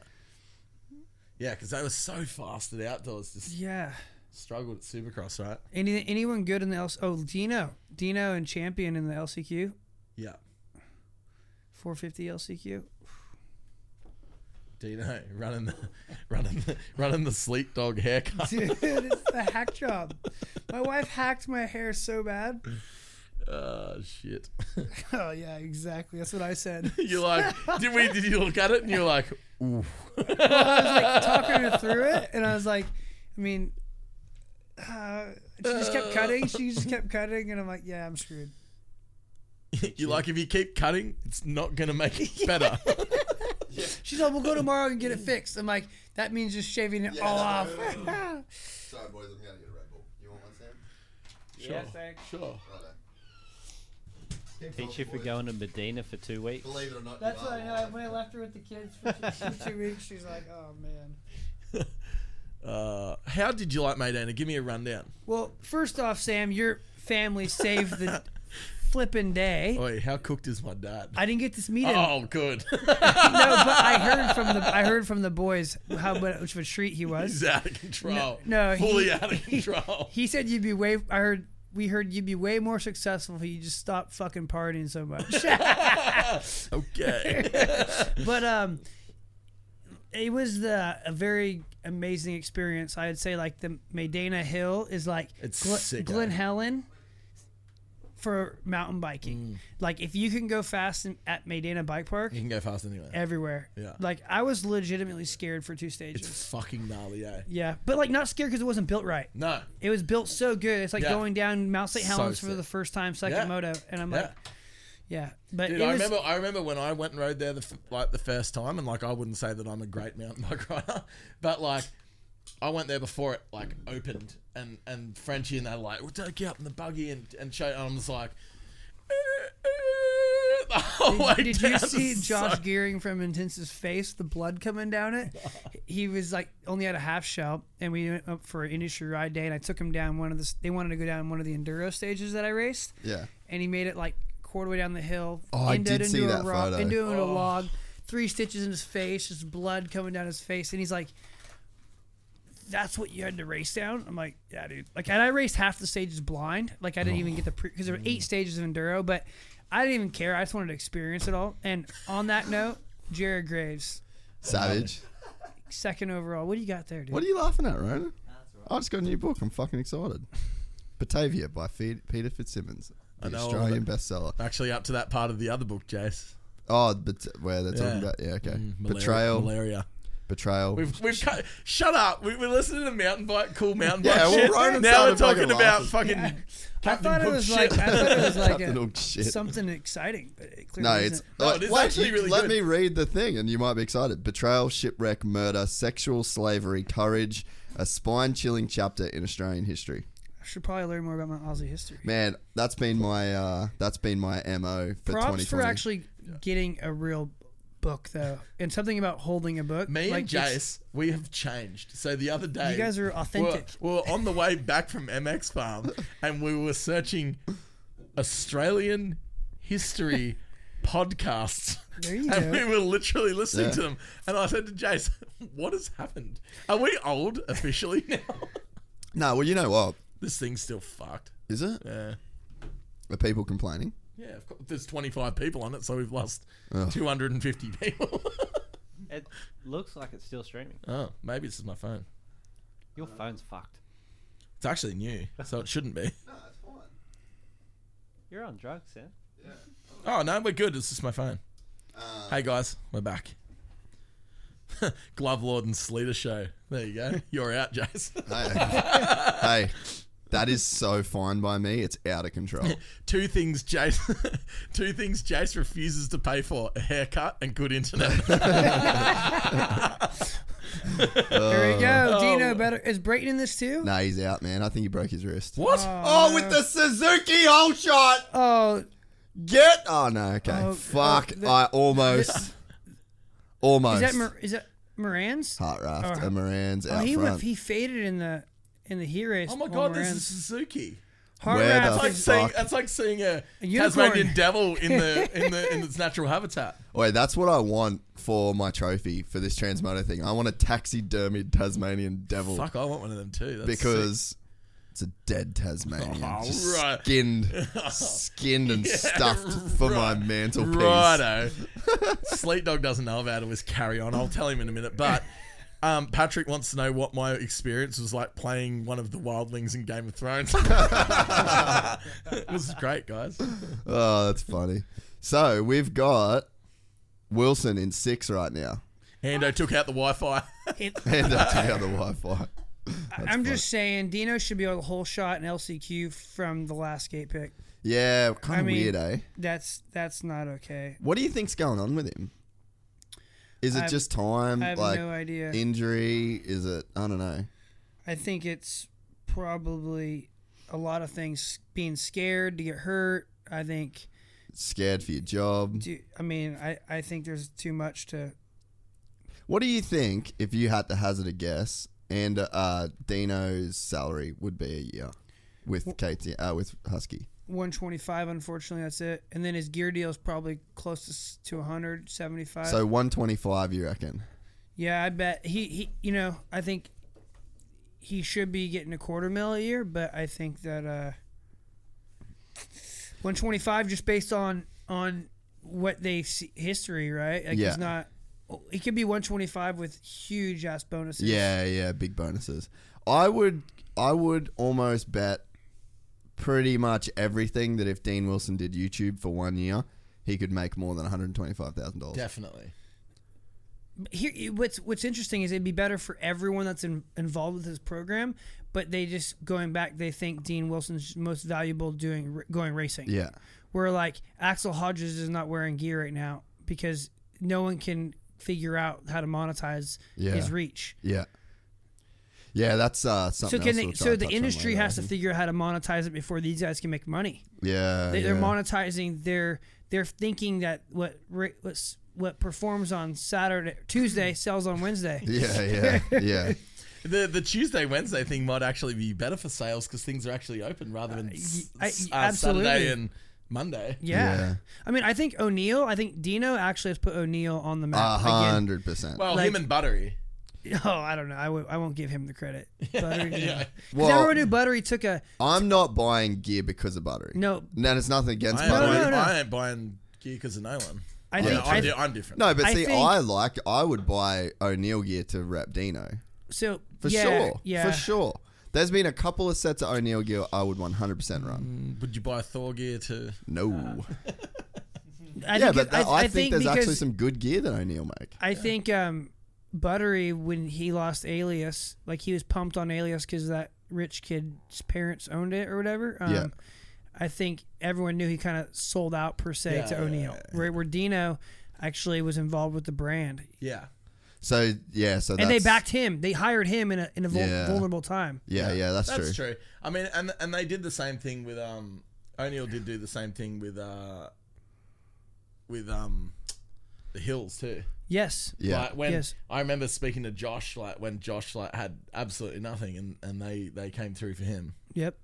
D: Yeah, because they were so fast at outdoors, just
G: Yeah.
D: struggled at Supercross, right?
G: Any, anyone good in the LC? Oh, Dino. Dino and Champion in the LCQ.
D: Yeah.
G: 450 LCQ.
D: Dino <laughs> running the running the, <laughs> running the sleep dog
G: <laughs>
D: haircut.
G: Dude, it's the hack job. My wife hacked my hair so
D: <clears throat>
G: bad.
D: Oh shit! <laughs>
G: Oh, yeah, exactly. That's what I said.
D: You're like, did we? Did you look at it? And you're like,
G: talking her through it, and I was like, I mean, uh, she just kept cutting. She just kept cutting, and I'm like, yeah, I'm screwed.
D: you're like, if <laughs> you keep cutting, it's not gonna make
G: <laughs>
D: it better.
G: She's like, we'll go tomorrow and get it fixed. I'm like, that means just shaving it all off. <laughs>
B: Sorry, boys, I'm going to get a Red Bull. You want one, Sam?
E: Yeah, thanks.
D: sure.
E: <laughs> Teach you for going to Medina for two weeks.
B: Believe it or not,
G: That's what I know. When I left her with the kids for two, <laughs> two weeks, she's like, oh man.
D: Uh, how did you like Maydana? Give me a rundown.
G: Well, first off, Sam, your family saved the
D: <laughs>
G: flippin' day.
D: Oi, how cooked is my dad?
G: I didn't get to meet him.
D: oh, good. <laughs>
G: No, but I heard from the I heard from the boys how much of a treat he was.
D: He's out of control.
G: No- no,
D: fully
G: he-
D: out of
G: <laughs>
D: control.
G: He said you'd be way. I heard we heard you'd be way more successful if you just stopped fucking partying
D: <laughs>
G: so much.
D: okay.
G: <laughs> but um, it was the a very amazing experience. I'd say like the Medina Hill is like
D: It's
G: Glen,
D: sick,
G: Glen
D: eh?
G: Helen for mountain biking.
D: Mm.
G: Like if you can go fast in, at Medina Bike Park.
D: You can go fast anyway.
G: Everywhere,
D: Mm. Yeah.
G: Like I was legitimately scared for two stages,
D: It's fucking gnarly, eh?
G: yeah. But like not scared because it wasn't built right.
D: No.
G: It was built so good. It's like
D: Yeah.
G: going down Mount St.
D: So
G: Helens for
D: sick.
G: the first time, second
D: Yeah.
G: moto, and I'm
D: Yeah.
G: like, yeah. But
D: Dude,
G: it
D: I
G: was, <laughs>
D: remember. I remember when I went and rode there the f- like the first time, and like I wouldn't say that I'm a great mountain <laughs> bike rider, but like I went there before it like opened, and and Frenchie and they're like, "We'll take you up in the buggy and and show," and I'm just like, <laughs> the whole way
G: Did you
D: down.
G: see
D: It's
G: Josh
D: so-
G: Gearing from Intense's face, the blood coming
D: <laughs>
G: down it? He was like only had a half shell, and we went up for an industry ride day, and I took him down one of the. They wanted to go down one of the enduro stages that I raced.
B: Yeah.
G: and he made it like quarter way down the hill.
B: Oh, I
G: ended
B: did see
G: into a
B: that
G: rock,
B: photo.
G: Into a log, three stitches in his face, just blood coming down his face, and he's like, "That's what you had to race down." I'm like, "Yeah, dude." Like, and I raced half the stages blind. Like, I didn't even get the pre because there were
B: Oh.
G: eight stages of enduro, but I didn't even care. I just wanted to experience it all. And on that note, Jared Graves,
B: Savage.
G: second overall. What do you got there, dude?
B: What are you laughing at, Ronan? I just got a new book. I'm fucking excited. Batavia by Fe- Peter Fitzsimmons, the
D: know all
B: Australian
D: the-
B: bestseller.
D: Actually, up to that part of the other book, Jace.
B: Oh, but where they're talking
D: Yeah. Mm,
B: about? Yeah, okay.
D: Malaria-
B: betrayal.
D: Malaria.
B: Betrayal.
D: We've, we've cut, shut up. We, we're listening to mountain bike, cool mountain bike
B: Yeah, well,
D: shit.
B: Ronan
D: now we're
B: sounded fucking
D: talking about
B: laughing.
D: fucking.
G: I
D: Captain
G: thought it
D: Hook
G: was
D: shit.
G: like
D: <laughs>
G: I thought
B: <laughs>
G: it was like
B: Captain
G: a,
B: Hook shit.
G: something exciting, but it clearly
B: no,
G: isn't.
B: it's
D: No,
B: like,
D: it is
B: wait,
D: actually
B: you-
D: really
B: let
D: good.
B: me read the thing, and you might be excited. Betrayal, shipwreck, murder, sexual slavery, courage, a spine-chilling chapter in Australian history.
G: I should probably learn more about my Aussie history.
B: Man, that's been my uh, that's been my mo for
G: props
B: 2020.
G: for actually getting a real book though and something about holding a book
D: Me and
G: it's-
D: Jace, we have changed. So the other day,
G: You guys are authentic.
D: We were, we were on the way back from MX
G: <laughs>
D: Farm, and we were searching Australian
G: <laughs>
D: history podcasts.
G: There
D: <laughs> and
G: you go.
D: we were literally listening
B: Yeah.
D: to them. And I said to Jace, <laughs> "What has happened? Are we old officially <laughs> now?
B: no, well, you know what
D: this thing's still fucked."
B: is it?
D: Yeah.
B: Are people complaining?
D: Yeah, of course. There's 25 people on it, so we've lost 250 people. <laughs>
E: It looks like it's still streaming.
D: oh, maybe this is my phone.
E: Your phone's fucked.
D: It's actually new, so it shouldn't be.
E: You're on drugs, Sam.
D: Oh no, we're good. It's just my phone. hey guys, we're back. <laughs> Glove Lord and Sleater show. There you go. You're out, Jace. <laughs>
B: Hey, hey, that is so fine by me. It's out of control.
D: <laughs> two things Jace <laughs> two things Jace refuses to pay for a haircut and good internet.
G: there you go dino
D: Oh.
G: better is brayton in this too
B: Uh, nah, he's out, man. I think he broke his wrist.
D: what?
B: Oh, with the Suzuki hole shot.
G: oh
B: Get. Oh no. Okay.
G: Oh,
B: Fuck.
G: oh, the-
B: I almost. almost.
G: is that Mor- is that moran's
B: Heart raft.
G: Oh,
B: and Moran's
G: oh,
B: out
G: he
B: front.
G: went, he faded in the in the heat race
D: Oh my
G: on
D: god, this
G: Moran's.
D: is Suzuki.
G: Heart
B: Where the
G: wrap
D: It's like <laughs>
G: is-
D: seeing
B: Fuck.
D: that's like seeing a,
G: unicorn.
D: Tasmanian devil in the in the in its natural habitat.
B: Wait, that's what I want for my trophy for this transmoder thing. I want a taxidermied Tasmanian devil
D: Fuck, I want one of them too. That's sick.
B: because it's a dead Tasmanian,
D: Oh,
B: just
D: right.
G: <laughs>
B: skinned, skinned and stuffed for my mantelpiece.
D: righto. Sleet Dog doesn't know about it. Was carry on. I'll tell him in a minute. But um, Patrick wants to know what my experience was like playing one of the wildlings in Game of Thrones. <laughs> it was great, guys.
B: Oh, that's funny. So we've got Wilson in six right now. <laughs>
D: Hando took out the Wi-Fi.
B: Hand up to the other Wi-Fi.
G: I'm just saying, Dino should be able to whole shot an LCQ from the last gate pick.
B: Yeah, kind
G: I
B: of
G: mean-
B: weird, eh?
G: That's that's not okay.
B: What do you think's going on with him? Is it
G: I've-
B: just time?
G: I have
B: like
G: no idea.
B: injury? Is it? I don't know.
G: I think it's probably a lot of things being scared to get hurt. I think
B: Scared for your job?
G: do, I mean I, I think there's too much to
B: What do you think if you had to hazard a guess? And uh, Dino's salary would be a year with KT uh, with Husky.
G: 125 unfortunately that's it. And then his gear deal is probably closest to 175.
B: So one twenty five, you reckon?
G: Yeah, I bet he, he you know, I think he should be getting a quarter mil a year, but I think that uh 125 just based on on what they've see, history, right? Like
B: Yeah.
G: he's not he could be 125 with huge ass bonuses.
B: Yeah, yeah, big bonuses. I would, I would almost bet pretty much everything that if Dean Wilson did YouTube for one year, he could make more than one hundred twenty five thousand dollars.
D: Definitely.
G: Here what's what's interesting is it'd be better for everyone that's in, involved with his program, but they just going back they think Dean Wilson's most valuable doing going racing.
B: Yeah,
G: where like Axel Hodges is not wearing gear right now because no one can figure out how to monetize
B: Yeah.
G: his reach.
B: yeah, yeah. That's uh, something.
G: So can
B: else
G: they,
B: we'll try
G: so
B: and
G: the
B: touch on
G: industry
B: later, I
G: has to
B: think.
G: figure out how to monetize it before these guys can make money.
B: Yeah,
G: They,
B: yeah.
G: They're monetizing their they're thinking that what ra- what's, what performs on Saturday Tuesday sells on Wednesday.
B: <laughs>
G: <laughs>
B: Yeah, yeah, yeah.
D: The the Tuesday Wednesday thing might actually be better for sales because things are actually open rather than s-
G: I-
D: s- uh,
G: absolutely.
D: Saturday and Monday.
G: Yeah.
B: Yeah.
G: I mean, I think O'Neill, I think Dino actually has put O'Neill on the
B: A
G: map again.
B: hundred percent.
D: Well,
G: Like-
D: him and Buttery.
G: <laughs> Oh, I don't know. I w- I won't give him
B: <laughs>
G: the credit. Buttery, yeah. 'Cause
B: Well-
G: everyone knew Buttery took a
B: I'm not buying gear because of buttery.
G: No.
B: no, it's nothing against
D: I ain't,
B: buttery.
D: buying,
G: no, no.
D: I ain't buying gear because of no one.
G: I
D: I'm,
G: think
D: I'm,
G: I-
D: di- I'm different.
B: No, but
G: I
B: see,
G: think-
B: I like. I would buy O'Neill gear to rep Dino.
G: so
B: For
G: yeah,
B: sure. For
G: Yeah,
B: sure. There's been a couple of sets of O'Neill gear I would 100% run.
D: Would you buy Thor gear to?
B: No.
D: Uh,
G: I
B: yeah,
G: think
B: but
G: it-
B: that- I, think, there's
G: because
B: actually some good gear that O'Neill make.
G: I think um, Buttery when he lost Alias, like he was pumped on Alias because that rich kid's parents owned it or whatever. Um,
B: Yeah.
G: I think everyone knew he kind of sold out per se
D: Yeah,
G: to
D: yeah,
G: O'Neill. Where, where Dino actually was involved with the brand,
D: Yeah.
B: So, yeah, so that's.
G: and they backed him. They hired him in a in a vul-
B: Yeah.
G: vulnerable time.
B: Yeah, yeah, that's,
D: That's
B: true.
D: true. I mean, and and they did the same thing with um O'Neill did do the same thing with uh with um the Hills too.
G: Yes.
B: Yeah.
D: Like when
G: Yes.
D: I remember speaking to Josh like when Josh like had absolutely nothing and and they they came through for him.
G: Yep.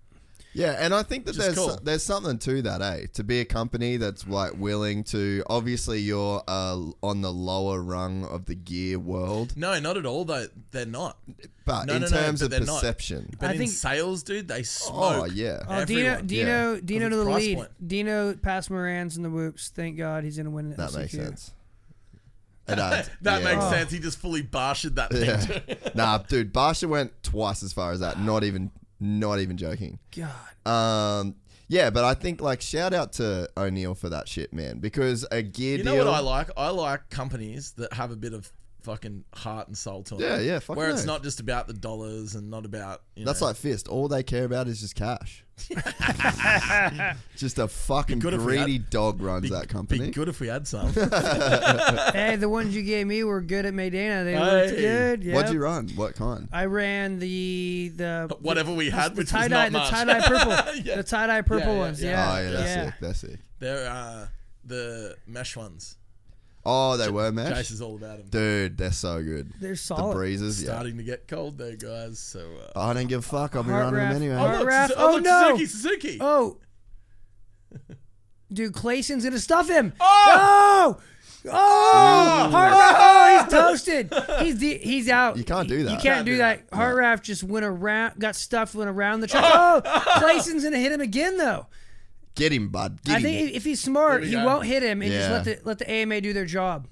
B: Yeah, and I think that
D: Which
B: there's
D: is cool.
B: there's something to that, eh? To be a company that's like willing to obviously you're uh, on the lower rung of the gear world,
D: No, not at all though. They're not.
B: but
D: No,
B: in
D: no, no,
B: terms
D: but
B: of
D: they're not.
B: perception,
D: But
G: I
D: in
G: think-
D: sales, dude, they smoke.
B: oh yeah,
G: Oh, Dino,
D: Everyone.
G: Dino,
D: Yeah. Because
G: Dino to the
D: it's price
G: lead.
D: point.
G: Dino passed Moran's in the whoops. Thank God he's gonna win. An
B: that
G: LCQ.
B: makes
D: <laughs>
B: sense. It adds.
D: That
B: Yeah.
D: makes sense. He just fully barshed that thing. too.
B: <laughs> Yeah.
D: <laughs>
B: nah, dude, Barsha went twice as far as that. Not even, not even joking.
G: God.
B: Um, yeah, but I think like shout out to O'Neill for that shit, man, because a gear
D: You
B: deal.
D: know what I like? I like companies that have a bit of fucking heart and soul to them.
B: Yeah, yeah, fucking
D: Where it's
B: oath.
D: not just about the dollars and not about you
B: That's
D: know,
B: like fist. All they care about is just
D: <laughs>
B: cash. <laughs> just a fucking
D: good if we
B: greedy
D: had-
B: dog runs
D: be,
B: that company.
D: Be good if we had
B: <laughs>
D: some.
G: hey, the ones you gave me were good at Maydana. They looked
D: Hey.
G: good. Yep.
B: What'd you run? What kind?
D: Uh,
G: I ran the the
D: Whatever we had,
G: the
D: which
G: tie
D: was
G: dye
D: not much.
G: the tie dye purple
D: <laughs> Yeah.
G: the tie dye purple
D: Yeah, yeah,
G: ones.
D: yeah.
G: Yeah.
B: oh yeah, that's sick. That's sick.
D: They're uh, the mesh ones.
B: Oh, they were mesh.
D: Chase is all about him.
B: Dude, they're so good.
G: They're
B: The
G: solid.
B: breezes, yeah.
D: Starting to get cold there, guys. So. Uh,
B: I don't give a fuck. I'll be
G: Heart
B: running them
G: wrap.
B: anyway.
G: Heart
D: look,
G: Raph-
D: Suzu-
G: oh,
D: look,
G: no.
D: Suzuki, Suzuki.
G: Oh. Dude, Clayson's gonna stuff him. Oh! Oh! Heart Raff- oh,
D: <laughs>
G: he's toasted. He's de- he's out.
D: Oh,
B: You can't do that.
G: You can't, do that. Heart Raff just went around, got stuffed, went around
D: <laughs>
G: the track. Oh! Clayson's gonna hit him again, though.
B: Get him, bud. Get
G: I
B: him.
G: think if he's smart,
D: There
G: he
D: we go.
G: won't hit him and
B: Yeah.
G: just let the let the AMA do their job.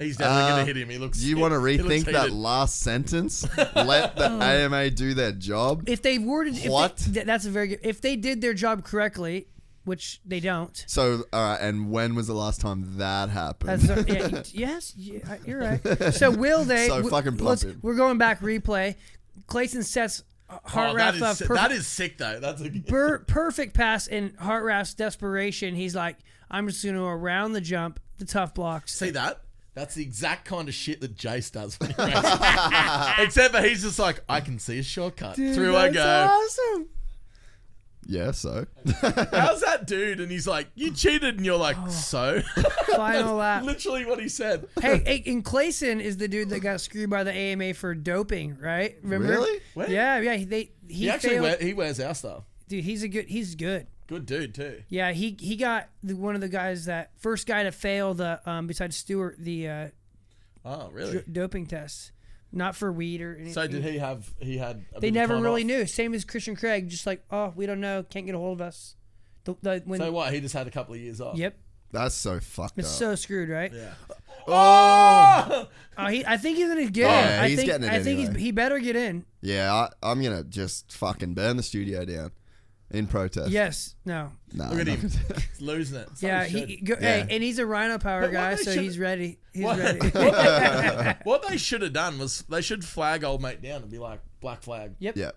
D: He's definitely
B: Uh,
D: gonna hit him. He looks.
B: Do you
D: <laughs>
B: want to
D: he looks
B: rethink that
D: heated.
B: last
D: <laughs>
B: sentence? Let the
D: Oh.
B: AMA do their job.
G: If they worded if they-
B: What?
G: th- that's a very good. If they did their job correctly, which they don't.
B: So, all right. And when was the last time that happened?
G: That's the- yeah, y- <laughs> yes, yeah, you're right.
D: <laughs>
G: So will they?
B: So
G: w-
B: fucking pump
G: let's-
B: him.
G: We're going back replay. Clayson sets uh, Hart
D: Oh, that is
G: up.
D: si-
G: perfect,
D: that is sick though. That's a
G: per- perfect pass in Hart Raff's desperation. He's like, I'm just going to around the jump, the tough blocks.
D: see that. That's the exact kind of shit that Jace does. when he races. Except that he's just like, I can see a shortcut. Through I go.
G: Awesome.
B: <laughs> yeah. So,
D: How's that dude? And he's like, You cheated. And you're like, So? <laughs>
G: Final lap.
D: Literally what he said.
G: Oh. Hey, hey, and Clayson is the dude that got screwed by the AMA for doping, right? Remember?
B: Really?
D: What?
G: Yeah, yeah. They he,
D: He, actually
G: failed.
D: wear, he wears our stuff.
G: Dude, he's a good. He's good.
D: Good dude, too.
G: Yeah, he he got the, one of the guys that first guy to fail the um besides Stewart the uh,
D: Oh, really?
G: dr- doping tests, not for weed or anything.
D: so did he have, he had. a bit
G: They
D: of
G: never
D: time
G: really
D: off.
G: knew. Same as Christian Craig, just like oh we don't know, can't get a hold of us. The, the, when,
D: So what? He just had a couple of years off.
G: Yep,
B: that's so fucked
G: it's
B: up.
G: so screwed, right?
D: Yeah.
G: <laughs>
B: oh!
G: Uh, he, I think he's gonna get
B: Oh,
G: in.
B: yeah,
G: I
B: he's
G: think,
B: getting it
G: I think
B: anyway.
G: he's, he better
B: <laughs>
G: get in.
B: Yeah. I, I'm going to just fucking burn the studio down in protest.
G: Yes, no,
B: Nah,
D: Look at
B: nah.
G: <laughs>
D: him. he's losing it. So
G: yeah,
D: he
G: he,
D: Oh, should.
G: go,
B: Yeah.
G: Hey, and he's a Rhino Power
D: But why
G: guy,
D: they
G: so
D: should-
G: he's ready. He's
D: What?
G: ready.
D: <laughs>
G: <laughs>
D: What they should have done was they should flag old mate down and be like, Black flag.
B: <laughs>
G: Yep,
B: Yeah.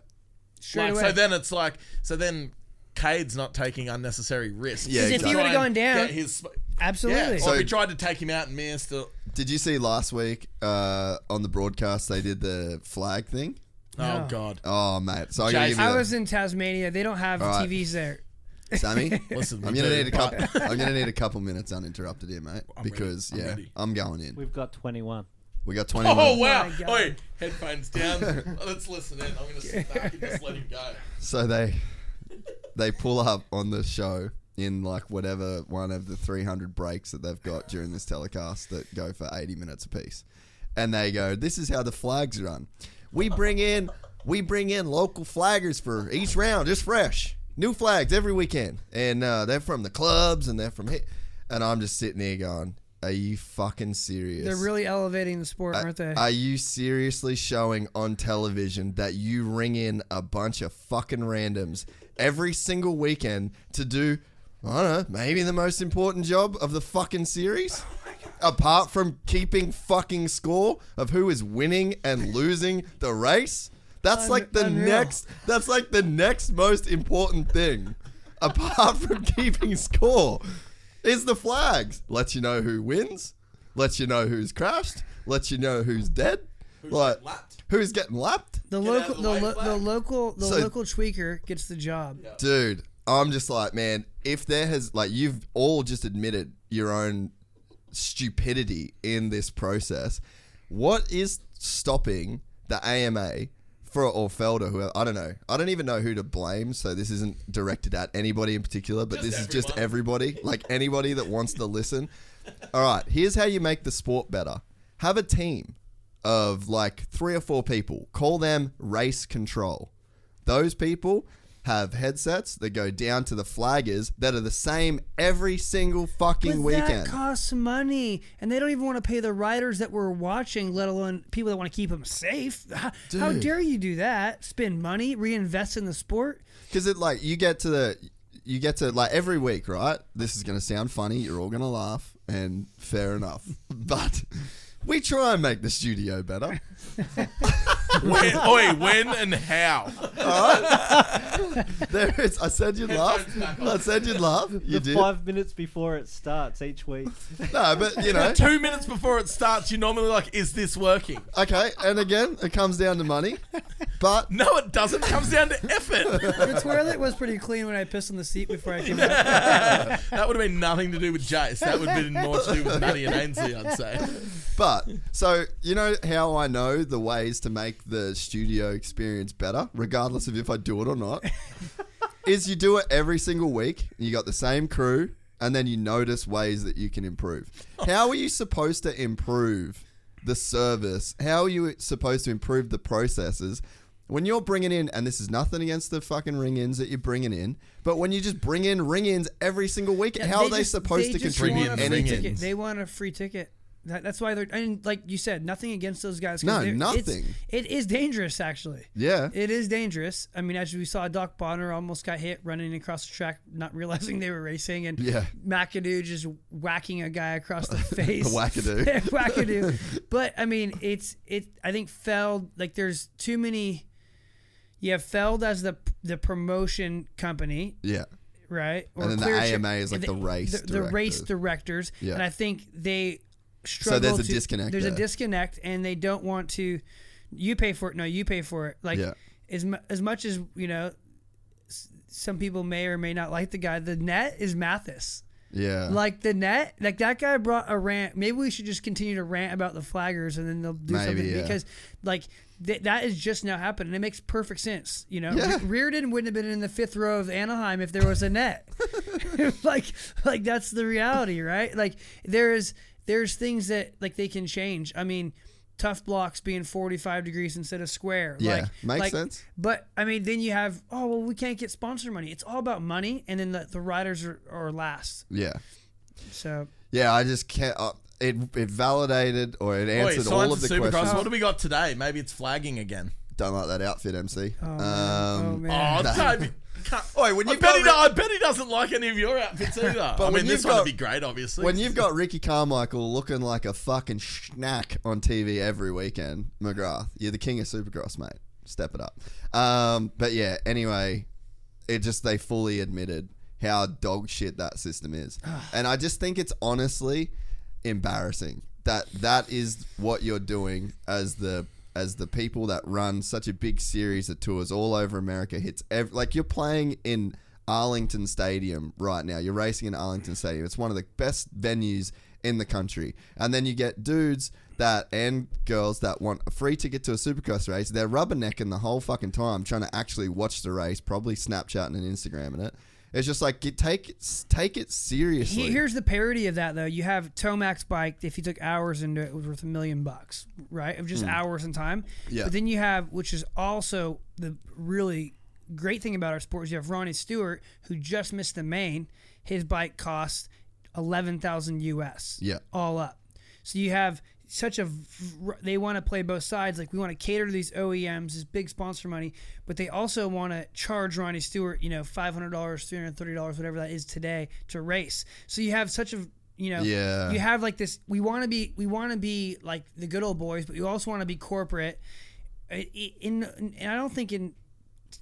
G: straight
D: Like,
G: away.
D: so then it's like, so then Cade's not taking unnecessary risks.
B: Yeah, 'Cause if
G: he
D: To
G: would've
D: try and
G: gone down-
D: get his sp-
G: Absolutely.
D: Yeah, so
B: So-
D: if he tried to take him out and missed, uh,
B: Did you see last week uh, on the broadcast they did the flag thing?
D: oh god.
G: <laughs>
B: Oh, mate. So I'm going to
D: Jason-
B: give you
G: I
B: the-
G: was in Tasmania. They don't have
B: right.
G: TVs there. <laughs>
B: Sammy,
D: Listen, we
B: I'm gonna
D: do,
B: need a
D: but-
B: couple. I'm gonna need a couple minutes uninterrupted here, mate,
D: I'm ready.
B: because
D: I'm
B: yeah,
D: ready.
B: I'm going in.
F: We've got 21.
B: We got <laughs> 20.
D: Oh
B: minutes.
D: wow!
G: my God.
D: Oi, headphones down. <laughs> Let's listen in. I'm gonna sit back and just let him go.
G: <laughs>
B: So they they pull up on the show in like whatever one of the 300 breaks that they've got during this telecast that go for 80 minutes apiece. And they go, "This is how the flags run. We bring in we bring in local flaggers for each round, just fresh. New flags every weekend. And uh, they're from the clubs and they're from here. And I'm just sitting here going, "Are you fucking serious?"
G: They're really elevating the sport, aren't they?
B: Are you seriously showing on television that you ring in a bunch of fucking randoms every single weekend to do, I don't know, maybe the most important job of the fucking series? Apart from keeping fucking score of who is winning and losing the race? That's
G: Un-
B: like the
G: unreal.
B: next that's like the next most important thing. Apart from <laughs> keeping score. Is the flags. Lets you know who wins lets you know who's crashed, lets you know who's dead, like
D: getting lapped?
B: who's getting lapped,
G: the
D: Get out of the
G: local, the,
D: way,
G: lo- the
D: flag.
G: local, the
B: So-
G: local tweaker gets the job.
B: dude. I'm just like, man, if there has like you've all just admitted your own stupidity in this process, what is stopping the AMA? For or Felder, whoever I don't know, I don't even know who to blame. So this isn't directed at anybody in particular, but this is just everybody, like anybody that wants to listen. <laughs> All right, here's how you make the sport better. Have a team of like three or four people. Call them race control. Those people have headsets that go down to the flaggers that are the same every single fucking
G: But
B: weekend.
G: that costs money, and they don't even want to pay the riders that were watching, let alone people that want to keep them safe. <laughs> How, how
B: Dude.
G: dare you do that? Spend money, reinvest in the sport.
B: Because it like you get to the you get to like every week, right? This is gonna sound funny. You're all gonna laugh, and fair enough. But we try and make the studio better.
D: When, oi, when and how?
B: There is. I said you'd laugh. I said you'd laugh. You did. No,
H: Five minutes before it starts each week.
B: but you know.
D: Two minutes before it starts, you're normally like, is this working?
B: Okay, and again, it comes down to money. But
D: No, it doesn't. It comes down to effort. <laughs>
G: The toilet was pretty clean when I pissed on the seat before I came out.
D: That would have been nothing to do with Jace. That would have been more to do with Maddie and Ainsley, I'd say.
B: But so you know how I know the ways to make the studio experience better, regardless of if I do it or
G: <laughs>
B: not, is you do it every single week. You got the same crew, and then you notice ways that you can improve. How are you supposed to improve the service? How are you supposed to improve the processes? When you're bringing in, and this is nothing against the fucking ring ins that you're bringing in, but when you just bring in ring ins every single week, how are they
G: just-
B: supposed to
G: just
B: contribute
G: want a free
D: ring-ins.
B: anything?
G: ticket. They want a free ticket. That, that's why they're and like you said, nothing against those guys. 'cause
B: No,
G: they're- it's-
B: nothing.
G: It is dangerous, actually.
B: Yeah.
G: it is dangerous. I mean, as we saw, Doc Bonner almost got hit running across the track, not <laughs> realizing they were racing, and
B: Yeah.
G: McAdoo just whacking a guy across
B: <laughs>
G: the face.
B: Wackadoo.
G: <laughs>
B: <laughs>
G: wackadoo. But I mean, it's it. I think Feld like there's too many. You have Feld as the the promotion company,
B: Yeah.
G: right? Or
B: And then the
G: Clear Cha-
B: AMA is like the race
G: the, the race
B: director.
G: directors,
B: Yeah.
G: and I think they
B: there's
G: struggle.
B: a
G: to-
B: disconnect
G: There's
B: there.
G: a disconnect, and they don't want to. You pay for it. No, you pay for it. Like
B: Yeah.
G: as mu- as much as you know, s- some people may or may not like the guy. The net is Mathis.
B: Yeah.
G: Like the net, like that guy brought a rant. Maybe we should just continue to rant about the flaggers, and then they'll do
B: Maybe,
G: something
B: yeah.
G: because, like, th- that is just now happening. It makes perfect sense, you know. Re-
B: Yeah.
G: Reardon wouldn't have been in the fifth row of Anaheim if there was
B: <laughs>
G: a net. <laughs> like, like that's the reality, right? Like there is there's things that like they can change. I mean, tough blocks being 45 degrees instead of square.
B: Yeah,
G: like,
B: makes
G: like,
B: sense.
G: But I mean, then you have oh well, we can't get sponsor money. It's all about money, and then the, the riders are, are last.
B: yeah.
G: So
B: Yeah, I just can't. Uh, it it validated or it
D: Oi,
B: answered all
D: signs
B: of the
D: of Supercross.
B: questions.
D: What do we got today? Maybe it's flagging again.
B: Don't like that outfit, MC.
G: oh
B: um,
G: man.
D: Oh,
G: <laughs>
D: Toby. can't-
B: Oi, when
D: I
B: you've
D: bet,
B: got
D: he
B: Rick-
D: do- I bet he doesn't like any of your outfits <laughs> either. I
B: when
D: mean,
B: you've
D: this one
B: got-
D: would be great, obviously.
B: when you've got Ricky Carmichael looking like a fucking schnack on TV every weekend, McGrath, you're the king of Supercross, mate. Step it up. Um, but yeah, anyway, it just they fully admitted how dog shit that system is, and I just think it's honestly embarrassing that that is what you're doing as the as the people that run such a big series of tours all over America hits ev- like you're playing in Arlington Stadium right now. You're racing in Arlington Stadium. It's one of the best venues in the country. And then you get dudes that and girls that want a free ticket to a supercross race. They're rubbernecking the whole fucking time trying to actually watch the race, probably Snapchatting and Instagramming it. It's just like you take it, take it seriously.
G: He- here's the parody of that though. You have Tomac's bike. If you took hours into it, it was worth a million bucks, right? Of just hours and time.
B: Hmm. Yeah.
G: But then you have, which is also the really great thing about our sport is you have Ronnie Stewart who just missed the main. His bike cost eleven thousand US.
B: Yeah.
G: All up. So you have such a v- they want to play both sides. Like we want to cater to these OEMs, this big sponsor money, but they also want to charge Ronnie Stewart, you know, five hundred dollars, three hundred thirty dollars, whatever that is today to race. So you have such a you know,
B: Yeah.
G: you have like this. We want to be we want to be like the good old boys, but you also want to be corporate. I- I- In and I don't think in,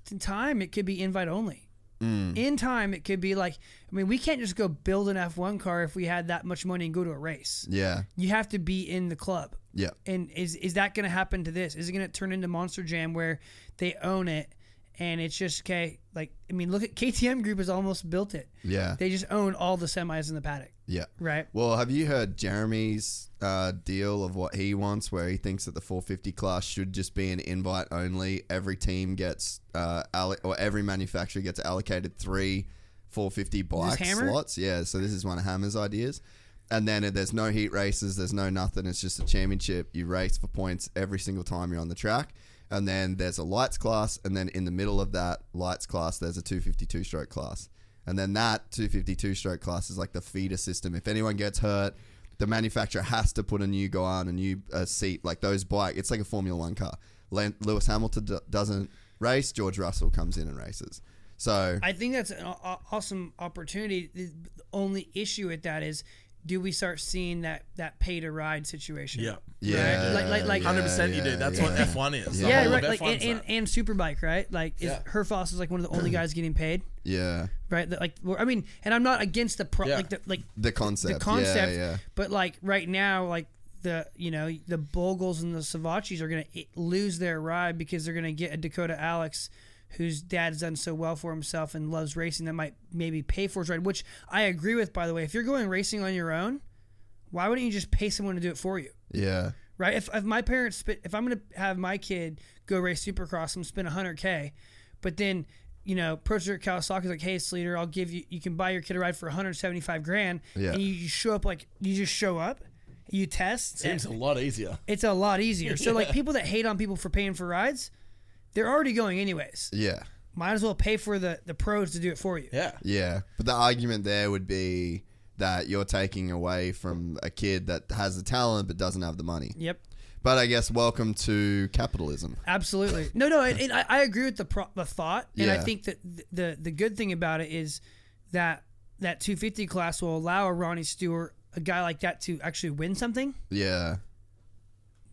G: in time it could be invite only
B: Mm.
G: in time it could be like i mean we can't just go build an f1 car if we had that much money and go to a race
B: yeah.
G: you have to be in the club
B: Yeah.
G: and is is that going to happen to this is it going to turn into monster jam where they own it and it's just okay like i mean look at ktm group has almost built it
B: Yeah.
G: they just own all the semis in the paddock
B: Yeah.
G: right
B: Well, have you heard Jeremy's uh, deal of what he wants, where he thinks that the 450 class should just be an invite only? Every team gets, uh, allo- or every manufacturer gets allocated three 450 bike
G: Hammer?
B: slots. Yeah, so this is one of Hammer's ideas. And then if there's no heat races, there's no nothing. It's just a championship. You race for points every single time you're on the track. And then there's a lights class. And then in the middle of that lights class, there's a 252 stroke class. And then that 252 stroke class is like the feeder system. If anyone gets hurt, the manufacturer has to put a new guy on a new uh, seat. Like those bike, it's like a Formula One car. Lan- Lewis Hamilton d- doesn't race. George Russell comes in and races. So
G: I think that's an aw- aw- awesome opportunity. The the only issue with that is do we start seeing that that pay to ride situation?
D: Yeah.
B: Yeah,
G: Like- like- like-
D: Hundred percent, you
B: yeah,
D: do. That's
B: yeah.
D: what F one is. The
G: Yeah,
D: whole
G: right.
D: of
G: Like and,
D: F1's
G: and,
D: that.
G: and Superbike, right? Like, is
D: Yeah.
G: Herfoss is like one of the only guys getting paid,
B: Yeah,
G: right? That, Like, we're- I mean, and I'm not against the pro,
D: Yeah.
G: like the like
B: the concept.
G: the concept,
B: Yeah, yeah.
G: but like right now, like the you know the Bogles and the Savachis are gonna i- lose their ride because they're gonna get a Dakota Alex, whose dad's done so well for himself and loves racing that might maybe pay for his ride, which I agree with. By the way, if you're going racing on your own, why wouldn't you just pay someone to do it for you?
B: Yeah.
G: right? If, if my parents, spit, if I'm gonna have my kid go race Supercross and spend 100k, but then you know, Pro Circuit Kawasaki's like, hey, Sleater, I'll give you, you can buy your kid a ride for 175 grand,
B: Yeah.
G: and you, you show up like you just show up, you test,
D: Seems a lot easier.
G: it's a lot easier.
D: <laughs>
G: So like people that hate on people for paying for rides, they're already going anyways.
B: Yeah.
G: Might as well pay for the the pros to do it for you.
D: Yeah.
B: Yeah. But the argument there would be that you're taking away from a kid that has the talent but doesn't have the money.
G: Yep,
B: But I guess welcome to capitalism.
G: absolutely. No, no, it, it, I, I agree with the pro, the thought, and I
B: Yeah.
G: think that the, the the good thing about it is that that 250 class will allow a Ronnie Stewart, a guy like that, to actually win something.
B: Yeah.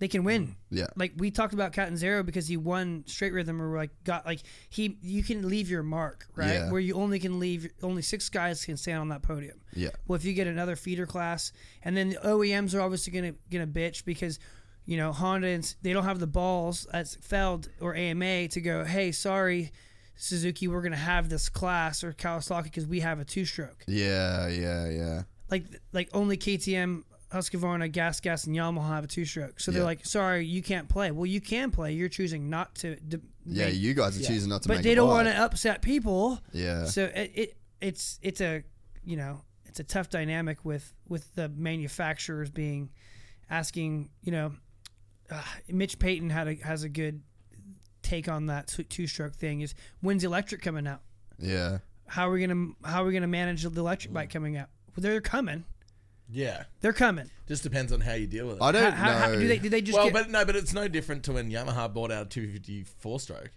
G: They can win.
B: Yeah.
G: Like we talked about Catanzaro because he won straight rhythm or like got like he you can leave your mark right
B: Yeah.
G: where you only can leave only six guys can stand on that podium.
B: Yeah.
G: Well, if you get another feeder class, and then the OEMs are obviously gonna gonna bitch because, you know, Honda and s- they don't have the balls as Feld or AMA to go, hey, sorry, Suzuki, we're gonna have this class or Kawasaki because we have a two stroke.
B: Yeah. Yeah. Yeah.
G: Like like only KTM, Husqvarna, Gas Gas, and Yamaha have a two stroke. So they're
B: Yeah.
G: like, sorry, you can't play. Well, you can play. You're choosing not to. to
B: Yeah.
G: make-
B: You guys are choosing not to
G: but
B: make
G: they
B: a
G: don't
B: buy.
G: want to upset people.
B: Yeah.
G: So it, it it's it's a you know it's a tough dynamic with with the manufacturers being asking you know uh, Mitch Payton had a, has a good take on that two stroke thing is when's the electric coming out
B: Yeah.
G: how are we gonna how are we gonna manage the electric
B: Mm.
G: bike coming out well, they're coming
D: Yeah.
G: they're coming
D: Just depends on how you deal with it.
B: I don't
G: how, how, how-
B: know.
G: do they do they just
D: well,
G: get
D: but no, but it's no different to when Yamaha bought out 254 stroke,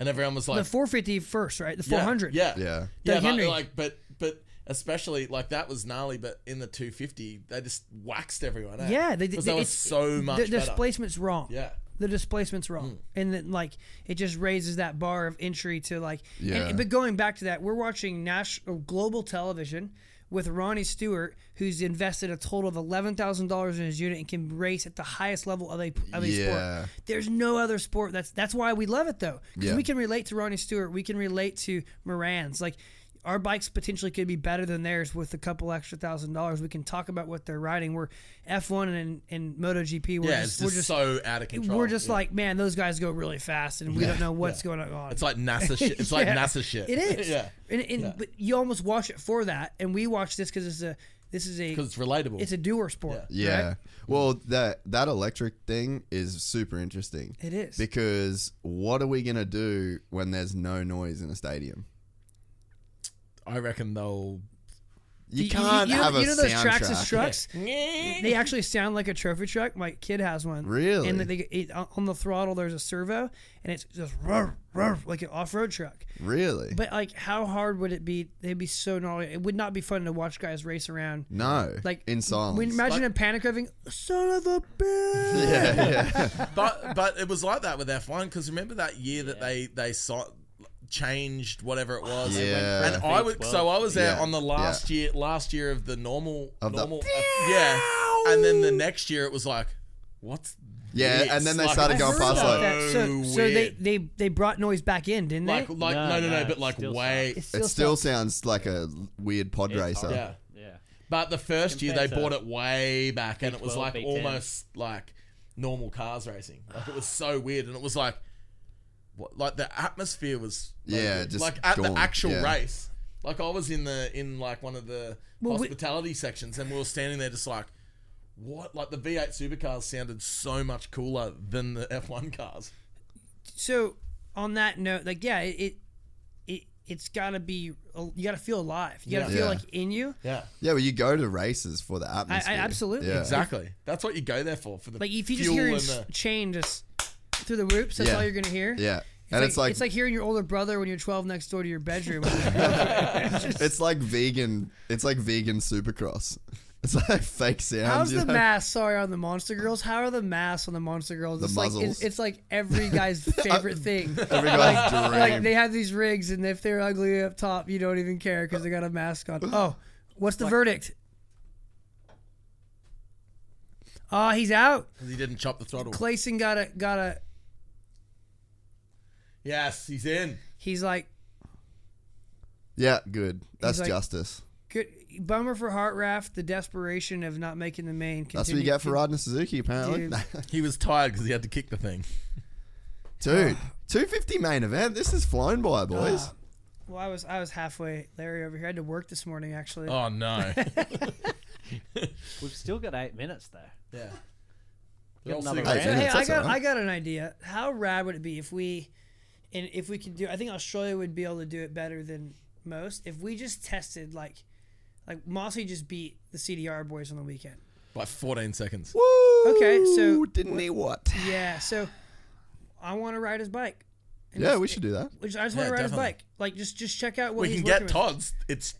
D: and everyone was like
G: the 450 first right the
D: yeah,
G: 400
D: Yeah.
B: yeah.
D: Yeah,
G: Doug
D: but,
G: Henry.
D: like, but but especially like that was gnarly. But in the 250, they just waxed everyone. Eh?
G: yeah they,
D: because
G: they-
D: that was
G: it's-
D: so much
G: the
D: better.
G: displacement's wrong
D: Yeah,
G: the displacement's wrong,
D: Hmm.
G: and then like it just raises that bar of entry to like. and-
B: Yeah.
G: but going back to that, we're watching national global television with Ronnie Stewart, who's invested a total of eleven thousand dollars in his unit and can race at the highest level of a of a
B: Yeah.
G: sport. There's no other sport that's that's why we love it though, because
B: Yeah.
G: we can relate to Ronnie Stewart, we can relate to Moran's like. Our bikes potentially could be better than theirs with a couple extra thousand dollars. We can talk about what they're riding. We're F1 and, and MotoGP. We're
D: yeah,
G: just,
D: it's
G: we're
D: just,
G: just
D: so out of control.
G: we're just
D: Yeah.
G: like, man, those guys go really fast, and we don't know what's going on.
D: it's like NASA
G: <laughs>
D: shit. It's like
G: Yeah.
D: NASA shit.
G: It
D: <laughs>
G: is.
D: yeah,
G: And, and but you almost watch it for that, and we watch this because it's a this is a
D: because it's relatable.
G: it's a doer sport.
B: Yeah.
G: right?
B: Well, that that electric thing is super interesting.
G: It is.
B: Because what are we going to do when there's no noise in a stadium?
D: I reckon they'll.
B: You, can't
G: you, know-
B: have
G: you
B: a
G: know those
B: soundtrack.
G: tracks as
D: <laughs>
G: trucks. They actually sound like a trophy truck. My kid has one.
B: Really?
G: And they, it, on the throttle there's a servo, and it's just roar, roar, like an off-road truck.
B: Really?
G: But like, how hard would it be? It'd be so gnarly. It would not be fun to watch guys race around.
B: no.
G: Like
B: in silence. <laughs>
G: When, imagine him panic revving, son of a bitch. <laughs>
D: But but it was like that with F1 because remember that year that they they saw, changed whatever it was.
B: they went Yeah.
D: and
B: from
D: I was so I was there
B: Yeah,
D: on the
B: yeah.
D: last year last year of the normal
B: Of the-
D: normal uh, yeah, and then the next year it was like what's
B: Yeah,
D: this?
B: and then they
D: Like,
B: started
D: it's
B: going past,
D: so
B: like-
G: that. So, so they,
D: weird.
G: they they brought noise back in, didn't they?
D: like like no
H: No,
D: no no,
H: no,
D: but like
H: still
D: way
G: It's
B: it still sounds like a weird pod racer.
D: yeah.
H: Yeah.
D: But the first year they
H: Compared to
D: bought it way back, and it was
H: B12,
D: like
H: B10.
D: almost like normal cars racing. Like it was so weird, and it was like, what, like the atmosphere was like,
B: Yeah, just
D: like at
B: gone,
D: the actual
B: yeah.
D: race. Like I was in the in like one of the
G: Well, we-
D: hospitality sections, and we were standing there just like. What like the V8 supercars sounded so much cooler than the F1 cars.
G: so on that note, like yeah, it, it, it it's gotta be you gotta feel alive. You gotta
D: Yeah.
G: feel
B: Yeah.
G: like in you.
D: Yeah,
B: Yeah, well, you go to races for the atmosphere.
G: absolutely.
B: Yeah.
D: exactly. That's what you go there for. For the
G: Like if you just
D: fuel
G: hear
D: and
G: s-
D: the,
G: chain just through the whoops, that's
B: Yeah.
G: all you're gonna hear.
B: Yeah. and it's like,
G: it's like hearing your older brother when you're 12 next
B: <laughs>
G: door to your bedroom.
B: vegan. It's like vegan supercross. <laughs> It's like fake sound.
G: How's
B: you
G: the
B: know?
G: mass? Sorry, on the Monster Girls. How are the mass on the Monster Girls?
B: The
G: it's like
B: muzzles.
G: it's, it's like
B: <laughs>
G: every guy's favorite thing.
B: Every guy's
G: Like
B: dream.
G: they have these rigs, and if they're ugly up top, you don't even care because they got a
B: <laughs>
G: mask on. Oh, what's the verdict? Ah, he's out.
D: 'Cause he didn't chop the throttle.
G: Clayson got a got a.
D: Yes, he's in.
G: He's like
B: yeah, good. That's
G: like-
B: justice.
G: good. Bummer for Heart Raft. The desperation of not making the main.
B: That's what you
G: Continue-
B: get for riding a Suzuki, apparently.
D: He was tired because he had to kick the thing.
B: <laughs> Dude, 250 main event. This is flown by,
G: Ah.
B: boys.
G: Well, I was I was halfway. Larry over here. I had to work this morning actually.
D: Oh <laughs> no.
H: We've still got eight minutes though.
D: yeah.
H: another round.
B: Hey,
G: But hey,
B: minutes,
G: I
B: that's
G: got
B: alright.
G: I got an idea. How rad would it be if we, and if we could do? I think Australia would be able to do it better than most if we just tested like, like Mossy just beat the CDR boys on the weekend.
D: By 14 seconds.
B: Woo!
G: Okay, so-
B: didn't he what?
G: Yeah. So, I want to ride his bike. And
B: Yeah,
G: just-
B: we should do that.
G: I just, I just
D: Yeah,
G: want to ride
D: definitely.
G: his bike. Like just just check out what
D: We
G: he's
D: can
G: working
D: get
B: <laughs>
G: with.
D: Todd's. It's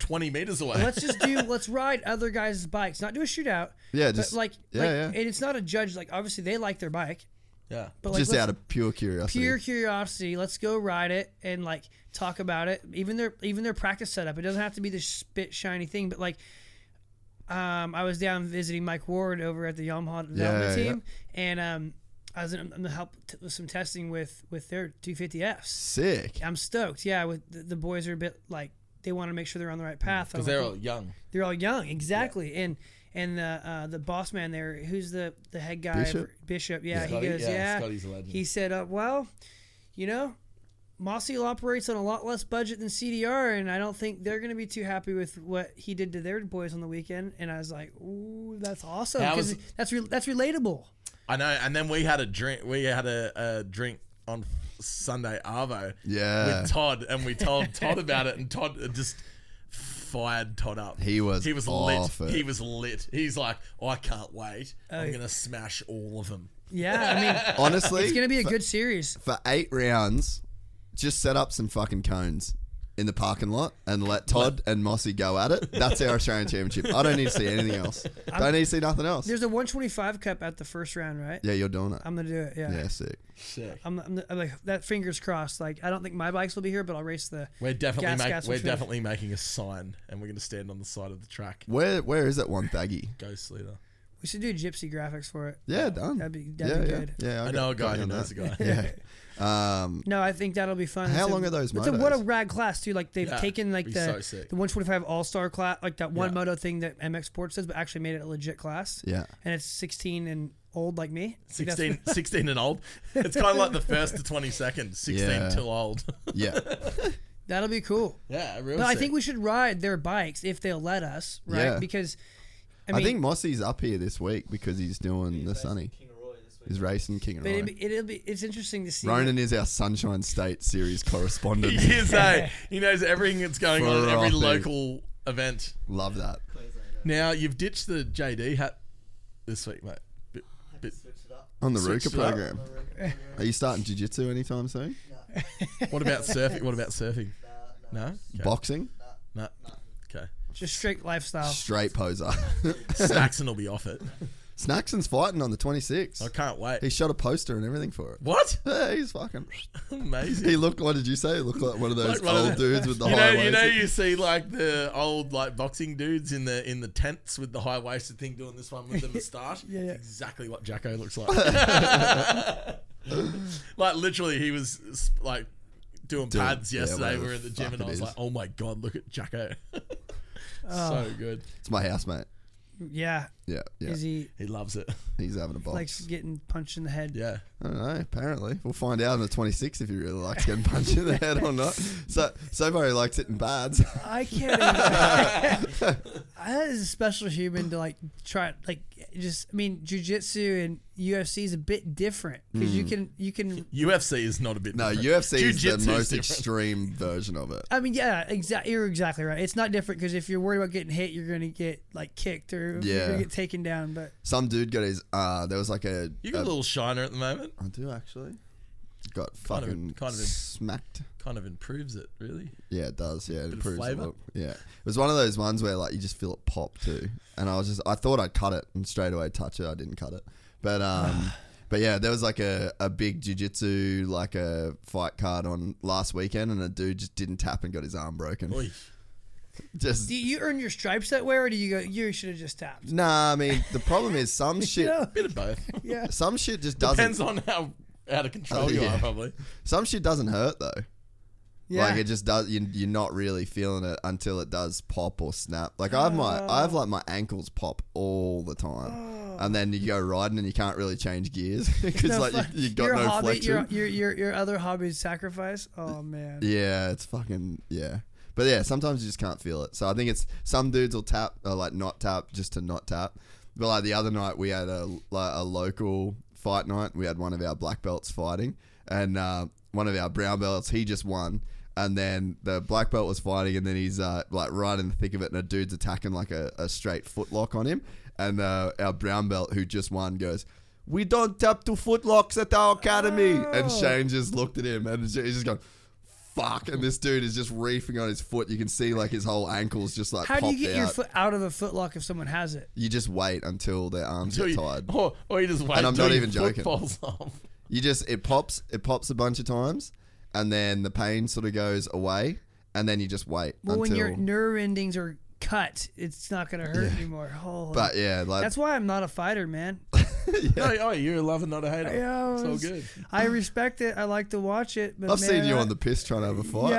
D: 20 meters away.
G: Let's just do. Let's ride other guys' bikes. Not do a shootout.
B: Yeah,
G: but
B: just-
G: like,
B: yeah,
G: like,
B: yeah.
G: and it's not a judge. Like obviously they like their bike,
D: <laughs> yeah.
G: but like
B: Just
G: let's-
B: out of pure curiosity.
G: pure curiosity. Let's go ride it and like talk about it. Even their even their practice setup. It doesn't have to be this spit shiny thing, but like um, I was down visiting Mike Ward over at the Yamaha development
B: yeah, yeah.
G: team, and um, I was in, in the help t- with some testing with with their 250fs.
B: Sick.
G: I'm stoked. Yeah, with the, the boys are a bit like they want to make sure they're on the right path. I'm
D: Because
G: like,
D: they're all young.
G: they're all young, exactly. And and the uh, the boss man there, who's the the head guy,
B: Bishop?
G: for- Bishop. Yeah, he
D: Scotty?
G: goes,
D: Yeah,
G: yeah.
D: Scotty's a legend.
G: He said, uh, well, you know, Mossy operates on a lot less budget than CDR, and I don't think they're going to be too happy with what he did to their boys on the weekend. And I was like, ooh, that's awesome.
D: That
G: 'cause
D: was-
G: that's re- that's relatable.
D: I know. And then we had a drink. We had a, a drink on Sunday Arvo.
B: Yeah.
D: With Todd, and we told Todd about it, and Todd just fired Todd up.
B: He was
D: He was
B: off
D: lit.
B: it.
D: He was lit. He's like, "Oh, I can't wait.
G: Oh,
D: I'm gonna smash all of them.
G: Yeah,
D: <laughs>
G: I mean,
B: Honestly,
G: it's going to be a good series.
B: for eight rounds, just set up some fucking cones in the parking lot and let Todd and Mossy go at it. That's our Australian Championship. I don't need to see anything else. Don't need to see nothing else.
G: There's a 125 cup at the first round, right?
B: Yeah, you're doing it.
G: I'm going to do it. Yeah.
B: yeah, sick.
D: Sick.
G: I'm, I'm, I'm like that. Fingers crossed. Like I don't think my bikes will be here, but I'll race the.
D: We're definitely
G: Gas,
D: make,
G: gas,
D: we're
G: which one?
D: definitely making a sign, and we're gonna stand on the side of the track.
B: Where where is that one baggy?
D: Ghost leader.
G: We should do gypsy graphics for it.
B: Yeah, done.
G: That'd be- that'd
B: yeah,
G: be
B: yeah.
G: good.
B: Yeah,
D: I
B: got-
D: know a
B: got
D: guy
B: you
D: who
B: on
D: knows a
B: that.
D: guy. <laughs>
B: Yeah. Um,
G: No, I think that'll be fun.
B: How
G: It's a-
B: long are those
G: It's a, what a
B: motos?
G: rad class too. Like they've
D: Yeah,
G: taken like
D: be
G: the
D: so sick.
G: the 125 All Star class, like that one
D: Yeah.
G: moto thing that MX Sports does, but actually made it a legit class.
B: Yeah.
G: And it's 16 and old like me. Like, that's-
D: <laughs> 16, 16 and old. It's kind of like the first to 20 seconds. 16
B: Yeah.
D: till old. <laughs>
B: yeah.
G: That'll be cool.
D: yeah, real
G: But I
D: sick.
G: think we should ride their bikes if they'll let us, right?
B: Yeah.
G: Because I
B: I,
G: mean,
B: think Mossy's up here this week because he's doing the sunny.
F: King Roy this week.
B: He's racing King and
G: but it'll
B: Ronan.
G: be, it'll be it's interesting to see.
B: Ronan is our Sunshine State series correspondent.
D: <laughs> He is, <laughs> eh? He knows everything that's going on at every
B: Frothy.
D: local event.
B: Love that.
D: Now, you've ditched the JD hat this week, mate. Bit, bit,
B: On the
D: Switched
B: Ruka
D: it up.
B: program. Are you starting jiu jitsu anytime soon?
D: what about surfing? What about surfing? No? Okay.
B: Boxing?
D: No. Okay.
G: just straight lifestyle.
B: Straight poser. <laughs>
D: Saxon will be off it.
B: Snackson's fighting on the 26th.
D: I can't wait.
B: He shot a poster and everything for it.
D: What? <laughs>
B: Yeah, he's fucking.
D: Amazing.
B: He looked, what did you say? He looked like one of those
D: Like one of
B: old
D: the-
B: dudes with the
D: <laughs> You know,
B: high
D: you know,
B: waist.
D: you see like the old like boxing dudes in the in the tents with the high waisted thing doing this
B: <laughs>
D: one with the moustache. yeah, exactly what Jacko looks like.
B: <laughs>
D: like literally, he was s- like doing
B: Doing-
D: pads
B: yeah,
D: yesterday.
B: whatever
D: we were in the gym,
B: fuck
D: and I
B: it
D: was
B: is.
D: like, "Oh my god, look at Jacko!" <laughs>
B: Ah.
D: so good.
B: It's my housemate.
G: Yeah.
B: Yeah, yeah.
G: Is he
D: He loves it.
B: He's having a box.
G: like getting punched in the head?
D: Yeah,
B: I don't know. Apparently, we'll find out on the 26th if he really likes getting punched in the head or not. So, so far he likes it in bads. <laughs>
G: I can't. Even, that is a special human to like try like just. I mean, jujitsu and UFC is a bit different because
B: Hmm.
G: you can you can.
D: UFC is not a bit.
B: No,
D: different.
B: UFC is the
D: Jiu-jitsu's
B: most
D: different.
B: extreme version of it.
G: I mean, yeah, exactly. You're exactly right. It's not different because if you're worried about getting hit, you're gonna get like kicked or you're
B: Yeah.
G: gonna get taken down. But
B: Some dude got his. Uh, there was like a.
D: You got a
B: a-
D: little shiner at the moment.
B: I do actually. got
D: Kind of-
B: fucking
D: kind of-
B: smacked.
D: Kind of improves it, really.
B: Yeah, it does. Yeah, it
D: of
B: improves a
D: flavour.
B: lot. Yeah, it was one of those ones where like you just feel it pop too, and I was just I thought I'd cut it and straight away touch it. I didn't cut it, but
D: <sighs>
B: um, but yeah, there was like a a big jujitsu like a fight card on last weekend, and a dude just didn't tap and got his arm broken.
D: Oi.
B: <laughs> Just
G: Do you earn your stripes that way, or do you go? You should have just tapped.
B: nah. I mean, the problem is
D: <laughs>
B: some shit.
D: Bit of both.
B: <laughs> Some shit just doesn't.
D: Depends on how out of control
B: Oh,
D: you
B: yeah.
D: are, probably.
B: Some shit doesn't hurt though.
G: Yeah.
B: Like it just does. You, you're not really feeling it until it does pop or snap. Like I have my, I have like my ankles pop all the time, and then you go riding and you can't really change gears <laughs> because
G: Oh. No,
B: like
G: fuck.
B: you, you got
G: your
B: no
G: hobby,
B: flexion.
G: your, your your your other hobbies sacrifice. Oh man.
B: Yeah, it's fucking yeah. But yeah, sometimes you just can't feel it. So I think it's some dudes will tap or like not tap just to not tap. But like the other night we had a like a local fight night. We had one of our black belts fighting and uh, one of our brown belts. He just won. And then the black belt was fighting, and then he's uh, like right in the thick of it, and a dude's attacking like a, a straight footlock on him. And uh, our brown belt, who just won, goes, "We don't tap to footlocks at our academy." And Shane just looked at him, and he's just going, fuck and this dude is just reefing on his foot you can see like his whole ankle's just like
G: How do you
B: popped
G: get
B: out
G: your foot out of a footlock if someone has it?
B: you just wait until their arms
D: Or
B: get
D: you,
B: tired
D: or, or you just wait
B: And I'm
D: till
B: not
D: your
B: even
D: foot
B: joking.
D: falls <laughs> off.
B: you just it pops it pops a bunch of times and then the pain sort of goes away and then you just wait
G: Well, when
B: until
G: your nerve endings are cut, it's not gonna hurt anymore. <laughs> Holy.
B: but yeah like
G: that's why I'm not a
B: <laughs>
G: fighter, man.
D: No, oh, you're a lover, not a hater.
G: Yeah,
D: it's all
G: it's-
D: good.
G: I respect it. I like to watch it. But
B: I've seen
G: man,
B: you
G: I- <laughs>
B: on the piss trying to have a fight.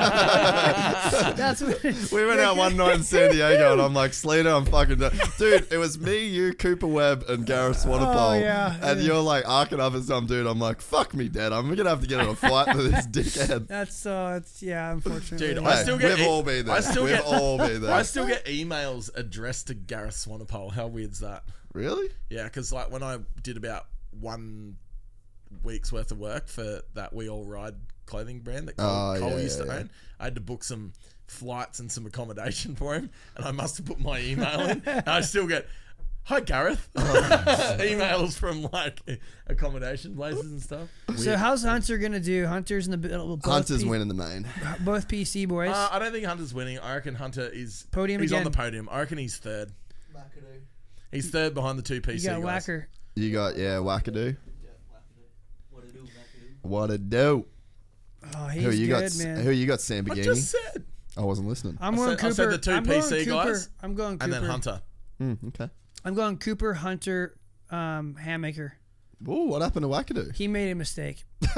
B: <laughs>
G: Yeah. that's what. It,
B: We went out one night in
G: <laughs>
B: San Diego, and I'm like, Slater, I'm fucking done. Dude, it was me, you, Cooper Webb, and Gareth Swanepoel.
G: Oh, yeah,
B: and
G: yeah.
B: you're like arcing up at some dude. I'm like, fuck me, Dad. I'm going to have to get in a fight with this <laughs> dickhead.
G: That's uh, it's, yeah, unfortunately.
D: Dude,
B: Hey,
D: I still get
B: we've
D: e-
B: all been there.
D: I still
B: we've
D: get-
B: all
D: <laughs>
B: been there.
D: I still get emails addressed to Gareth Swanepoel. How weird's that?
B: really?
D: Yeah, because like when I did about one week's worth of work for that We All Ride clothing brand that Cole,
B: Oh,
D: Cole
B: yeah,
D: used to
B: yeah, yeah.
D: own, I had to book some flights and some accommodation <laughs> for him, and I must have put my email in. And I still get. Hi Gareth.
B: Oh,
D: <laughs> Emails from like accommodation places and stuff.
G: so how's Hunter gonna do? Hunter's in the middle. both
B: Hunter's
G: P-
B: winning the main.
G: Both PC boys.
D: Uh, I don't think Hunter's winning. I reckon Hunter is
G: Podium
D: He's on
G: again.
D: the podium. I reckon he's third. He's third behind the two PC
G: you got
D: guys.
G: whacker.
B: You got, yeah, Wackadoo.
F: What to do, Mac to do?
B: What a do.
G: Oh, he's
B: Who you
G: good,
B: got?
G: man.
B: Who you got, Sam
D: I
B: Bagini?
D: just said.
B: I wasn't listening.
G: I'm
D: I
G: going
D: said- I
G: Cooper.
D: said the two
G: I'm going
D: PC
G: Cooper.
D: guys,
G: I'm going Cooper.
D: And then Hunter.
B: Mm, okay.
G: I'm going Cooper Hunter um, Hammaker.
B: Ooh, what happened to Wackadoo?
G: He made
B: <laughs>
G: a mistake. <laughs>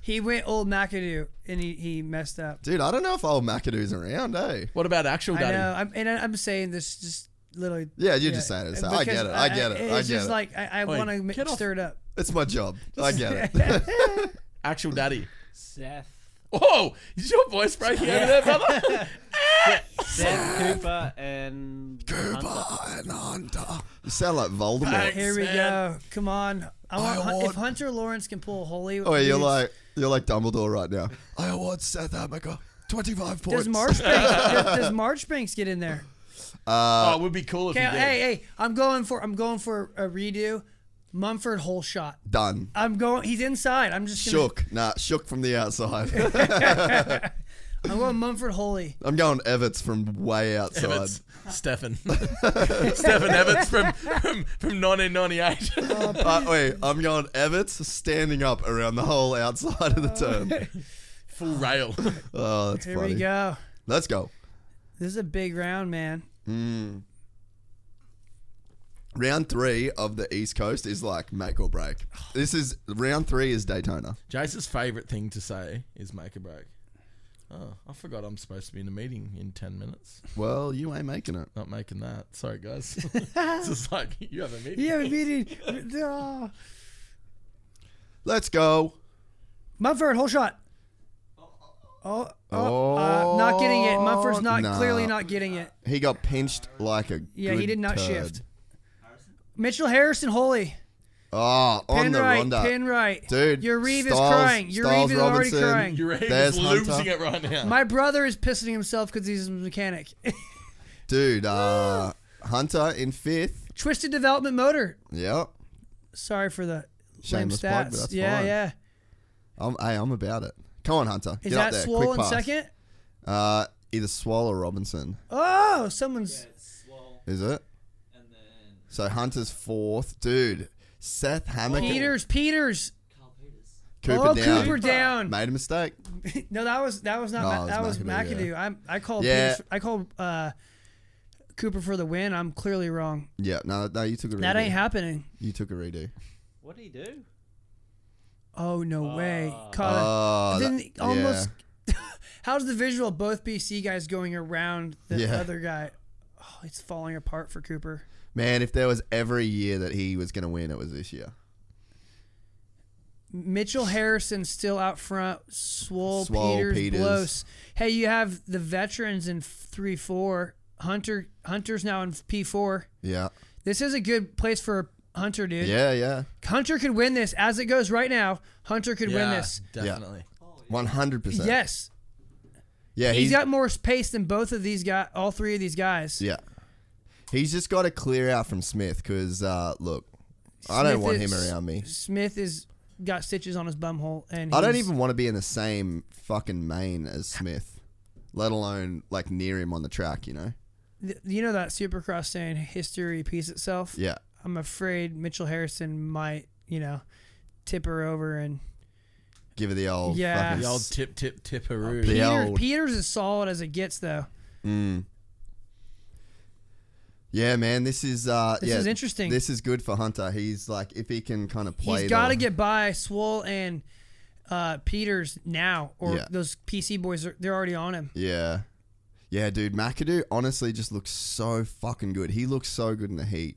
G: he went old McAdoo and he, he messed up.
B: Dude, I don't know if old McAdoo's around, eh?
D: What about actual
G: I
D: daddy?
G: know. I'm, and I- I'm saying this just literally.
B: Yeah, you're just saying it. So I get it. I get it.
G: It's
B: I
G: just
B: get it.
G: like I, I
D: Oi,
G: want to
D: get off.
G: stir it up.
B: It's my job.
D: <laughs>
B: I get it.
D: Actual daddy.
H: Seth,
D: Whoa! Is your voice breaking over
G: <laughs>
D: there, brother?
G: Uh,
H: Seth Cooper, and Hunter.
B: Iron Hunter. You sound like Voldemort.
D: Hey.
G: Here we
D: Sam.
G: go. Come on. I want,
B: I
G: if
B: want-
G: Hunter Lawrence can pull a holy.
B: oh, you're like you're like Dumbledore right now. I award Seth Amaker twenty five points.
G: Does Marchbanks, does, does Marchbanks get in there?
D: oh, it would be cool if
G: Okay,
D: you did.
G: hey, hey, I'm going for I'm going for a redo. Mumford whole shot.
B: <laughs>
D: <laughs>
B: Done.
G: I'm going. He's inside. I'm just gonna,
B: Shook. Nah, shook from the outside.
D: <laughs>
G: I'm going Mumford Holy.
B: I'm going Evans from way outside.
D: Evans.
G: <laughs>
D: Stefan. Stefan Evans from, from, from 1998.
G: Oh,
B: <laughs> Uh, wait, I'm going Evans standing up around the whole outside of the
G: <laughs>
B: turn.
D: Full rail.
B: Oh, that's
G: Oh. Here
B: funny.
G: we go.
B: Let's go.
G: This is a big round, man.
B: Round three of the East Coast is like make or break. This is round three is Daytona.
D: Jace's favourite thing to say is make a break. Oh, I forgot I'm supposed to be in a meeting in 10 minutes.
B: Well, you ain't making it.
D: Not making that. Sorry, guys. <laughs> it's just like, you have a meeting.
G: Yeah, we beat it. Ah.
B: Let's go.
G: Mumford whole shot. Oh, oh, uh, not getting it. Mumford's not
B: Oh, Nah.
G: clearly not getting it.
B: He got pinched like a
G: Yeah, he
B: good
G: did not
B: turd.
G: shift. Mitchell Harrison Holy.
B: Oh, on
G: Pin
B: the
G: right,
B: Ronda.
G: pin right.
B: Dude,
G: your Reeve is
B: Styles-
G: crying. Your
B: Styles
G: Reeve is already
B: Robinson.
G: crying.
D: Your aim
B: There's
D: is losing
B: Hunter.
D: it right now.
G: My brother is pissing himself because he's a mechanic. <laughs>
B: Dude, uh, Hunter in fifth.
G: Twisted Development Motor.
B: Yep.
G: Sorry for the
B: Shameless
G: lame
B: plug,
G: stats.
B: but that's
G: yeah,
B: fine.
G: yeah.
B: I'm, hey, I'm about it. Come on, Hunter.
G: Is
B: Get
G: that
B: up there.
G: Swall
B: Quick
G: in
B: pass.
G: second?
B: Uh, either Swall or Robinson.
G: Oh, someone's.
F: Swole,
B: Is it?
F: and then
B: So Hunter's fourth, dude. Seth Hammock.
G: Peters, Peters.
F: Kyle Peters.
B: Cooper
G: oh,
B: down.
G: Cooper down.
B: Made a mistake.
G: <laughs> no, that was that was not
B: No,
G: Ma-
B: it
G: that
B: was
G: was
B: McAdoo,
G: McAdoo. I'm, I called
B: Yeah.
G: Peters, I called uh, Cooper for the win. I'm clearly wrong.
B: Yeah, no, no, you took a redo.
G: That ain't happening.
B: You took a redo.
H: What did he do?
G: Oh no way! Caught
B: Oh,
G: it.
B: that-
G: Then
B: yeah.
G: almost. <laughs> How's the visual? of Both BC guys going around the
B: Yeah.
G: other guy. Oh, it's falling apart for Cooper.
B: Man, if there was every year that he was going to win, it was this year.
G: Mitchell Harrison still out front. Swole,
B: Swole,
G: Peters,
B: Peters.
G: Blos. Hey, you have the veterans in three four. Hunter Hunter's now in P four.
B: Yeah.
G: This is a good place for Hunter, dude.
B: Yeah, yeah.
G: Hunter could win this as it goes right now. Hunter could win this.
D: Definitely.
B: 100%.
G: Yes,
B: Yeah,
G: he's got more pace than both of these guys, all three of these guys.
B: Yeah. He's just got to clear out from Smith because, uh, look, I don't
G: Smith
B: want him
G: is-
B: around me.
G: Smith is got stitches on his bumhole, and
B: I don't
G: he's-
B: even want to be in the same fucking main as Smith, let alone like near him on the track, you know?
G: th- You know that Supercross saying, "History repeats itself."
B: Yeah.
G: I'm afraid Mitchell Harrison might, you know, tip her over, and
B: Give her the old
G: Yeah.
B: fucking
D: The old
B: s-
D: tip, tip, tipperoo.
B: The
G: Peter,
B: old-
G: Peters is solid as it gets, though.
B: Yeah, man, this is uh
G: This
B: yeah,
G: is interesting.
B: This is good for Hunter. He's like if he can kind of play
G: He's got to
B: the-
G: get by Swole and uh, Peters now, or
B: Yeah.
G: those PC boys are, they're already on him.
B: Yeah. Yeah, dude, McAdoo honestly just looks so fucking good. He looks so good in the heat.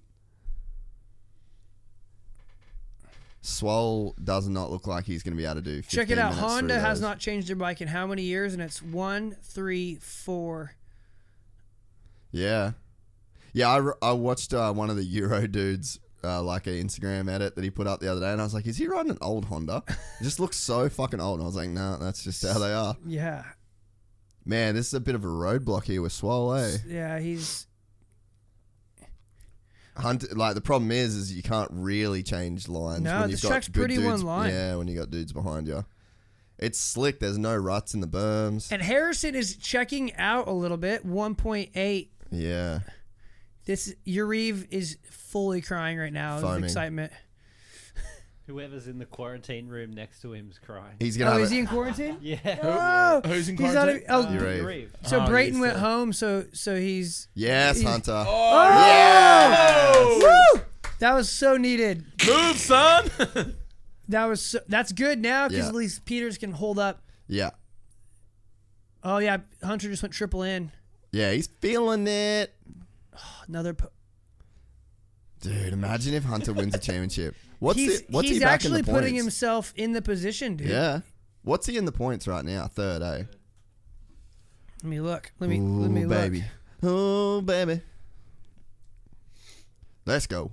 B: Swole does not look like he's going to be able to do.
G: Check
B: 15
G: it out.
B: minutes through
G: Honda has
B: those.
G: not changed their bike in how many years? And it's one, three, four.
B: Yeah, yeah. I, re- I watched uh, one of the Euro <laughs> dudes uh, like an Instagram edit that he put up the other day, and I was like, "Is he riding an old Honda? It just looks so fucking old." And I was like, "No, that's just how they are."
G: Yeah.
B: Man, this is a bit of a roadblock here with Swole. Eh?
G: Yeah, he's.
B: Hunter, like the problem is, is you can't really change lines.
G: No,
B: when
G: this
B: you've got
G: track's
B: good
G: pretty
B: dudes,
G: one line.
B: Yeah, when you got dudes behind you, it's slick. There's no ruts in the berms.
G: And Harrison is checking out a little bit, 1.8.
B: Yeah,
G: This Urive is fully crying right now
B: Foaming.
G: of excitement.
H: Whoever's in the quarantine room next to him is crying.
B: he's gonna.
G: Oh,
B: have
G: is
B: it-
G: he in quarantine?
H: <laughs> Yeah.
G: <laughs> Oh,
D: Who's in
G: he's not.
D: quarantine?
G: even- oh,
B: You're right. uh,
H: Grieve.
G: so
D: Oh,
G: Brayton
D: he's
G: went
D: still-
G: home. So so he's.
B: yes,
G: he's-
B: Hunter.
G: Oh. Woo! That was so needed.
D: Move, son.
G: That was so, that's good now because
B: Yeah.
G: at least Peters can hold up.
B: Yeah,
G: Oh yeah, Hunter just went triple in.
B: yeah. He's feeling it.
G: Another. Po-
B: Dude, imagine if Hunter wins a championship. What's
G: he's
B: it? What's
G: he's
B: he back
G: actually
B: in the
G: putting
B: points?
G: himself in the position, dude.
B: Yeah. What's he in the points right now? Third, eh?
G: Let me look. Let me let me
B: Ooh,
G: look.
B: baby. Oh, baby. Let's go.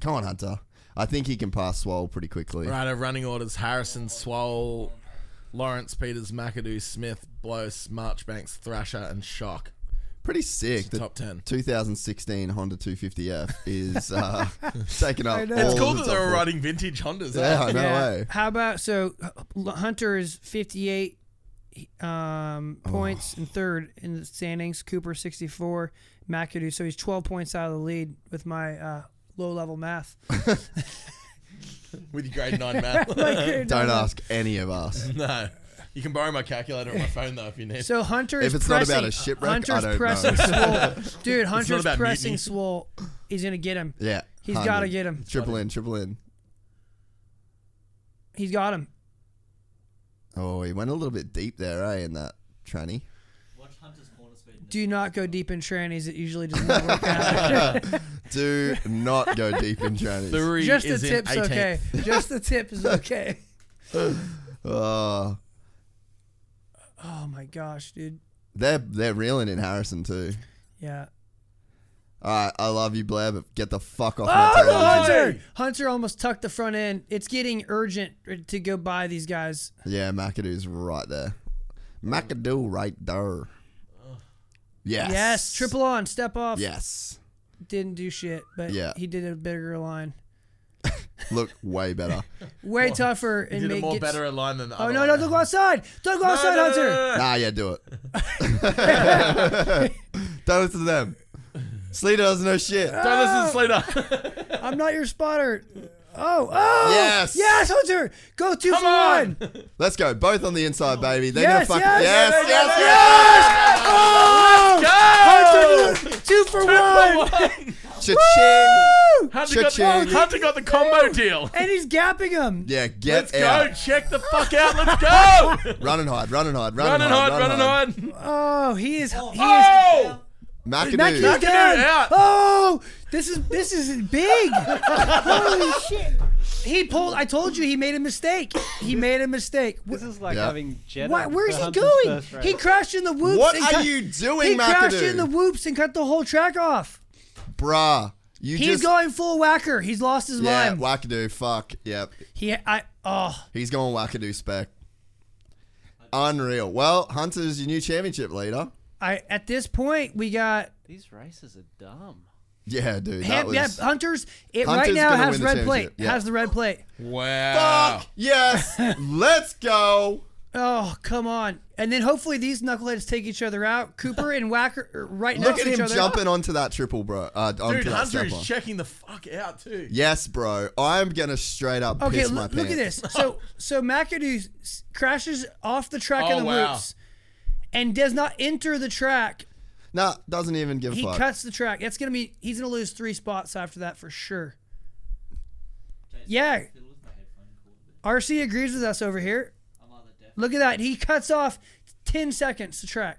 B: Come on, Hunter. I think he can pass Swole pretty quickly.
D: Right, our running orders: Harrison, Swole, Lawrence, Peters, McAdoo, Smith, Blos, Marchbanks, Thrasher, and Shock.
B: Pretty sick. The
D: Top ten.
B: 2016 Honda 250F is
G: <laughs>
B: uh, <laughs> taking up.
G: know.
B: all
G: It's
D: It's
B: of
D: cool
B: the
D: that
B: top
D: they were
B: four.
D: riding vintage Hondas.
B: Yeah,
D: eh? <laughs>
B: I know.
G: Yeah.
B: eh?
G: How about so H- Hunter is 58 um,
B: Oh.
G: points in third in the standings. Cooper 64, McAdoo. So he's 12 points out of the lead with my uh, low
B: <laughs>
G: level math.
D: with your grade nine math. <laughs>
B: Don't ask any of us.
D: no, you can borrow my calculator on my phone though if you need.
G: So Hunter
B: If
G: is
B: it's not
G: pressing.
B: about a shipwreck, I
G: Hunter's
B: don't know. <laughs>
G: pressing swole. Dude, Hunter's
D: about
G: pressing
D: mutiny.
G: swole. He's gonna get him.
B: Yeah.
G: He's
B: 100.
G: gotta get him.
B: Triple in, triple in.
G: He's got him.
B: Oh, he went a little bit deep there, eh, in that
G: <laughs>
B: tranny.
F: Watch Hunter's corner speed.
G: Do not go deep in trannies. It usually does not
B: <laughs>
G: work out.
B: Do not go deep in trannies.
D: Three
G: Just the
D: is in
G: tip's
D: 18th.
G: okay. Just the
B: <laughs>
G: tip is okay.
B: Oh,
G: Oh my gosh, dude.
B: they're they're reeling in Harrison too.
G: Yeah.
B: All right, I love you, Blair, but get the fuck off
G: Oh,
B: my
G: no,
B: television.
G: Hunter! Hunter almost tucked the front end. It's getting urgent to go by these guys.
B: Yeah, McAdoo's right there. McAdoo right there. Yes.
G: Yes, triple on, step off.
B: Yes.
G: Didn't do shit, but
B: Yeah.
G: he did a bigger line.
B: look way
G: <laughs>
B: better.
G: Way tougher
D: You
G: and
D: did a
G: make
D: more
G: gets-
D: better line than the
G: Oh
D: other
G: no!
D: one.
G: Don't go outside! Don't go outside,
D: no, no,
G: Hunter.
D: no,
B: ah, yeah, do it.
G: <laughs>
B: <laughs> Don't listen to them. Sleater doesn't know shit.
D: Don't listen to Slater.
G: I'm not your spotter. Oh, oh!
B: Yes.
G: yes, Hunter. Go two for
D: on. <laughs>
G: one.
B: Let's go. Both on the inside, baby. They
G: Yes,
B: know fucking
G: yes,
B: yes, yes,
G: yes,
B: yes.
G: Oh,
D: Go!
G: Hunter, two for one.
B: Cha-ching.
D: Hunter, got the,
B: Cha-ching.
D: Hunter got the combo deal.
G: And he's gapping him.
B: Yeah,
D: Let's
B: get
D: go.
B: out.
D: Check the fuck out. Let's go.
B: Run and hide. Run and hide. <laughs> Run,
D: run and hide. Run and hide.
G: Oh, he is. He is.
D: Oh!
B: Mackinac.
G: Mackey's down.
D: out.
G: Oh, this is this is big. Holy
H: <laughs>
G: shit! He pulled. I told you he made a mistake. He made a mistake.
H: This is like
B: Yeah.
H: having Jedi.
G: Why, where's
H: for
G: he
H: Hunter's
G: going?
H: first round.
G: He crashed in the whoops.
B: What
G: and
B: are
G: cut-
B: you doing,
G: He crashed
B: McAdoo?
G: in the whoops and cut the whole track off.
B: Bruh. You
G: He's
B: just,
G: going full whacker. He's lost his
B: Yeah,
G: mind.
B: wackadoo. Fuck. Yep.
G: he, I, oh,
B: He's going wackadoo spec. Unreal. Well, Hunter's your new championship leader.
G: I. At this point, we got
H: These races are dumb.
B: Yeah, dude. That
G: Ham,
B: was,
G: yeah, Hunter's. It
B: Hunter's
G: right now
B: gonna
G: has
B: win the
G: red plate.
B: championship, yeah.
G: Has the red plate.
D: Wow.
B: Fuck. Ah.
G: <laughs>
B: Yes. Let's go.
G: Oh, come on. And then hopefully these knuckleheads take each other out. Cooper and Whacker are right
B: Look
G: next
B: at
G: to each
B: him
G: other.
B: jumping onto that triple, bro. Uh, onto
D: Dude,
B: that
D: Hunter is
B: stepper.
D: checking the fuck out too.
B: Yes, bro. I'm gonna straight up
G: Okay,
B: piss
G: loo-
B: my
G: look,
B: pants.
G: at this. So so McAdoo s- crashes off the track
D: Oh,
G: in the
D: wow.
G: whoops and does not enter the track.
B: Nah, doesn't even give a
G: He
B: fuck.
G: cuts the track. That's gonna be he's gonna lose three spots after that for sure. Yeah. RC agrees with us over here. Look at that. He cuts off ten seconds the track.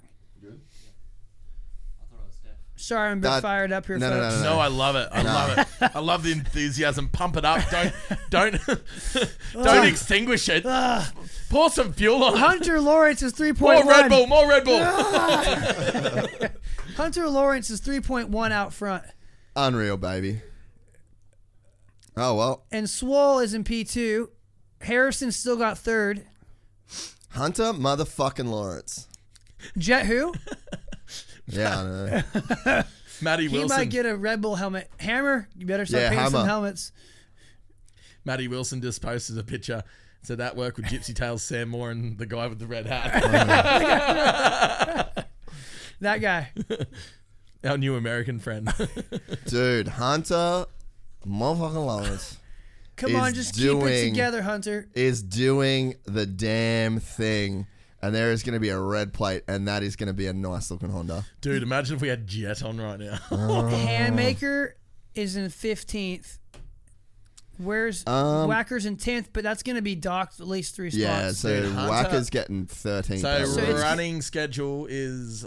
G: Sorry, I'm a bit
B: That-
G: fired up here,
B: no,
G: folks.
B: no, no, no,
D: No, I love it. I love
G: uh,
D: it. I love the enthusiasm. Pump it up.
G: <laughs>
D: Don't don't
G: Ah.
D: don't extinguish it. Pour some fuel on it.
G: Hunter Lawrence is three
D: More
G: Ah. point
D: Red Bull.
G: one. Ah.
D: More Red Bull.
G: Hunter Lawrence is three point one out front,
B: Unreal, baby. Oh well,
G: and Swole is in P two. Harrison still got third.
B: Hunter, motherfucking Lawrence.
G: Jet who?
B: Yeah, I know.
D: <laughs>
G: <laughs>
D: Matty
G: He
D: Wilson.
G: might get a Red Bull helmet. Hammer, you better start
B: Yeah,
G: paying some
B: Hammer.
G: helmets.
D: Matty Wilson just posted a picture. Said that work with Gypsy Tails, Sam Moore, and the guy with the red
G: <laughs>
D: hat.
G: That guy.
D: Our new American friend. <laughs>
B: dude, Hunter, motherfucking Lawrence
G: Come on,
B: Is
G: just keep it
B: doing-
G: together, Hunter.
B: is doing the damn thing, and there is gonna be a red plate, and that is gonna be a nice looking Honda.
D: Dude, imagine if we had Jet on right now.
G: Handmaker is in fifteenth. Where's
B: Um,
G: Whacker's in tenth? But that's gonna be docked at least three spots.
B: Yeah, so
D: Dude, Hunter-
B: Wacker's getting 13.
D: So,
G: So it's-
D: running schedule is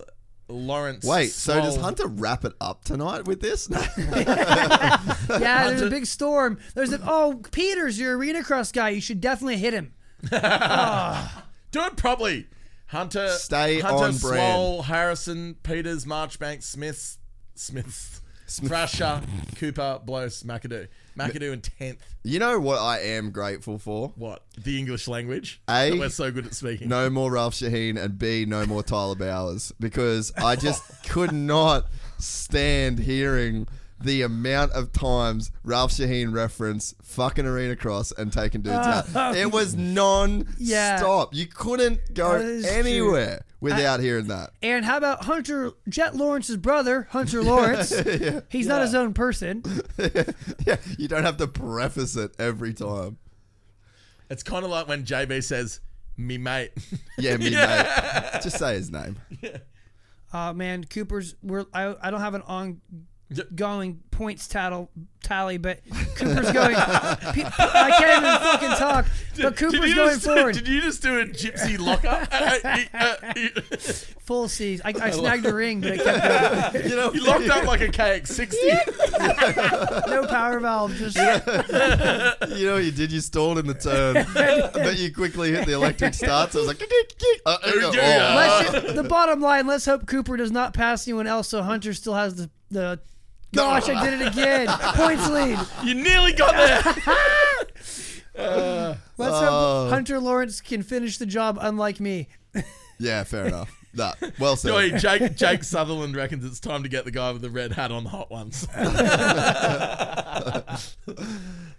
D: Lawrence.
B: Wait, so does
D: Swole.
B: Hunter wrap it up tonight with this? <laughs>
G: Yeah, there's a big storm. There's a oh Peters, your arena cross guy. You should definitely hit him.
D: Do it properly. Hunter,
B: Stay
D: Hunter,
B: on brand.
D: Swole, Harrison, Peters, Marchbank, Smith, Smith, Thrasher, Cooper, Blows, McAdoo. McAdoo in 10th.
B: you know what I am grateful for?
D: What? The English language?
B: A.
D: That we're so good at speaking.
B: No more Ralph Shaheen and B, no more Tyler Bowers because I just could not stand hearing the amount of times Ralph Shaheen referenced fucking Arena Cross and taking dudes out. It was non stop. You couldn't go
G: That is
B: anywhere without hearing that. <laughs>
G: And how about Hunter Jet Lawrence's brother, Hunter Lawrence? He's not his own person.
B: yeah, you don't have to preface it every time.
D: It's kind of like when JB says, me mate.
B: Yeah, me mate. Just say his name.
G: Oh man, Cooper's. We're, I, I don't have an ongoing points tattle, tally, but Cooper's going. pe- I can't even fucking talk. <laughs> But Cooper's
D: you
G: going
D: just,
G: forward.
D: Did you just do a gypsy
G: <laughs>
D: lockup? Uh,
G: Full C's.
D: <laughs>
G: I, I snagged a ring, but it kept
B: You know,
D: you locked up like a cake. 60. <laughs>
G: going. No power valve.
B: <laughs>
G: Just
B: You know, what you did. You stalled in the
G: <laughs>
B: turn, but you quickly hit the electric start. So I was like, uh, there we go.
D: Yeah.
B: Oh,
G: Let's ju- the bottom line. Let's hope Cooper does not pass anyone else, so Hunter still has the the. Gosh, I did it
D: <laughs>
G: again. Points lead.
D: You nearly got there.
G: Let's
B: Oh.
G: hope Hunter Lawrence can finish the job, unlike me.
B: <laughs> yeah, fair enough. Nah, well said.
D: Joey,
B: <laughs>
D: Jake, Jake Sutherland reckons it's time to get the guy with the red hat on the
B: <laughs>
D: hot ones. <laughs>
B: Uh.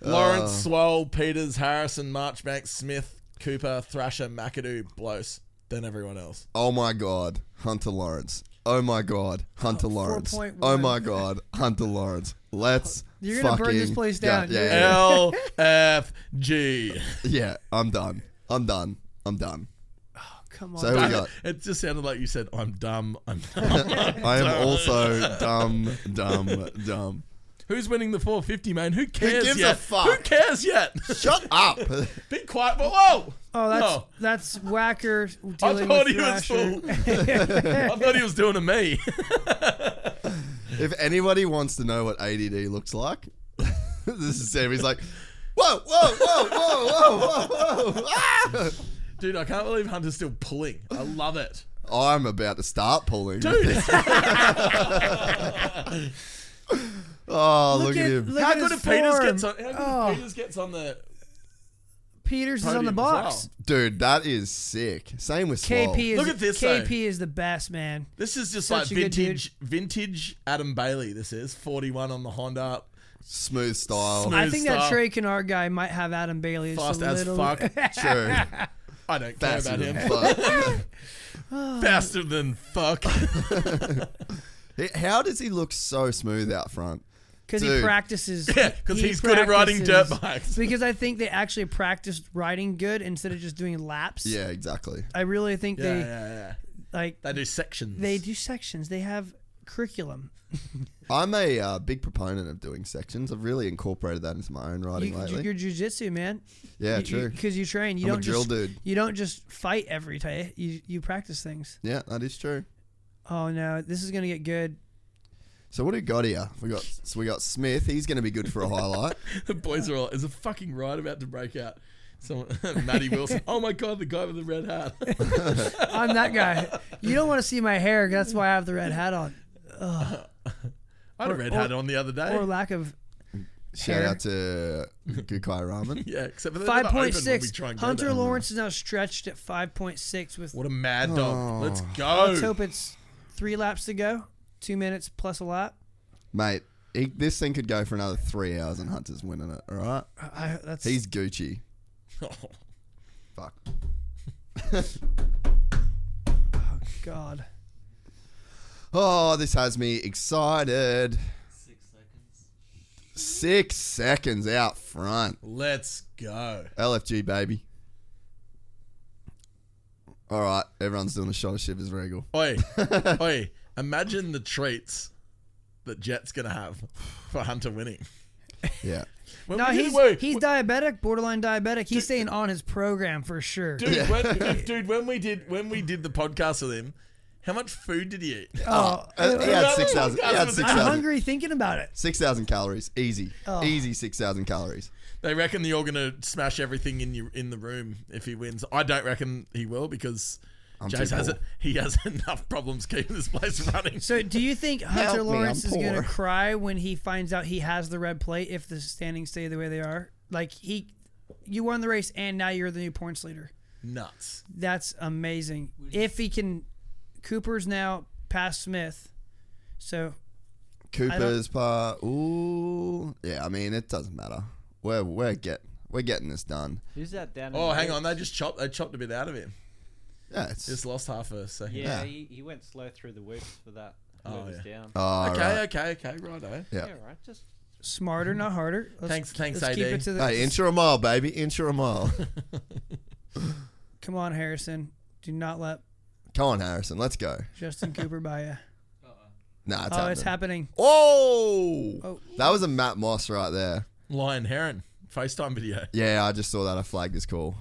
D: Lawrence, Swole, Peters, Harrison, Marchbanks, Smith, Cooper, Thrasher, McAdoo, Blose, then everyone else.
B: Oh my god, Hunter Lawrence. Oh my god, Hunter Lawrence.
G: 4.1.
B: Oh my god, Hunter Lawrence. Let's
G: You're gonna burn this
B: fucking
G: place
B: go.
G: down,
B: Yeah,
G: dude.
B: Oh, yeah,
D: L F G.
B: yeah, Yeah, I'm done. I'm done. I'm done.
G: Come on.
B: So <laughs> who we got?
D: <laughs> It just sounded like you said, "I'm dumb." I'm
B: <laughs>
D: dumb.
B: I am also dumb, dumb, dumb.
D: Who's winning the 450, man? Who cares
B: gives a
D: yet?
B: fuck?
D: Who cares yet?
B: <laughs> Shut up. <laughs>
D: Be quiet. Whoa! whoa.
G: oh, that's
D: Oh.
G: that's Whacker
D: <laughs> I
G: dealing
D: thought
G: with
D: he was
G: Thrasher.
D: full. I thought he was doing to me. <laughs>
B: if anybody wants to know what ADD looks like, <laughs> this is Sam. He's like, whoa, whoa, whoa, whoa, whoa, whoa, whoa. Ah!
D: Dude, I can't believe Hunter's still pulling. I love it.
B: I'm about to start pulling.
D: Dude,
B: <laughs> Oh, look,
G: Look
B: at,
G: at-
B: him.
G: look
D: how
G: at
D: good if
G: his
D: Peters
G: form.
D: gets on how good if
G: Oh.
D: Peters gets on the
G: <laughs> Peters is
D: podium
G: on the
D: as
G: box.
D: well.
B: Dude, that is sick. Same with Swole.
G: KP is
D: Look at this,
G: KP
D: though.
G: is the best man.
D: This is just like
G: Such a good
D: vintage vintage Adam Bailey, this is. Forty one on the Honda.
B: Smooth style.
D: Smooth.
G: I think that
D: star.
G: Trey Kennard guy might have Adam Bailey. just
D: Fast
G: a
D: as
G: little,
D: fuck.
G: <laughs>
B: True.
D: I don't care
B: Faster
D: about
B: than
D: him.
B: fuck.
D: <laughs> Faster than fuck.
B: He- How does he look so smooth out front?
G: because he
B: Dude.
G: practices.
D: <laughs> Yeah, 'cause he's good at riding dirt
G: practices-
D: bikes. <laughs>
G: Because I think they actually practiced riding good instead of just doing laps.
B: Yeah, exactly.
G: I really
D: <laughs>
G: think
D: yeah,
G: they
D: yeah, yeah.
G: like
D: They do sections. <laughs>
G: they do sections. They have curriculum.
B: I'm a uh, big proponent of doing sections. I've really incorporated that into my own writing
G: You,
B: lately.
G: you're jujitsu man.
B: yeah, true.
G: Because you, train. You
B: I'm a
G: don't
B: drill
G: just,
B: dude.
G: You don't just fight every day. You you practice things.
B: yeah, that is true.
G: Oh no, this is gonna get good.
B: So what do we got here? We got so we got Smith. He's going to be good for a highlight.
D: The boys are all is a fucking riot about to break out. Someone <laughs> Matty Wilson. Oh my god, the guy with the red hat. <laughs>
G: I'm that guy. You don't want to see my hair. 'cause That's why I have the red hat on,
D: I had a
G: Or-
D: red
G: or-
D: hat on the other day.
G: or lack of
B: Shout
G: Hair.
B: out to Gukai
D: <laughs>
B: Ramen.
D: yeah, except for the
G: Five point six. Hunter Lawrence is now stretched at five point six with.
D: What a mad dog. Let's
G: Let's
D: go.
G: hope it's three laps to go. Two minutes plus a lap.
B: Mate, he, this thing could go for another three hours and Hunter's winning it, all right?
G: I, that's
B: He's Gucci. Fuck.
G: God.
B: Oh, this has me excited.
F: Six seconds.
B: Six seconds out front.
D: <laughs> Let's go.
B: LFG, baby. All right, everyone's doing a shot of Shivers Regal. <laughs>
D: Oi, oi! Imagine the treats that Jet's gonna have for Hunter winning.
B: Yeah.
D: When
G: No,
D: we did-
G: he's
D: wait,
G: he's
D: wait,
G: diabetic, borderline diabetic. He's staying on his program for sure.
D: dude,
B: <laughs>
D: when, dude, dude, when we did when we did the podcast with him, how much food did he eat?
G: oh,
B: Uh, he had 6,000 he had
D: I'm
B: 6,000
G: I'm hungry thinking about it.
B: 6,000 calories. Easy.
G: Oh.
B: Easy 6,000 calories.
D: They reckon you're gonna smash everything in your in the room if he wins. I don't reckon he will because
B: too
D: Jace has
B: poor.
D: it. He has <laughs> enough problems keeping this place running.
G: So, do you think Hunter
B: Help me, I'm
G: Lawrence is going
B: poor.
G: to cry when he finds out he has the red plate if the standings stay the way they are? Like he, you won the race and now you're the new points leader.
D: Nuts.
G: That's amazing. If he can, Cooper's now past Smith, so
B: Cooper's part. Ooh. Yeah, I mean, it doesn't matter. We're, we're, get, we're getting this done.
H: Who's that down? in
D: Oh,
H: the
D: hang on.
H: notes?
D: They just chopped. They chopped a bit out of him.
B: Yeah, it's.
D: Just lost half a second.
H: Yeah,
B: Yeah.
H: He, he went slow through the whoops for that.
D: Oh,
H: whoever's down.
B: oh,
D: okay,
B: right.
D: okay, okay. Righto.
B: Yeah.
H: Yeah, right. Just
G: smarter, not harder. Let's,
D: Mm-hmm. Thanks- thanks,
G: Let's keep
D: AD.
G: it to the.
B: Hey, inch or a mile, baby. Inch or a mile. <laughs>
G: Come on, Harrison. Do not let
B: Come on, Harrison. Let's go.
D: <laughs>
G: Justin Cooper buy you.
B: Nah, it's
G: Oh,
B: happening.
G: it's happening.
B: Oh!
G: Oh.
B: That was a Matt Moss right there.
D: Lion Heron FaceTime video.
B: Yeah, I just saw that. I flagged this call.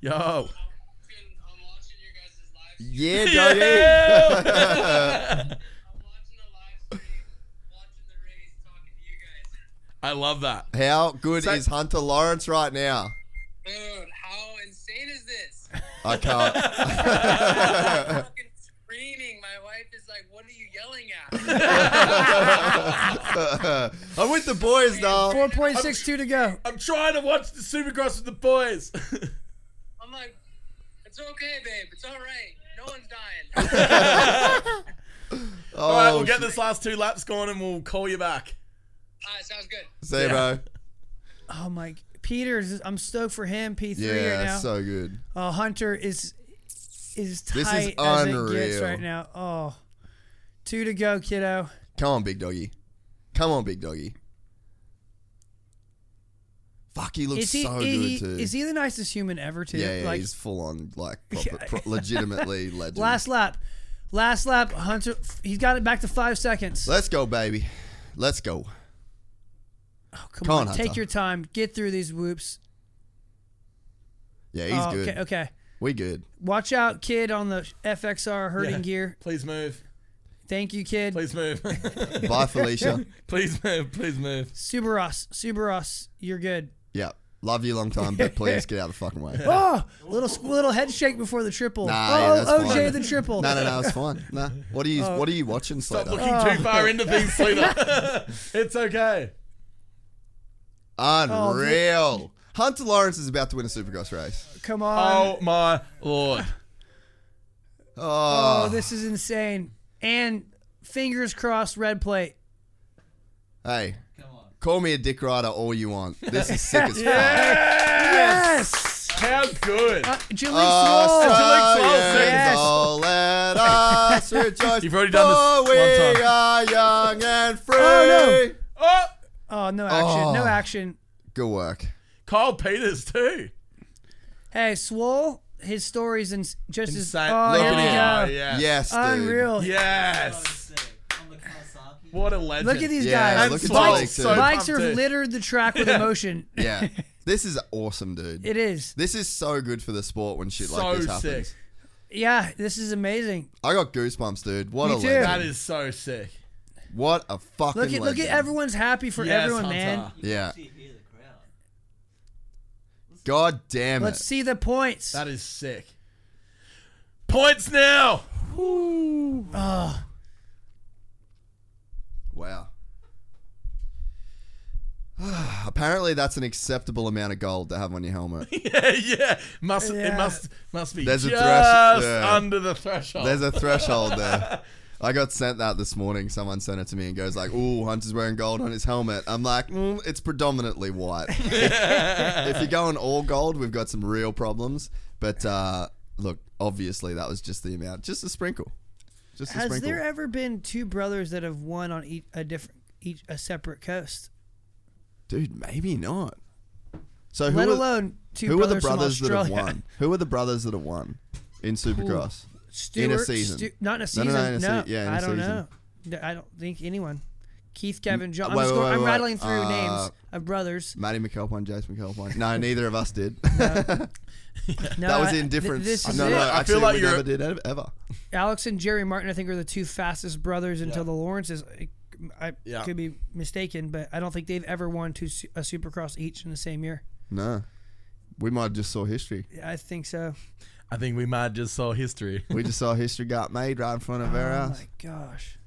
D: Yo.
I: I'm watching your guys' live stream.
D: <laughs>
B: Yeah, Dodie.
D: Yeah.
I: I'm watching the live stream, <laughs> watching the race, talking to you guys.
D: I love that.
B: <laughs> How good
D: So-
B: is Hunter Lawrence right now?
I: Dude, how insane is this?
B: I can't.
D: <laughs>
I: I'm fucking screaming. My wife is like, "What are you yelling at?"
B: I'm with the boys now.
G: Four point six two to go.
D: <laughs> I'm trying to watch the Supercross with the boys.
I: I'm like, "I It's okay, babe. It's all right. No one's
D: All
I: dying.
D: right, we'll
B: Oh,
D: get
B: shit.
D: this last two laps going and we'll call you back.
I: All right, sounds good.
B: Say,
D: Yeah.
B: bro.
G: Oh my, Peters, I'm stoked for him. P three right
B: Yeah,
G: now.
B: so good.
G: oh, Hunter is is
B: is
G: tight as it gets
B: unreal.
G: right now. Oh, two to go, kiddo.
B: Come on, big doggy. Come on, big doggy. Fuck, he looks
G: Is he,
B: so
G: is,
B: good
G: he
B: too.
G: is he the nicest human ever? Too.
B: yeah, yeah,
G: like,
B: he's full on
G: <laughs>
B: like proper, pro- legitimately legend.
G: Last lap. Last lap, Hunter. He's got it back to five seconds.
B: Let's go, baby. Let's go.
G: Oh, come
B: Come
G: on,
B: on,
G: take
B: Hunter.
G: your time. Get through these whoops.
B: Yeah, he's
G: oh,
B: good.
G: Okay, okay.
B: We good.
G: Watch out, kid, on the FXR herding
D: Yeah.
G: gear.
D: Please move.
G: Thank you, kid.
D: Please move. <laughs>
B: Bye,
G: <laughs>
B: Felicia.
D: please move. Please move.
G: Subaros, Subaros,
B: <laughs>
G: you're good.
B: yeah, love you long time, but please get out of the fucking way. No,
G: <laughs> Oh, little little head shake before the triple.
B: Nah, yeah,
G: oh,
B: that's
G: OJ
B: fine.
G: the triple. Oh.
B: no, no, it's fine. Nah, what are you? what are you watching,
D: Stop
B: Slater?
D: looking too far into things, Slater. <laughs> it's okay.
B: Unreal. Oh, Hunter Lawrence is about to win a Supercross race.
G: Come
D: Oh
G: on.
D: my lord.
B: Oh,
G: Oh, this is insane. And fingers crossed, red plate.
B: hey, call me a dick rider all you want. This is sick
G: <laughs>
B: as fuck.
G: Yes.
D: How good.
G: Uh, Jaleek
B: Oh,
G: Swole.
D: Jaleek Swole,
B: yes.
D: yes.
B: Oh, let
G: <laughs>
B: us rejoice.
D: You've already done this
B: for
D: one
B: we
D: time.
B: are young and free.
G: <laughs> Oh,
D: Oh,
G: Oh, no action. No
B: Oh.
G: action.
B: Good work.
D: Kyle Peters too.
G: Hey, Swole, his story's in, just as.
D: Insane.
G: Oh,
B: Look
G: here
B: at
G: we
B: him.
G: go.
D: yeah.
B: Yes, dude.
G: Unreal.
D: Yes.
F: On the Kawasaki.
D: What a legend.
G: Look at these
B: Yeah,
G: guys.
D: look at
G: bikes
D: Jaleek too.
G: bikes
D: So
G: are
D: pumped in.
G: littered the track with emotion. <laughs>
B: Yeah, this is awesome, dude.
G: It is.
B: This is so good for the sport when shit
D: So
B: like this happens.
D: sick.
G: Yeah, this is amazing.
B: I got goosebumps, dude. What
G: Me
B: a
G: too.
B: legend.
D: That is so sick.
B: what a fucking
G: Look at look at
B: legend.
G: everyone's happy for
D: Yes,
G: everyone,
D: Hunter.
G: man.
B: Yeah.
F: You hear the crowd.
B: God damn it.
G: Let's see the points.
D: That is sick. Points now. Ah.
B: Wow. <sighs> Apparently, that's an acceptable amount of gold to have on
F: <laughs>
B: your helmet.
D: <laughs> yeah, yeah. Must
G: Yeah.
D: it must must be
B: There's a
D: just
B: thresh- yeah.
D: under the threshold.
B: There's a threshold
F: <laughs>
B: there. I got sent that this morning. Someone sent it to me and goes like, "Ooh, Hunter's wearing gold on his helmet." I'm like, mm, "It's predominantly
F: <laughs>
B: white. if, if you're going all gold, we've got some real problems." But uh, look, obviously, that was just the amount, just a sprinkle, just a
G: Has
B: sprinkle.
G: there ever been two brothers that have won on each a different each a separate coast?
B: Dude, maybe not. So who
G: Let
B: are,
G: alone two
B: who are
G: brothers
B: the brothers
G: from
B: that have
G: Australia. <laughs>
B: won? Who are the brothers that have won in Supercross?
G: Stewart,
B: In a season.
G: Stu- not in a
B: No,
G: season.
B: no,
G: No,
B: no, in a se- yeah, in a
G: I don't
B: season.
G: know. No, I don't think anyone. Keith, Kevin, John. I'm,
B: wait,
G: just going,
B: wait, wait,
G: I'm
B: wait.
G: rattling through
B: Uh,
G: names of brothers.
B: Matty McElpine, Jace McElpine.
G: <laughs>
B: No, neither of us did.
G: No,
B: <laughs> that was
G: I-
B: the
G: th-
B: indifference.
G: this is
B: no,
G: it.
B: no,
D: I
B: actually,
D: feel like
B: we
D: you're-
B: never did ev- ever.
G: Alex and Jerry Martin, I think, are the two fastest brothers until the Lawrences. I- I
D: Yeah.
G: could be mistaken, but I don't think they've ever won two su- a Supercross each in the same year.
B: No, we might have just saw history.
G: I think so.
D: I think we might just saw history.
B: We just saw history got made right in front of our
G: Oh
B: eyes.
G: my gosh.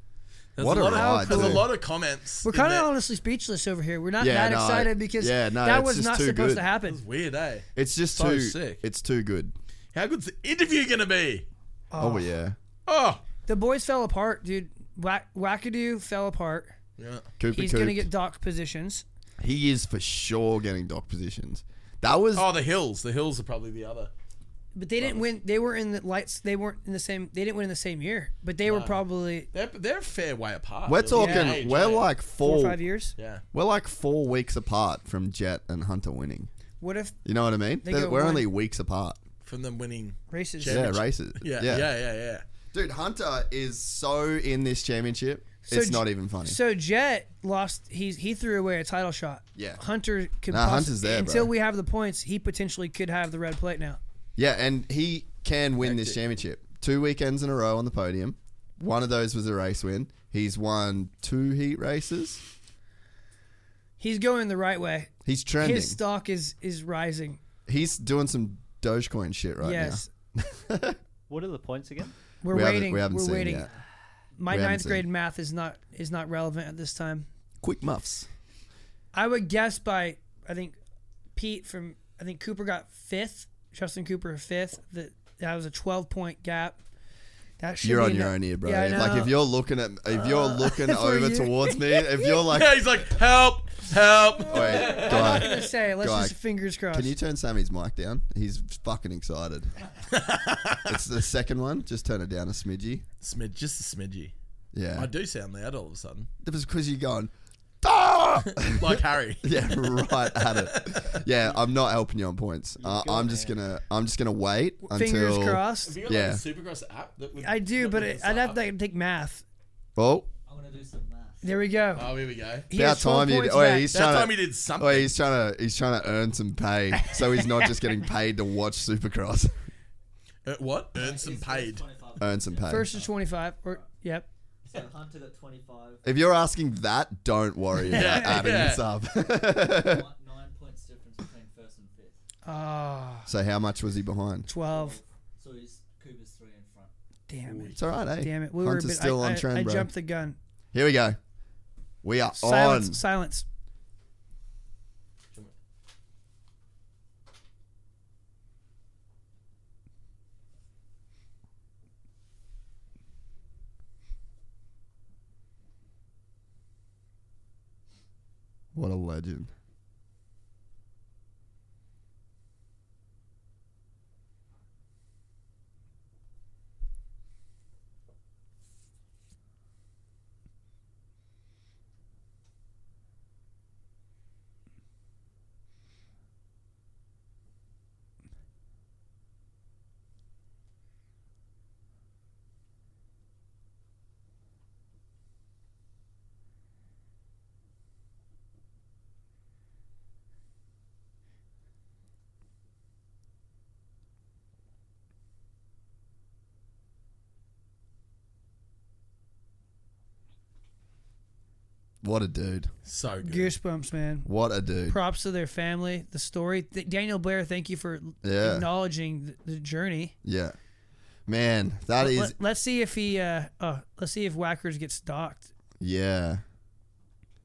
D: There's
B: What a
D: lot
B: ride,
D: of, There's a
B: too.
D: lot of comments.
G: We're
D: in
G: kind
D: there.
G: of honestly speechless over here. We're not
B: Yeah,
G: that
B: no,
G: excited
B: it-
G: because
B: yeah, no,
G: that
B: it's
G: was
B: just
G: not
B: too
G: supposed
B: good.
G: to happen.
D: weird, eh?
B: It's just
D: So
B: too.
D: sick.
B: It's too good.
D: How good's the interview gonna be?
B: Oh, yeah,
D: Oh,
G: The boys fell apart, dude. Wack- Wackadoo fell apart.
D: yeah.
B: Cooper
G: He's
B: Coop.
G: going to get dock positions.
B: he is for sure getting dock positions. That was
D: Oh, the hills. The hills are probably the other.
G: But they didn't win. They were in the lights. They weren't in the same. They didn't win in the same year. But they were probably
D: They're they're a fair way apart.
B: we're
D: They're the
B: talking.
D: same age,
B: we're
D: eh?
B: like
G: four
B: four.
G: or five years.
D: yeah.
B: We're like four weeks apart from Jet and Hunter winning.
G: What if
B: You know what I mean?
G: They
B: They're-
G: go
B: We're
G: one-
B: only weeks apart.
D: From them winning.
G: races?
B: Yeah, races.
D: Yeah, yeah, yeah, yeah. yeah.
B: Dude, Hunter is so in this championship.
G: So
B: it's
G: J-
B: not even funny.
G: So Jet lost. He's he threw away a title shot.
B: Yeah.
G: Hunter could.
B: Nah,
G: possi-
B: Hunter's there, bro.
G: Until we have the points, he potentially could have the red plate now.
B: yeah, and he can win this championship. Two weekends in a row on the podium. One of those was a race win. He's won two heat races.
G: He's going the right way.
B: He's trending.
G: His stock is is rising.
B: He's doing some Dogecoin shit right
G: yes.
H: What are the points
F: <laughs>
H: again?
B: now.
G: We're
B: we
G: waiting.
B: Haven't, we haven't
G: are
B: seen
G: waiting.
B: yet.
G: My
B: We haven't
G: ninth
B: seen.
G: grade math is not is not relevant at this time.
B: Quick muffs.
G: I would guess by I think Pete from I think Cooper got fifth. Justin Cooper fifth. That That was a 12 point gap. That should
B: You're
G: be
B: on
G: in
B: your
G: the-
B: own here, bro.
G: Yeah, I
B: If, like
G: know.
B: if you're looking at, if
G: <laughs>
B: you're looking
G: for
B: over
G: you.
B: towards
G: <laughs>
B: me, if you're like,
D: He's like, help, help.
B: wait,
G: I'm
B: guy,
G: not gonna say. Let's
B: guy,
G: just fingers crossed.
B: Can you turn Sammy's mic down? He's fucking
D: <laughs>
B: excited. it's the second one. Just turn it down a smidgy.
D: Smid, just a smidgy.
B: Yeah.
D: I do sound loud all of a sudden,
B: It was because you're going, "Ah!"
D: like <laughs> Harry.
B: <laughs> yeah, right at it. Yeah, I'm not helping you on points. Uh, I'm just gonna, I'm just gonna wait
G: fingers
B: until.
G: crossed.
D: you
B: got, like, a Yeah.
D: Supergrass app? That would,
G: I do, but it, I'd have to take math.
B: Oh,
F: I'm gonna do some math.
G: There we go.
D: Oh, here we go.
G: He
B: about
G: has 12
B: time you.
G: points
B: Oh,
G: back.
B: he's
D: That
B: trying
D: time
B: to.
D: he did something.
B: Oh, he's trying to. He's trying to earn some pay, so he's not just
D: <laughs>
B: getting paid to watch Supercross.
D: Uh, what? Earn some paid.
B: earn some pay.
G: First is 25. Or yep.
F: So Hunter got 25,
B: if you're asking that, don't
G: <laughs>
B: worry about adding
D: yeah.
B: this up. <laughs>
F: nine, nine points difference between first and fifth.
G: Ah,
B: so how much was he behind?
G: 12.
F: So he's Cooper's three in front.
G: Damn it.
B: It's all right, eh?
G: Damn it. We were a
B: Hunter's
G: bit,
B: still
G: I,
B: on
G: I-
B: trend,
G: I
B: bro.
G: jumped the gun.
B: Here we go. We are
G: Silence.
B: on.
G: Silence.
B: What a legend. What a dude.
D: So good.
G: Goosebumps, man.
B: What a dude.
G: Props to their family, the story. Th- Daniel Blair, thank you for
B: Yeah.
G: acknowledging the, the journey.
B: Yeah. Man, that is
G: Let, us see if he, uh, oh, let's see if Whackers gets docked.
B: yeah.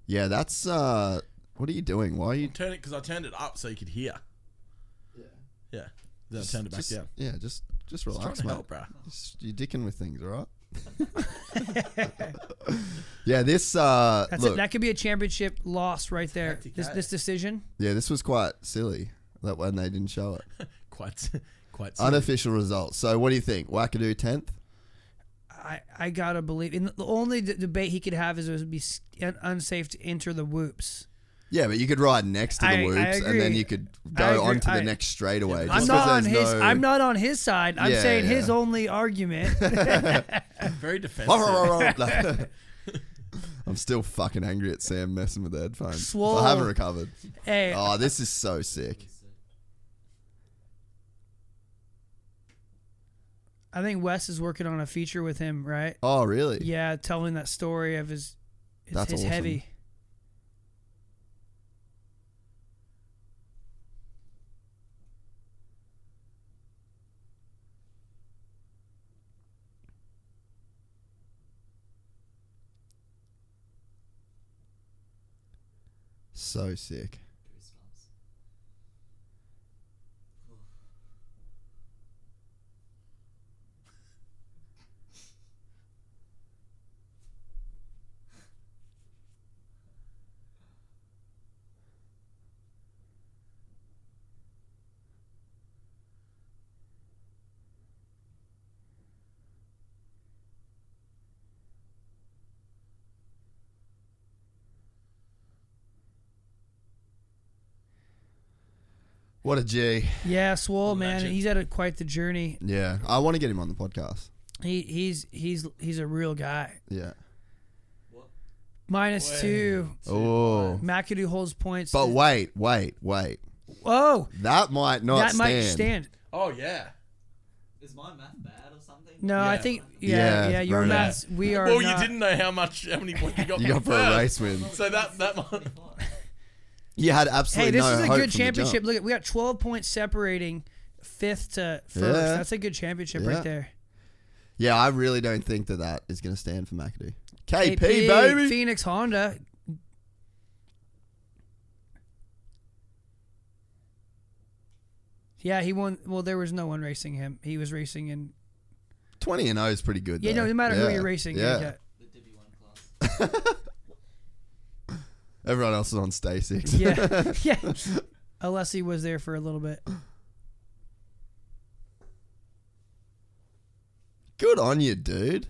B: Yeah, that's uh what are you doing? Why are you
D: Turn it because I turned it up so you could hear. Yeah. Yeah. Then I turned it back
B: just,
D: down.
B: Yeah, just just
D: It's trying
B: relax,
D: to
B: mate.
D: help, bruh.
B: Just- you're dicking with things, all right?
G: <laughs>
B: <laughs> yeah, this uh
G: That's
B: look,
G: it. That could be a championship loss right there.
D: Hectic
G: This,
D: day.
G: this decision.
B: yeah, this was quite silly. That when they didn't show
G: <laughs>
B: it.
D: Quite, <laughs> quite. silly.
B: Unofficial results. So what do you think? Wackadoo tenth?
G: I, I gotta believe. And the only d- debate he could have is it would be s- un- unsafe to enter the whoops.
B: Yeah, but you could ride next to the
G: I- I
B: whoops and then
G: agree.
B: you could
G: I
B: go
G: agree.
B: on to the
G: I-
B: next straightaway.
G: I'm
B: just 'cause
G: not on
B: there's
G: his.
B: no-
G: I'm not on his side. I'm
B: Yeah,
G: saying his
B: yeah. <laughs>
G: only argument. <laughs>
D: Very defensive.
B: I'm still fucking angry at Sam messing with the headphones.
G: Swole.
B: I haven't recovered.
G: hey,
B: Oh, this is so sick.
G: I think Wes is working on a feature with him, right?
B: Oh, really?
G: Yeah, telling that story of his. It's,
B: That's
G: it's
B: awesome.
G: heavy.
B: So sick. What a G.
G: Yeah, Swole man,
D: Legend.
G: he's had a, quite the journey.
B: Yeah, I want to get him on the podcast.
G: He he's he's he's a real guy.
B: Yeah.
G: Minus two,
B: Oh.
G: McAdoo holds points.
B: But wait, wait, wait.
G: oh,
B: That might not
G: that
B: stand.
G: might stand.
D: <laughs> Oh yeah.
F: Is my math bad or something?
G: No, I
D: Yeah.
G: think yeah, yeah,
B: Yeah,
G: your
B: right.
G: maths. We are.
D: Well, you
G: not-
D: didn't know how much, how many points you
B: <laughs>
D: got.
B: You got
D: from
B: for a
D: first.
B: race win.
D: So that that might.
B: You had
G: Hey,
B: absolutely
G: this
B: no
G: is a
B: hope
G: good
B: from the
G: championship.
B: jump.
G: Look, at we got twelve points separating fifth to first.
B: Yeah.
G: That's a good championship
B: Yeah.
G: right there.
B: Yeah, I really don't think that that is going to stand for McAdoo. KP,
G: AP,
B: baby.
G: Phoenix Honda. Yeah, he won. Well, there was no one racing him. He was racing in.
B: 20 and 0 is pretty good.
G: Yeah,
B: though.
G: no, no matter
B: Yeah.
G: who you're racing.
B: Yeah.
G: Yeah.
B: Everyone else is on stay six.
G: Yeah. <laughs> yeah. Unless he was there for a little bit.
B: <laughs> good on you, dude.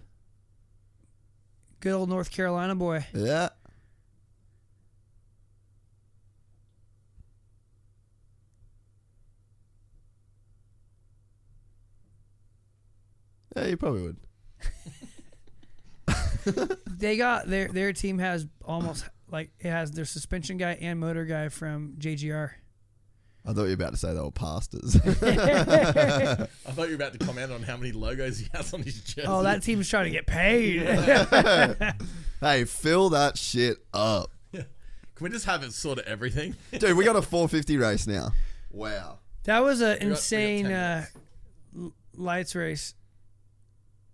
G: Good old North Carolina boy.
B: Yeah. Yeah, you probably would.
G: They got their their team has almost like it has their suspension guy and motor guy from JGR.
B: I thought you were about to say they were
G: <laughs>
B: pastors.
D: <laughs>
B: <laughs>
D: I thought you were about to comment on how many logos he has on his jersey.
G: Oh, that team's trying
B: <laughs>
G: to get paid.
B: hey, fill that shit up.
D: <laughs> Can we just have it sort of everything?
B: Dude, we got a 450 race now. Wow.
G: <laughs> that was an
D: got
G: insane
D: 10
G: uh,
D: minutes.
G: l- lights race.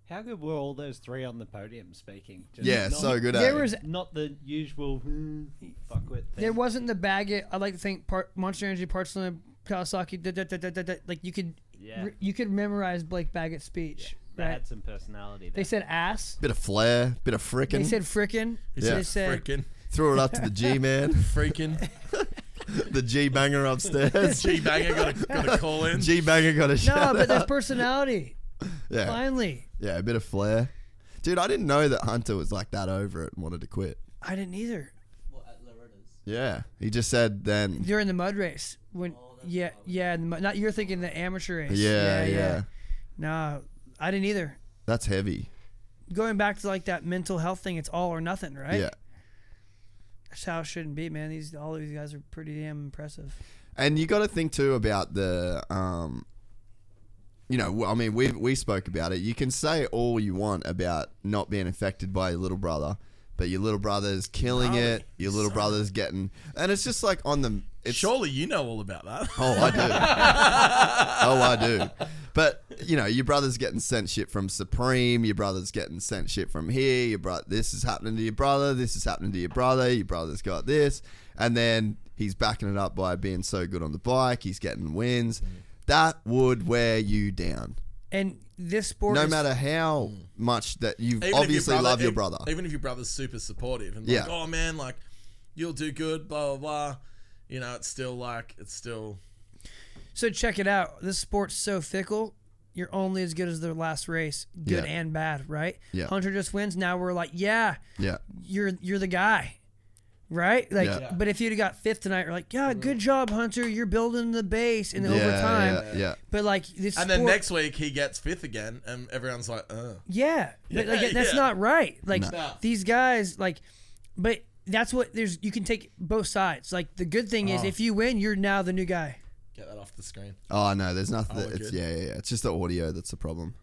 H: How good were all those three on the podium speaking? Just
B: Yeah,
H: not,
B: so good eh? at
G: There
B: it.
G: was
H: Not the usual "Hmm, fuckwit thing.
G: There wasn't the Baggett. I like to think part Monster Energy, Parts Limited, Kawasaki. Da, da, da, da, da, da. Like you could,
H: Yeah.
G: re- you could memorize Blake Baggett's speech.
H: They
G: right?
H: had some personality.
G: They
H: There.
G: said ass.
B: Bit of flair, bit of
G: They
B: frickin'. <laughs>
G: said frickin'.
B: Yeah.
G: They said
D: Freaking,
B: Threw it up
G: <laughs>
B: to the G man,
D: freaking.
B: the G banger
G: <laughs>
B: upstairs.
D: G banger got a, got a call in.
B: G banger got a
G: no,
B: shout.
G: but there's
B: out.
G: personality.
B: yeah,
G: Finally,
B: yeah, a bit of flair. Dude, I didn't know that Hunter was like that over it and wanted to quit.
G: I didn't either.
F: What at Loretta's?
B: Yeah, he just said then.
G: During the mud race, when
H: Oh,
G: yeah, yeah, in the mud, not you're thinking the amateur race.
B: Yeah, yeah,
G: No, I didn't either.
B: That's heavy.
G: Going back to like that mental health thing, it's all or nothing, right?
B: Yeah,
G: That's how it shouldn't be, man. These all of these guys are pretty damn impressive.
B: and you got to think too about the, um, you know, I mean, we we spoke about it. You can say all you want about not being affected by your little brother, but your little brother's killing it. Your little brother's getting, and it's just like on the. It's,
D: Surely you know all about that.
B: Oh, I do. oh, I do. But you know, your brother's getting sent shit from Supreme. Your brother's getting sent shit from here. Your brother, this is happening to your brother. This is happening to your brother. Your brother's got this, and then he's backing it up by being so good on the bike. He's getting wins. That would wear you down,
G: And this sport,
B: no
G: is-
B: matter how much that you
D: <laughs> Even if your
B: obviously
D: brother- e-
B: love your
D: ev-
B: brother.
D: Even if your brother's super supportive and
B: Yeah.
D: like, oh man, like you'll do good, blah blah blah. You know, it's still like it's still
G: So check it out. This sport's so fickle. You're only as good as their last race, good
B: Yeah.
G: and bad, right?
B: Yeah.
G: Hunter just wins. Now we're like, yeah,
B: yeah,
G: you're you're the guy, right? Like,
B: Yeah.
G: but if you'd have got fifth tonight, we're like, yeah,
D: Mm-hmm.
G: good job, Hunter. You're building the base in
B: yeah,
G: overtime.
B: yeah, yeah.
G: But like this,
D: And then
G: sport-
D: next week he gets fifth again, and everyone's like, "Uh,
G: yeah, but like
D: Yeah,
G: that's
D: yeah.
G: not right. Like
D: No.
G: these guys, like, but that's what there's. You can take both sides. Like the good thing is,
B: Uh-huh.
D: Oh.
G: if you win, you're now the new guy.
D: get that off the screen."
B: Oh no, there's nothing.
D: Oh,
B: that, it's
D: okay.
B: yeah, yeah, yeah. It's just the audio that's the problem.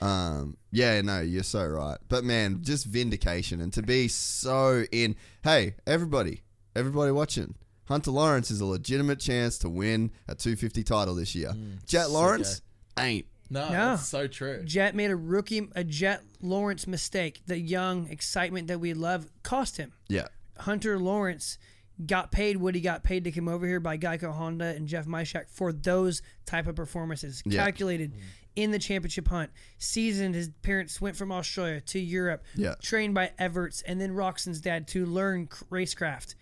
B: Um, yeah, no, you're so right. But man, just vindication and to be so in. Hey, everybody, everybody watching. Hunter Lawrence is a legitimate chance to win a 250 title this year.
D: Mm,
B: Jet Lawrence
D: eh?
B: ain't.
D: No,
G: No.
D: that's so true.
G: Jet made a rookie, a Jet Lawrence mistake. The young excitement that we love cost him.
B: Yeah,
G: Hunter Lawrence got paid what he got paid to come over here by Geico Honda and Jeff Mishak for those type of performances.
B: Yeah.
G: Calculated in the championship hunt. Seasoned, his parents went from Australia to Europe,
B: Yeah.
G: trained by Everts and then Roxon's dad to learn c- racecraft.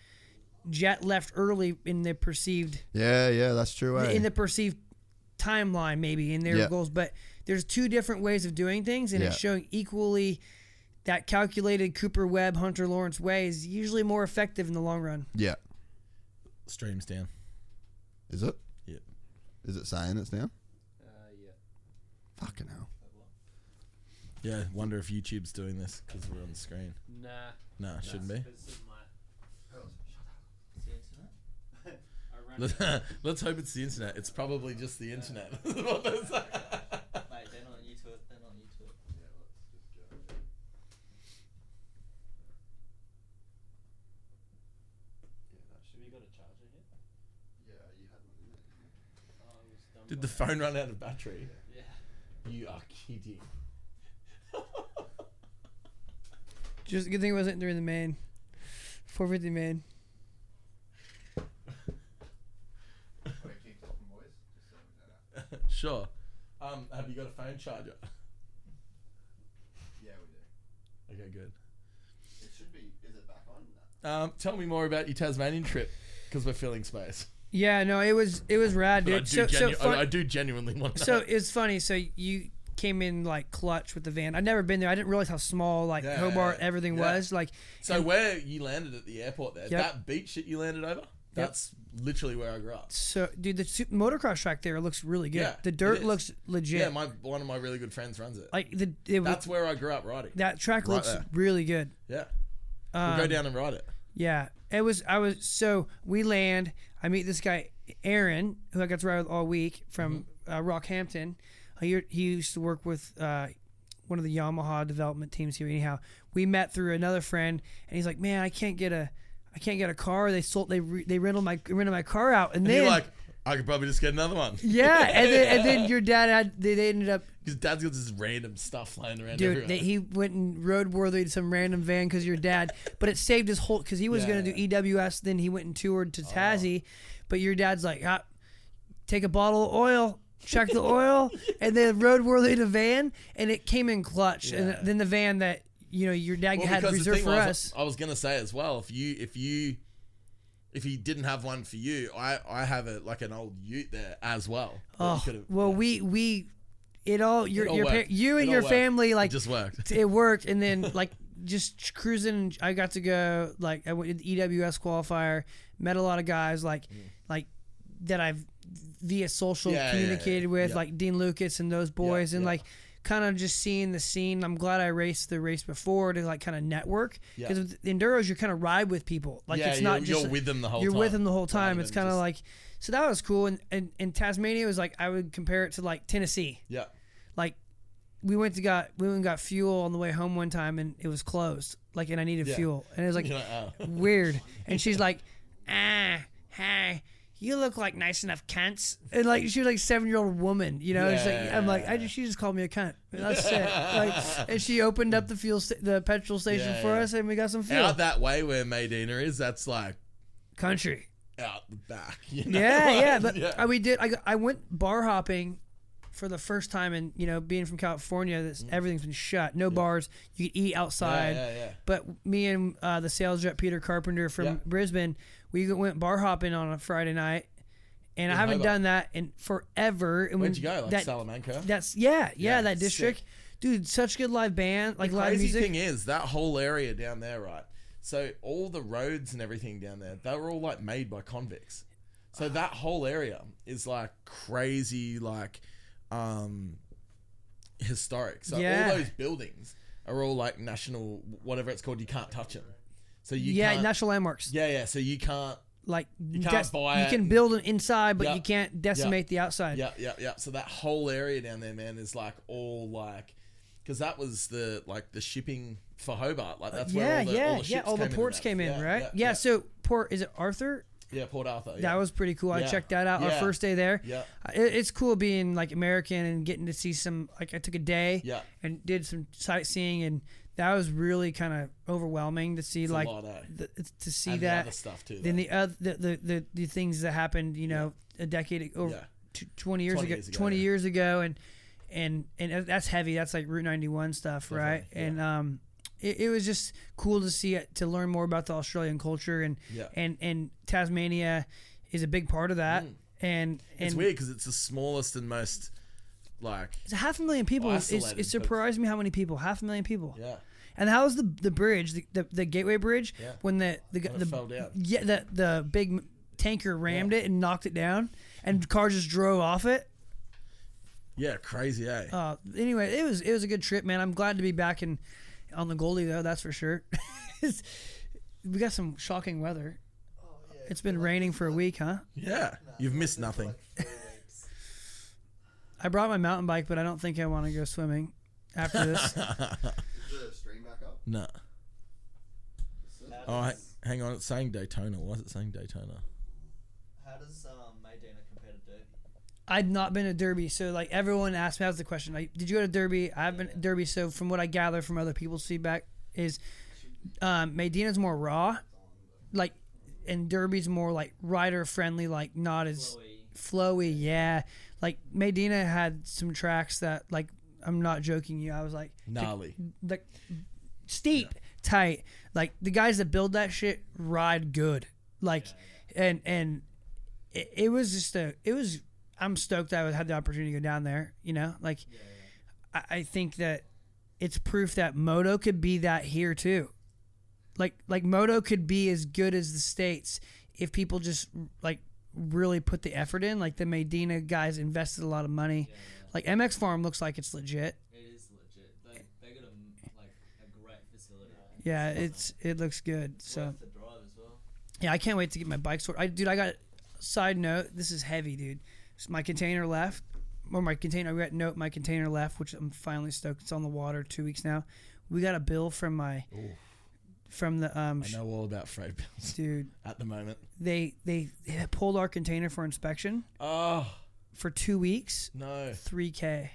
G: Jet left early in the perceived
B: yeah, yeah. That's true. eh?
G: in the perceived timeline maybe in their
B: Yeah.
G: goals but there's two different ways of doing things and it's
B: Yeah.
G: showing equally that calculated cooper webb hunter lawrence way is usually more effective in the long run
B: yeah,
D: Streams down.
B: is it?
D: Yeah.
B: Is it saying it's down? Uh, yeah. Fucking hell.
D: Yeah, wonder if YouTube's doing this because we're on the screen.
H: Nah.
D: No, it shouldn't be.
H: This is my.
F: <laughs>
D: Let's, <laughs> let's hope it's the internet. It's probably just the internet. <laughs>
F: Mate, they're not new to it. They're not new to it. Oh,
D: Did the phone run out of battery? Yeah. You are kidding.
G: just good thing it wasn't during the main 450 main
D: sure. Um, have you got a phone charger? <laughs>
B: Yeah, we do.
D: Okay, good.
B: It should be. Is it back on?
D: Um, tell me more about your Tasmanian trip because we're filling space.
G: Yeah, no, it was it was rad,
D: But I
G: dude.
D: do,
G: So, so,
D: genu-
G: fun-
D: I, I do genuinely want to.
G: so it's funny. So you came in like clutch with the van. I'd never been there. I didn't realize how small like
D: Yeah,
G: Hobart everything
D: yeah.
G: was. Like,
D: So where you landed at the airport there,
G: Yep.
D: that beach that you landed over, that's literally where I grew up.
G: so dude, the su- motocross track there looks really good.
D: Yeah,
G: the
D: it
G: dirt
D: is.
G: looks legit.
D: Yeah, my one of my really good friends runs it.
G: like the it was,
D: that's where I grew up riding.
G: that track
D: right
G: looks
D: there.
G: really good.
D: Yeah, we'll
G: um,
D: go down and ride it.
G: Yeah, it was. I was so we land. I meet this guy Aaron, who I got to ride with all week from
D: Mm-hmm.
G: uh, Rockhampton. Uh, He he used to work with uh, one of the Yamaha development teams here. Anyhow, we met through another friend, and he's like, "Man, I can't get a, I can't get a car. They sold. They re, they rented my rented my car out, and
D: And
G: then
D: you're like, I could probably just get another one. <laughs>
G: yeah, and then and then your dad had they, they ended up
D: Because dad's got this random stuff lying around everywhere.
G: Dude, that he went and roadworthy to some random van because your dad, but it saved his whole because he was
D: Yeah, Oh.
G: going to do EWS. Then he went and toured to Tassie, but your dad's like, ah, take a bottle of oil, check
D: <laughs>
G: the oil, and then roadworthy to van, and it came in clutch.
D: Yeah.
G: And then the van that you know your dad
D: Well,
G: had
D: because the
G: reserved
D: thing
G: for
D: was,
G: us.
D: I was gonna say as well, if you if you if he didn't have one for you, I I have a like an old Ute there as well. that you
G: Oh,
D: could've-
G: well, we we it all your
D: it all
G: your par-
D: worked.
G: you
D: It
G: and
D: all
G: your
D: worked.
G: family
D: It
G: like
D: just worked.
G: it worked and then like just cruising i got to go like i went to the ews qualifier met a lot of guys like like that i've via social
D: Mm. Yeah, yeah, yeah,
G: communicated
D: yeah.
G: with
D: Yeah.
G: like dean lucas and those boys and
D: yeah.
G: like kind of just seeing the scene i'm glad i raced the race before to like kind of network
D: Yeah.
G: because with enduros you kind of ride with people like
D: Yeah,
G: it's not
D: you're-
G: just
D: you're with them the whole
G: you're with
D: time,
G: them the whole time
D: rather
G: it's
D: than
G: kind of
D: just-
G: like so that was cool and, and and tasmania was like i would compare it to like tennessee
D: yeah.
G: like we went to got we went and got fuel on the way home one time and it was closed like and i needed
D: <laughs> Yeah.
G: fuel and it was <laughs> like
D: You're like, oh.
G: <laughs> weird and she's like ah hi you look like nice enough cunts and like she was like seven year old woman you know it's like i'm like i just she just called me a cunt that's it
D: <laughs>
G: like and she opened up the fuel sta- the petrol station
D: Yeah,
G: for
D: yeah.
G: us and we got some fuel
D: Out that way where Maydina is, that's like
G: country
D: out the back. <laughs> You know?
G: Yeah,
D: Like,
G: yeah.
D: <laughs>
G: But I, we did. I, got- I went bar hopping for the first time, and you know, being from California, this, everything's been shut. No bars. You could eat outside.
D: Mm. Yeah, yeah, yeah.
G: But me and uh, the sales rep Peter Carpenter from
D: Yeah.
G: Brisbane, we went bar hopping on a Friday night, and I haven't
D: Hobart.
G: done that in forever. And
D: Where'd
G: when-
D: you go? Like
G: that-
D: Salamanca?
G: That's yeah, yeah.
D: Yeah,
G: that district,
D: sick.
G: dude. Such good live band, like live
D: crazy
G: music.
D: thing is that whole area down there, right? So all the roads and everything down there, they were all like made by convicts. So that whole area is like crazy, like um historic. So
G: Yeah.
D: all those buildings are all like national, whatever it's called. You can't touch them. So you
G: yeah,
D: can't,
G: national landmarks.
D: yeah, yeah. So you can't.
G: Like
D: You can't buy
G: you
D: it
G: can
D: and-
G: build it inside, but
D: Yeah.
G: you can't decimate the outside.
D: Yeah, yeah, yeah. So that whole area down there, man, is like all like, because that was the like the shipping for Hobart. Like that's where
G: yeah,
D: all the,
G: yeah,
D: all the ships
G: yeah. All the
D: came in and
G: ports came in,
D: everything. Yeah,
G: right?
D: Yeah,
G: yeah, So port is it Arthur?
D: Yeah, Port Arthur. Yeah.
G: That was pretty cool. I
D: Yeah.
G: checked that out our
D: Yeah.
G: first day there.
D: Yeah.
G: I- It, it's cool being like American and getting to see some. Like I took a day.
D: Yeah.
G: And did some sightseeing, and that was really kind of overwhelming to see like
D: lot, eh?
G: the, to see
D: And the
G: that
D: other stuff too,
G: Then
D: though.
G: the other the, the the the things that happened, you know, a decade over
D: Yeah.
G: t- twenty years
D: 20
G: ago,
D: years ago,
G: twenty
D: yeah.
G: years ago, and and and that's heavy. That's like Route ninety one stuff, right?
D: Definitely, yeah.
G: And um, it, it was just cool to see it, to learn more about the Australian culture and
D: Yeah.
G: and and Tasmania is a big part of that. And and
D: Mm. it's weird because it's the smallest and most like
G: it's a half a million
D: Oh,
G: people. It's, it's-
D: Isolated,
G: it
D: but-
G: surprised me how many people. Half a million people.
D: yeah.
G: And how was the the bridge, the, the, the gateway bridge,
D: Yeah.
G: when the the
D: it
G: the
D: fell down.
G: yeah the the big m- tanker rammed it and knocked it down,
D: Mm-hmm.
G: and car just drove off it.
D: Yeah, crazy, eh?
G: Uh, anyway, it was it was a good trip, man. I'm glad to be back in on the Goldie though, that's for sure. <laughs> It's- we got some shocking weather.
D: Oh,
G: It's been raining for a week, huh?
D: yeah. You've missed nothing. <laughs>
G: I brought my mountain bike, but I don't think I want to go swimming after this.
B: Is the stream back up?
D: No. All right, hang on. It's saying Daytona. Why is it saying Daytona?
F: How does um, Maydena compare to Derby?
G: I've not been to Derby, so like everyone asked me, that was the question. Like, did you go to Derby? I've been to Derby, so from what I gather from other people's feedback is, um, Medina's more raw, like, and Derby's more like rider friendly, like not as flowy. Yeah, like Medina had some tracks that like I'm not joking you. I was like
D: Gnarly.
G: the, the steep, tight. Like the guys that build that shit ride good. Like, and and it, it was just a it was. I'm stoked I had the opportunity to go down there. You know, like I, I think that it's proof that moto could be that here too. Like like moto could be as good as the states if people just like really put the effort in. Like the Medina guys invested a lot of money. Like MX Farm looks like it's legit.
F: It is legit. They they got a m- like a great facility.
G: Yeah, it's it looks good. So
F: Worth the drive as well.
G: yeah, I can't wait to get my bike sorted. I dude, I got side note. This is heavy, dude. It's my container left, or my container. I got note my container left, which I'm finally stoked. It's on the water two weeks now. We got a bill from my from the um
D: I know all about freight bills <laughs>
G: dude.
D: at the moment.
G: They they pulled our container for inspection
D: Oh
G: for two weeks.
D: no!
G: Three k.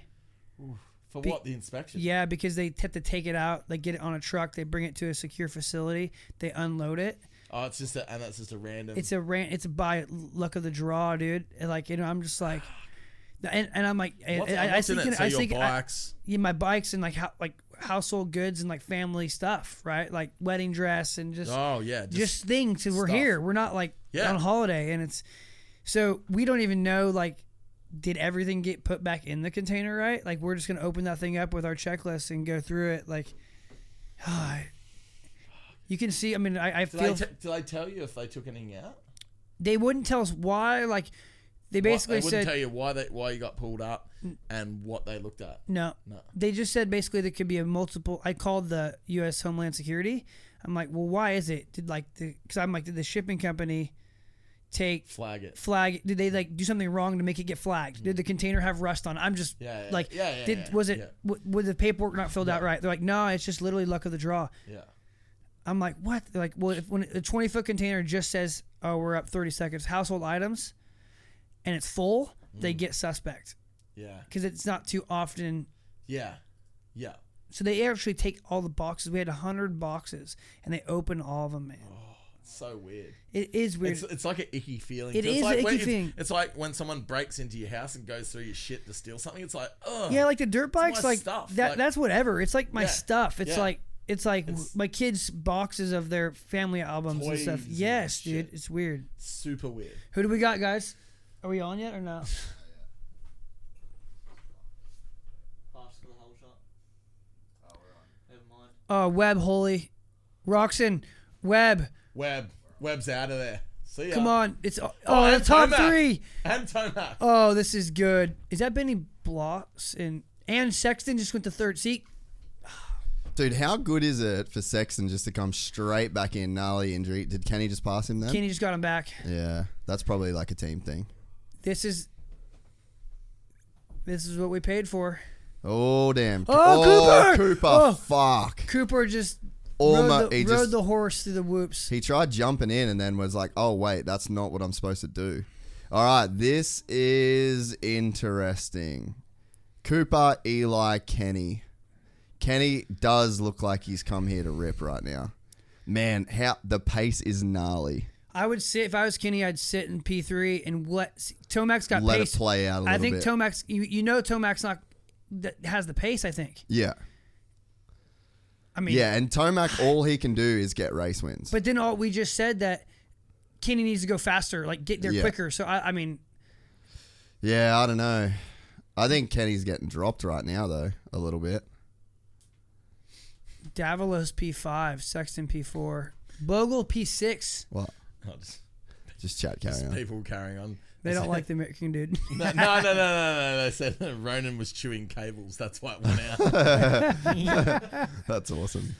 D: For what the inspection?
G: Yeah, because they have to take it out. They get it on a truck. They bring it to a secure facility. They unload it.
D: Oh, it's just a, and that's just a random.
G: It's a rant. It's by luck of the draw, dude. And, Like you know, I'm just like, <sighs> and, and I'm like, and-
D: What's-
G: and I, I
D: what's in
G: think,
D: it?
G: in-
D: So
G: I
D: your
G: think, I-
D: bikes.
G: yeah, my bikes and like how like household goods and like family stuff, right? Like wedding dress and just
D: oh yeah, just,
G: just things. We're
D: stuff.
G: here. We're not like
D: Yeah.
G: on holiday, and it's so we don't even know like did everything get put back in the container right? Like we're just gonna open that thing up with our checklist and go through it. Like, <sighs> you can see. I mean, I, I
D: Did I,
G: feel
D: t- did I tell you if they took anything out?
G: they wouldn't tell us why. Like they basically
D: Why- they wouldn't
G: said
D: tell you why they why you got pulled up and what they looked at.
G: No.
D: No.
G: They just said basically there could be a multiple. I called the U.S. Homeland Security. I'm like, well, why is it? Did like the? Because I'm like, did the shipping company take
D: Flag it.
G: flag? Did they like do something wrong to make it get flagged? Did the container have rust on? it? I'm just
D: Hmm. Yeah, yeah,
G: like,
D: yeah, yeah,
G: did
D: yeah,
G: was it?
D: yeah.
G: W- was the paperwork not filled out right? They're like, no, it's just literally luck of the draw.
D: Yeah.
G: I'm like, what? They're like, well, if when a 20 foot container just says, oh, we're up 30 seconds, household items, and it's full,
D: Mm.
G: they get suspect
D: Yeah.
G: because it's not too often
D: Yeah. Yeah.
G: So they actually take all the boxes. We had hundred boxes, and they open all of them. Man,
D: It's so weird.
G: it is weird.
D: It's, it's like an icky feeling.
G: It
D: It's
G: is
D: like
G: an
D: when-
G: icky
D: it's-
G: feeling.
D: It's like when someone breaks into your house and goes through your shit to steal something. It's like, oh, ugh.
G: yeah, like the dirt
D: my
G: bikes, like
D: stuff,
G: that.
D: like-
G: that's whatever. It's like my
D: Yeah,
G: stuff. It's
D: yeah.
G: like it's like my kids' boxes of their family albums and stuff.
D: Toys and
G: Yes,
D: shit.
G: dude, it's weird.
D: super weird.
G: Who do we got, guys? Are we on yet
D: <laughs>
G: or no?
F: Pass for the whole shot. Never mind.
G: Uh, Webb, holy, Roxon, Webb,
D: Web. Web's out of there. See ya. <laughs>
G: come on, it's oh, the top
D: Tomac.
G: three.
D: And Tomac.
G: Oh, this is good. Is that Benny Bloss and and Sexton just went to third seat?
B: Dude, how good is it for Sexton just to come straight back in gnarly injury? Did Kenny just pass him then?
G: Kenny just got him back.
B: Yeah, that's probably like a team thing.
G: this is this is what we paid for.
B: Oh damn!
G: Oh, Cooper!
B: Cooper,
G: Oh.
B: fuck!
G: Cooper just
B: Almo-
G: rode, the,
B: he
G: rode
B: just-
G: the horse through the whoops.
B: He tried jumping in and then was like, "Oh wait, that's not what I'm supposed to do." All right, this is interesting. Cooper, Eli, Kenny. Kenny does look like he's come here to rip right now. Man, how the pace is gnarly.
G: I would sit if I was Kenny, I'd sit in P three and let Tomac's got
B: Let it
G: pace.
B: play out a
G: I
B: little
G: think
B: bit.
G: Tomac's you, you know Tomac's not that has the pace. I think.
B: Yeah,
G: I mean,
B: yeah, and Tomac, all he can do is get race wins.
G: But then all we just said that Kenny needs to go faster, like get there
B: Yeah.
G: quicker. So I, I mean,
B: Yeah, I don't know. I think Kenny's getting dropped right now, though, a little bit.
G: Davalos P five, Sexton P four, Bogle P six.
B: Well,
D: Oh, just-
B: just chat carry on.
D: people carrying on.
G: They don't like the American dude.
D: <laughs> No, no, no, no, no, no. They said Ronan was chewing cables. That's why it went out.
B: <laughs> <laughs> That's awesome.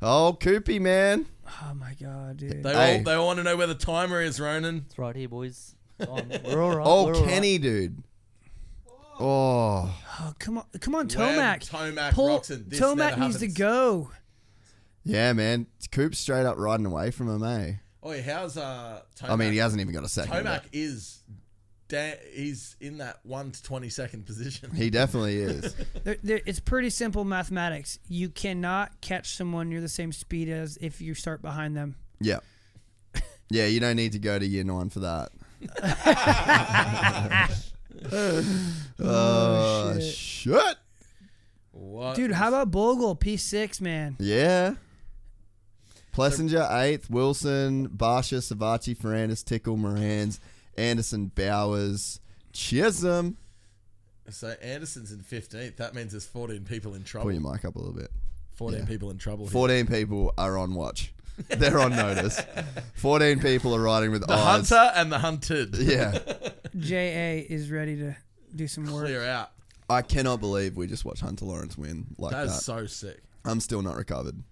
B: Oh, Koopy, man.
G: <laughs> oh my god, dude.
D: They
B: Hey.
D: all they all want to know where the timer is, Ronan.
H: It's right here, boys. Um, we're all right.
B: Oh,
H: we're all right.
B: Kenny, dude. Oh,
G: Oh, come on, come on,
D: Webb,
G: Tomac.
D: Tomac,
G: Pull,
D: Roxon, this
G: Tomac
D: never
G: needs to
D: happens.
G: go.
B: yeah, man. Coop's straight up riding away from him, eh?
D: Oh, yeah, how's uh? Tomac?
B: I mean, he hasn't even got a second.
D: Tomac
B: but
D: is, da- he's in that one to twenty second position.
B: He definitely is.
G: There, there, it's pretty simple mathematics. You cannot catch someone near the same speed as if you start behind them.
B: yeah.
D: <laughs>
B: Yeah, you don't need to go to year nine for that. Uh,
G: shit.
B: shit.
D: What?
G: Dude, how about Bogle P6, man?
B: Yeah. Plessinger, eighth. Wilson, Barsha, Savachi, Ferrandis, Tickle, Morans, Anderson, Bowers, Chisholm.
D: So Anderson's in 15th. That means there's 14 people in trouble.
B: Pull your mic up a little bit.
D: 14
B: yeah.
D: people in trouble. here.
B: 14 people are on watch. <laughs> They're on notice. 14 people are riding with
D: The
B: eyes.
D: hunter and the hunted.
B: <laughs> Yeah.
G: JA is ready to do some work.
D: Clear out.
B: I cannot believe we just watched Hunter Lawrence win like that.
D: That is so sick.
B: I'm still not recovered.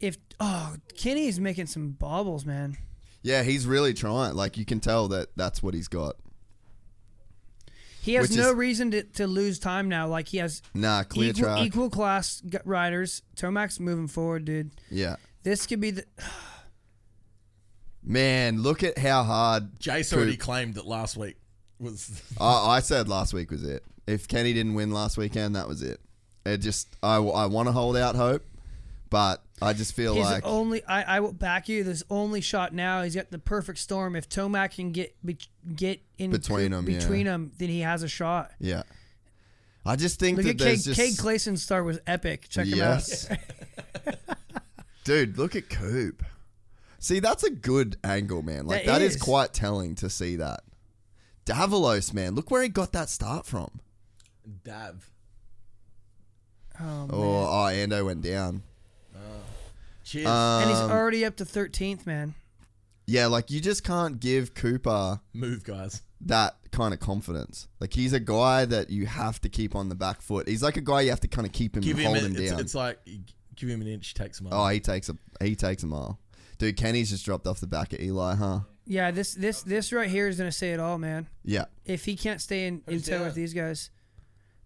G: If oh, Kenny's making some bobbles, man.
B: Yeah, he's really trying. Like, you can tell that that's what he's got.
G: He has
B: Which
G: no
B: is-
G: reason to, to lose time now. Like he has
B: Nah, clear
G: equal,
B: track.
G: equal class g- riders. Tomac's moving forward, dude.
B: Yeah.
G: This could be the
B: Man, look at how hard
D: Jace already claimed that last week was. <laughs>
B: I, I said last week was it. If Kenny didn't win last weekend, that was it. It just I, I want to hold out hope, but I just feel
G: his
B: like
G: only. I, I will back you. This only shot now. He's got the perfect storm. If Tomac can get be, get in
B: Between 'em, yeah.
G: between him, then he has a shot.
B: yeah. I just think
G: Look
B: that
G: at Cade,
B: there's just
G: Cade Clayson's start was epic. Check
B: yes,
G: him out.
B: dude. Look at Coop. See, that's a good angle, man. Like
G: That
B: that is.
G: is.
B: quite telling to see that. Davalos, man, look where he got that start from.
D: Dav.
G: <laughs> Oh, man.
B: Oh, oh Ando went down.
D: Cheers.
G: and he's
B: Um,
G: already up to 13th, man.
B: Yeah, like you just can't give Cooper
D: Move, guys.
B: that kind of confidence. Like he's a guy that you have to keep on the back foot. He's like a guy you have to kind of keep him,
D: Give him.
B: hold
D: A,
B: him
D: it's,
B: down.
D: it's like you give him an inch, take some.
B: oh, he takes a he takes a mile. Dude, Kenny's just dropped off the back of Eli, huh?
G: Yeah, this this this right here is gonna say it all, man.
B: Yeah,
G: If he can't stay in, in
D: Who's
G: tow
D: down?
G: with these guys,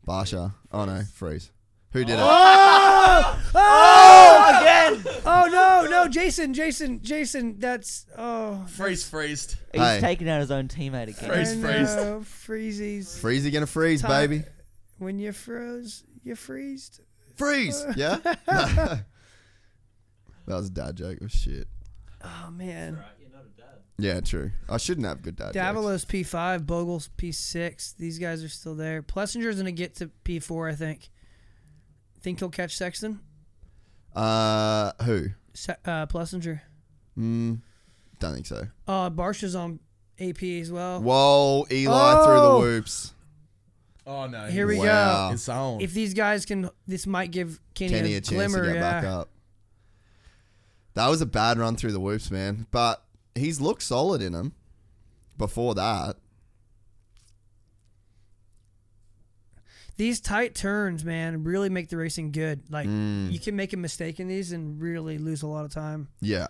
B: Barsha. Oh no, freeze. Who did
G: Oh no, no, Jason, Jason, Jason. That's oh,
D: Freeze, freezed.
B: it?
H: He's
B: hey,
H: taking out his own teammate again.
D: Freeze,
G: I
D: freezed.
G: know, freezies.
B: freeze. You gonna freeze,
G: Time-
B: baby?
G: When you froze, you freezed.
B: Freeze. Yeah. <laughs> that was a dad joke. Oh shit.
G: Oh man,
B: Yeah, true. I shouldn't have good dad jokes.
G: Davalos P five, Bogles P six. These guys are still there. Plessinger's gonna get to P four, I think. Think he'll catch Sexton?
B: Uh, who?
G: Se- uh, Plessinger.
B: Mm, don't think so.
G: Uh, Barsha's on AP as well.
B: Whoa, Eli
G: Oh.
B: through the whoops.
D: Oh no.
G: Here we
B: Wow.
D: It's on.
G: go. If these guys can, this might give Kenny,
B: Kenny
G: a,
B: a chance
G: glimmer.
B: to get
G: yeah.
B: back up. That was a bad run through the whoops, man. But he's looked solid in him before that.
G: these tight turns, man, really make the racing good. Like
B: Mm.
G: you can make a mistake in these and really lose a lot of time.
B: Yeah.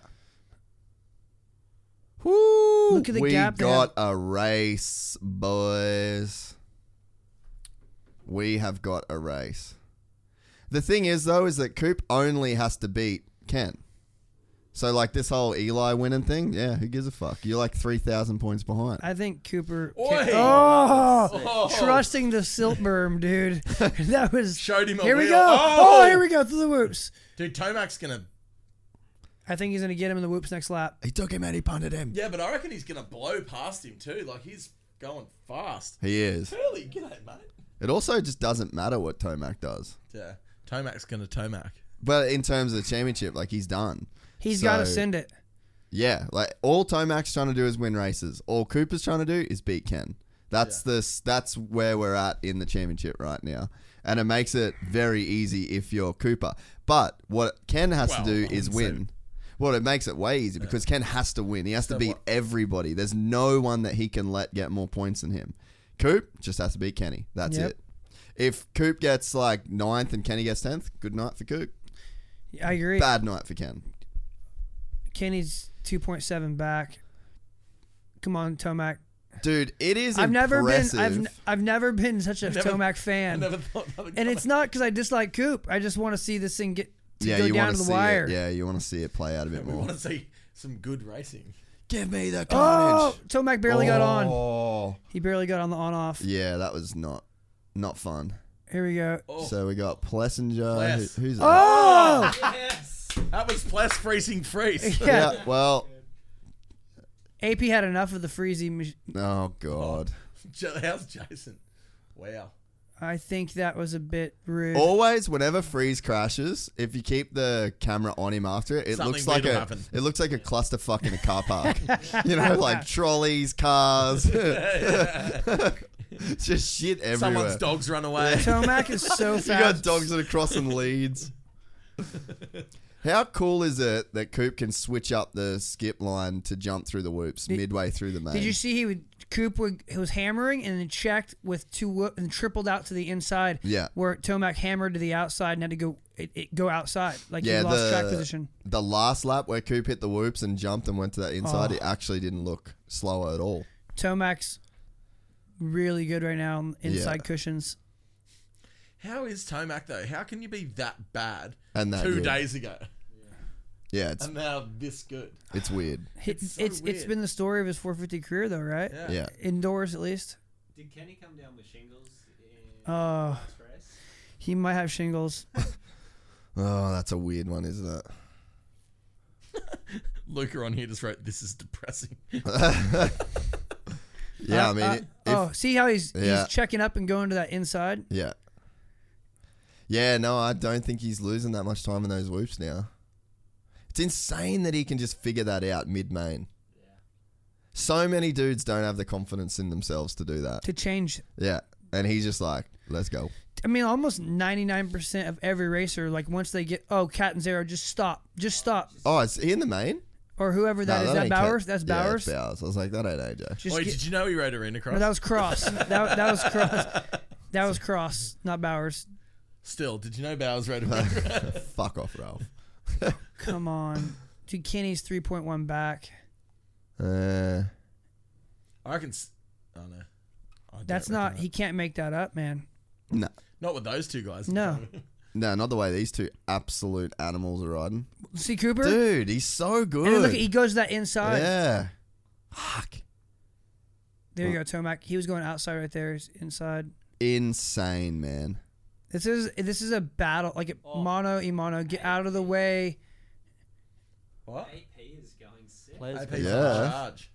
B: Woo!
G: Look at the
B: we
G: gap they
B: got a race, boys. We have got a race. The thing is, though, is that Coop only has to beat Ken. So, like this whole Eli winning thing, yeah, who gives a fuck? You're like three thousand points behind.
G: I think Cooper
D: Oi!
G: oh,
D: Oh.
G: trusting the silt berm, dude. <laughs> that was
D: Showed him a
G: Here we
D: wheel.
G: go.
D: Oh!
G: Oh. here we go through the whoops.
D: Dude, Tomac's gonna.
G: I think he's gonna get him in the whoops next lap.
B: He took him and he punted him.
D: Yeah, but I reckon he's gonna blow past him too. Like he's going fast.
B: He is.
D: Really, g'day, mate.
B: It also just doesn't matter what Tomac does.
D: Yeah, Tomac's gonna Tomac.
B: But in terms of the championship, like he's done.
G: He's
B: So-
G: got to send it.
B: Yeah, like all Tomac's trying to do is win races. All Cooper's trying to do is beat Ken. That's this. That's where we're at in the championship right now, and it makes it very easy if you're Cooper. But what Ken has
D: Well,
B: to
D: I
B: do is
D: wouldn't say-
B: win. Well, it makes it way easier because Ken has to win. He has to beat everybody. There's no one that he can let get more points than him. Coop just has to beat Kenny. That's
G: Yep.
B: it. If Coop gets like ninth and Kenny gets tenth, good night for Coop.
G: I agree.
B: Bad night for Ken.
G: Kenny's two point seven back. Come on, Tomac.
B: Dude, it is
G: I've never been.
B: impressive.
G: I've I've never been such a
D: never-
G: Tomac fan.
D: I never thought. that would come
G: and it's not because I dislike Coop. I just want to see this thing get to
B: yeah,
G: go
B: you
G: down
B: wanna
G: to the
B: see
G: wire.
B: It. Yeah, you want to see it play out a bit
D: We want
B: more.
D: to see some good racing.
B: Give me the
G: Oh, Tomac barely got on.
B: Oh.
G: He barely got on the on-off.
B: Yeah, that was not not fun.
G: Here we go. <laughs>
D: Oh.
B: So we got Plessinger.
D: Pless.
B: Who, who's
D: <laughs>
G: Oh,
D: That was Pless freezing
G: <laughs>
D: freeze.
B: that? Yeah, well,
G: AP had enough of the freezy. mach-
B: oh god.
D: Ja- How's Jason? Wow.
G: I think that was a bit rude.
B: Always, whenever Freeze crashes, if you keep the camera on him after it, it
D: Something
B: looks like
D: weird
B: a
D: will happen.
B: it looks like a clusterfuck in a car
G: <laughs>
B: park. you know, like trolleys,
D: <laughs>
B: cars, <laughs> just shit everywhere.
D: Someone's dogs run away.
G: Tomac is
B: <laughs>
G: so
B: You got
G: fast.
B: dogs that are crossing leads. How cool is it that Coop can switch up the skip line to jump through the whoops midway through the main?
G: Did you see he would Coop would he was hammering and then checked with two wo- and tripled out to the inside.
B: Yeah.
G: Where Tomac hammered to the outside and had to go it, it go outside like
B: yeah,
G: he lost
B: the,
G: track position.
B: The last lap where Coop hit the whoops and jumped and went to that inside,
G: Oh.
B: it actually didn't look slower at all.
G: Tomac's really good right now on inside
B: Yeah.
G: cushions.
D: How is Tomac though? How can you be that bad
B: And that
D: two
B: good.
D: days ago
B: Yeah, it's
D: and now this good?
B: it's
G: <sighs>
B: weird.
G: It's
D: so
G: it's, it's
D: weird.
G: been the story of his 450 career though, right?
D: Yeah.
B: Yeah.
G: Indoors at least.
F: Did Kenny come down with shingles in
G: Uh,
F: this race?
G: he might have shingles.
B: Oh, that's a weird one, isn't it?
D: Luca on here just wrote, "This is depressing."
B: <laughs>
G: <laughs>
B: Yeah, I mean,
G: Uh,
B: if,
G: oh, see how he's
B: Yeah.
G: he's checking up and going to that inside.
B: yeah, yeah. No, I don't think he's losing that much time in those whoops now. It's insane that he can just figure that out mid main. So many dudes don't have the confidence in themselves to do that.
G: to change.
B: Yeah, and he's just like, let's go.
G: I mean, almost 99% of every racer, like once they get, oh, Catanzaro, just stop, just stop.
B: Oh, is he in the main?
G: Or whoever that is.
B: No,
G: that
B: ain't
G: Bowers?
B: Cat-
G: That's
B: Yeah,
G: Bowers?
B: Bowers. I was like, that ain't AJ.
G: Just
D: Wait,
G: get-
D: Oh, did you know he wrote arena cross?
G: no, that was Cross.
D: <laughs>
G: that, that was Cross. That was Cross, not Bowers.
D: Still, did you know Bowers wrote arena cross?
B: <laughs> Fuck off, Ralph.
D: <laughs>
G: Come on. Dude, Kenny's 3.1 back.
B: Uh,
D: I reckon. s- Oh no, I don't
G: That's
D: reckon
G: not,
D: that.
G: he can't make that up, man.
B: no,
D: Not with those two guys.
G: No.
B: no, not the way these two absolute animals are riding.
G: See Cooper?
B: Dude, he's so good.
G: and then look, he goes to that inside.
B: yeah. Fuck.
G: There you go, Tomac. He was going outside right there. He's inside.
B: Insane, man.
G: This is this is a battle, like a mono, imano. Get out of the
B: Oh,
G: way.
D: <laughs> What?
F: AP is going sick.
H: Players
D: AP's
B: Yeah.
D: on charge.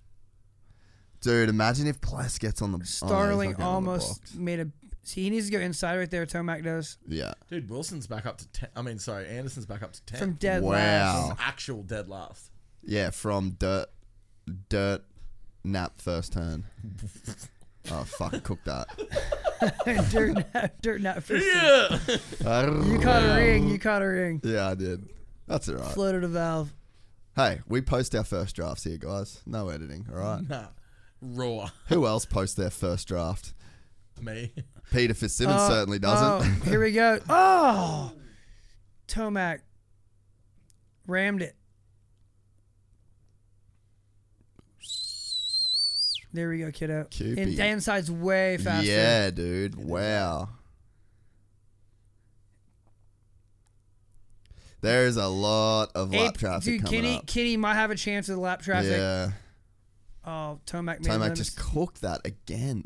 B: Dude, imagine if Pless gets on the. oh, he's not
G: Starling
B: getting on the
G: almost
B: box.
G: made a. See, he needs to go inside right there. Tomac does
B: Yeah.
D: Dude, Wilson's back up to ten. I mean, sorry, Anderson's back up to ten.
G: from dead
B: Wow.
G: last. <laughs>
D: actual dead last.
B: Yeah, from dirt, dirt, nap first
G: <laughs>
B: turn. oh fuck, cook that.
G: dirt nap, dirt nap. First
D: Yeah.
G: You caught a ring. You caught a ring.
B: yeah, I did. That's alright.
G: Floated a valve.
B: Hey, we post our first drafts here, guys. No editing, all right?
D: nah. Raw. <laughs>
B: Who else posts their first draft?
D: Me.
B: Peter Fitzsimmons
G: Oh,
B: certainly doesn't.
G: Oh, here we
B: <laughs>
G: go. Oh, Tomac rammed it. There we go, kiddo.
B: Cupid.
G: And Danside's way faster.
B: yeah, dude. Wow. There's a lot of lap
G: Ape-
B: traffic
G: dude,
B: coming
G: Kenny,
B: up.
G: Kenny might have a chance with lap traffic.
B: Yeah.
G: Oh, Tomac made
B: Tomac
G: limits.
B: just cooked that again.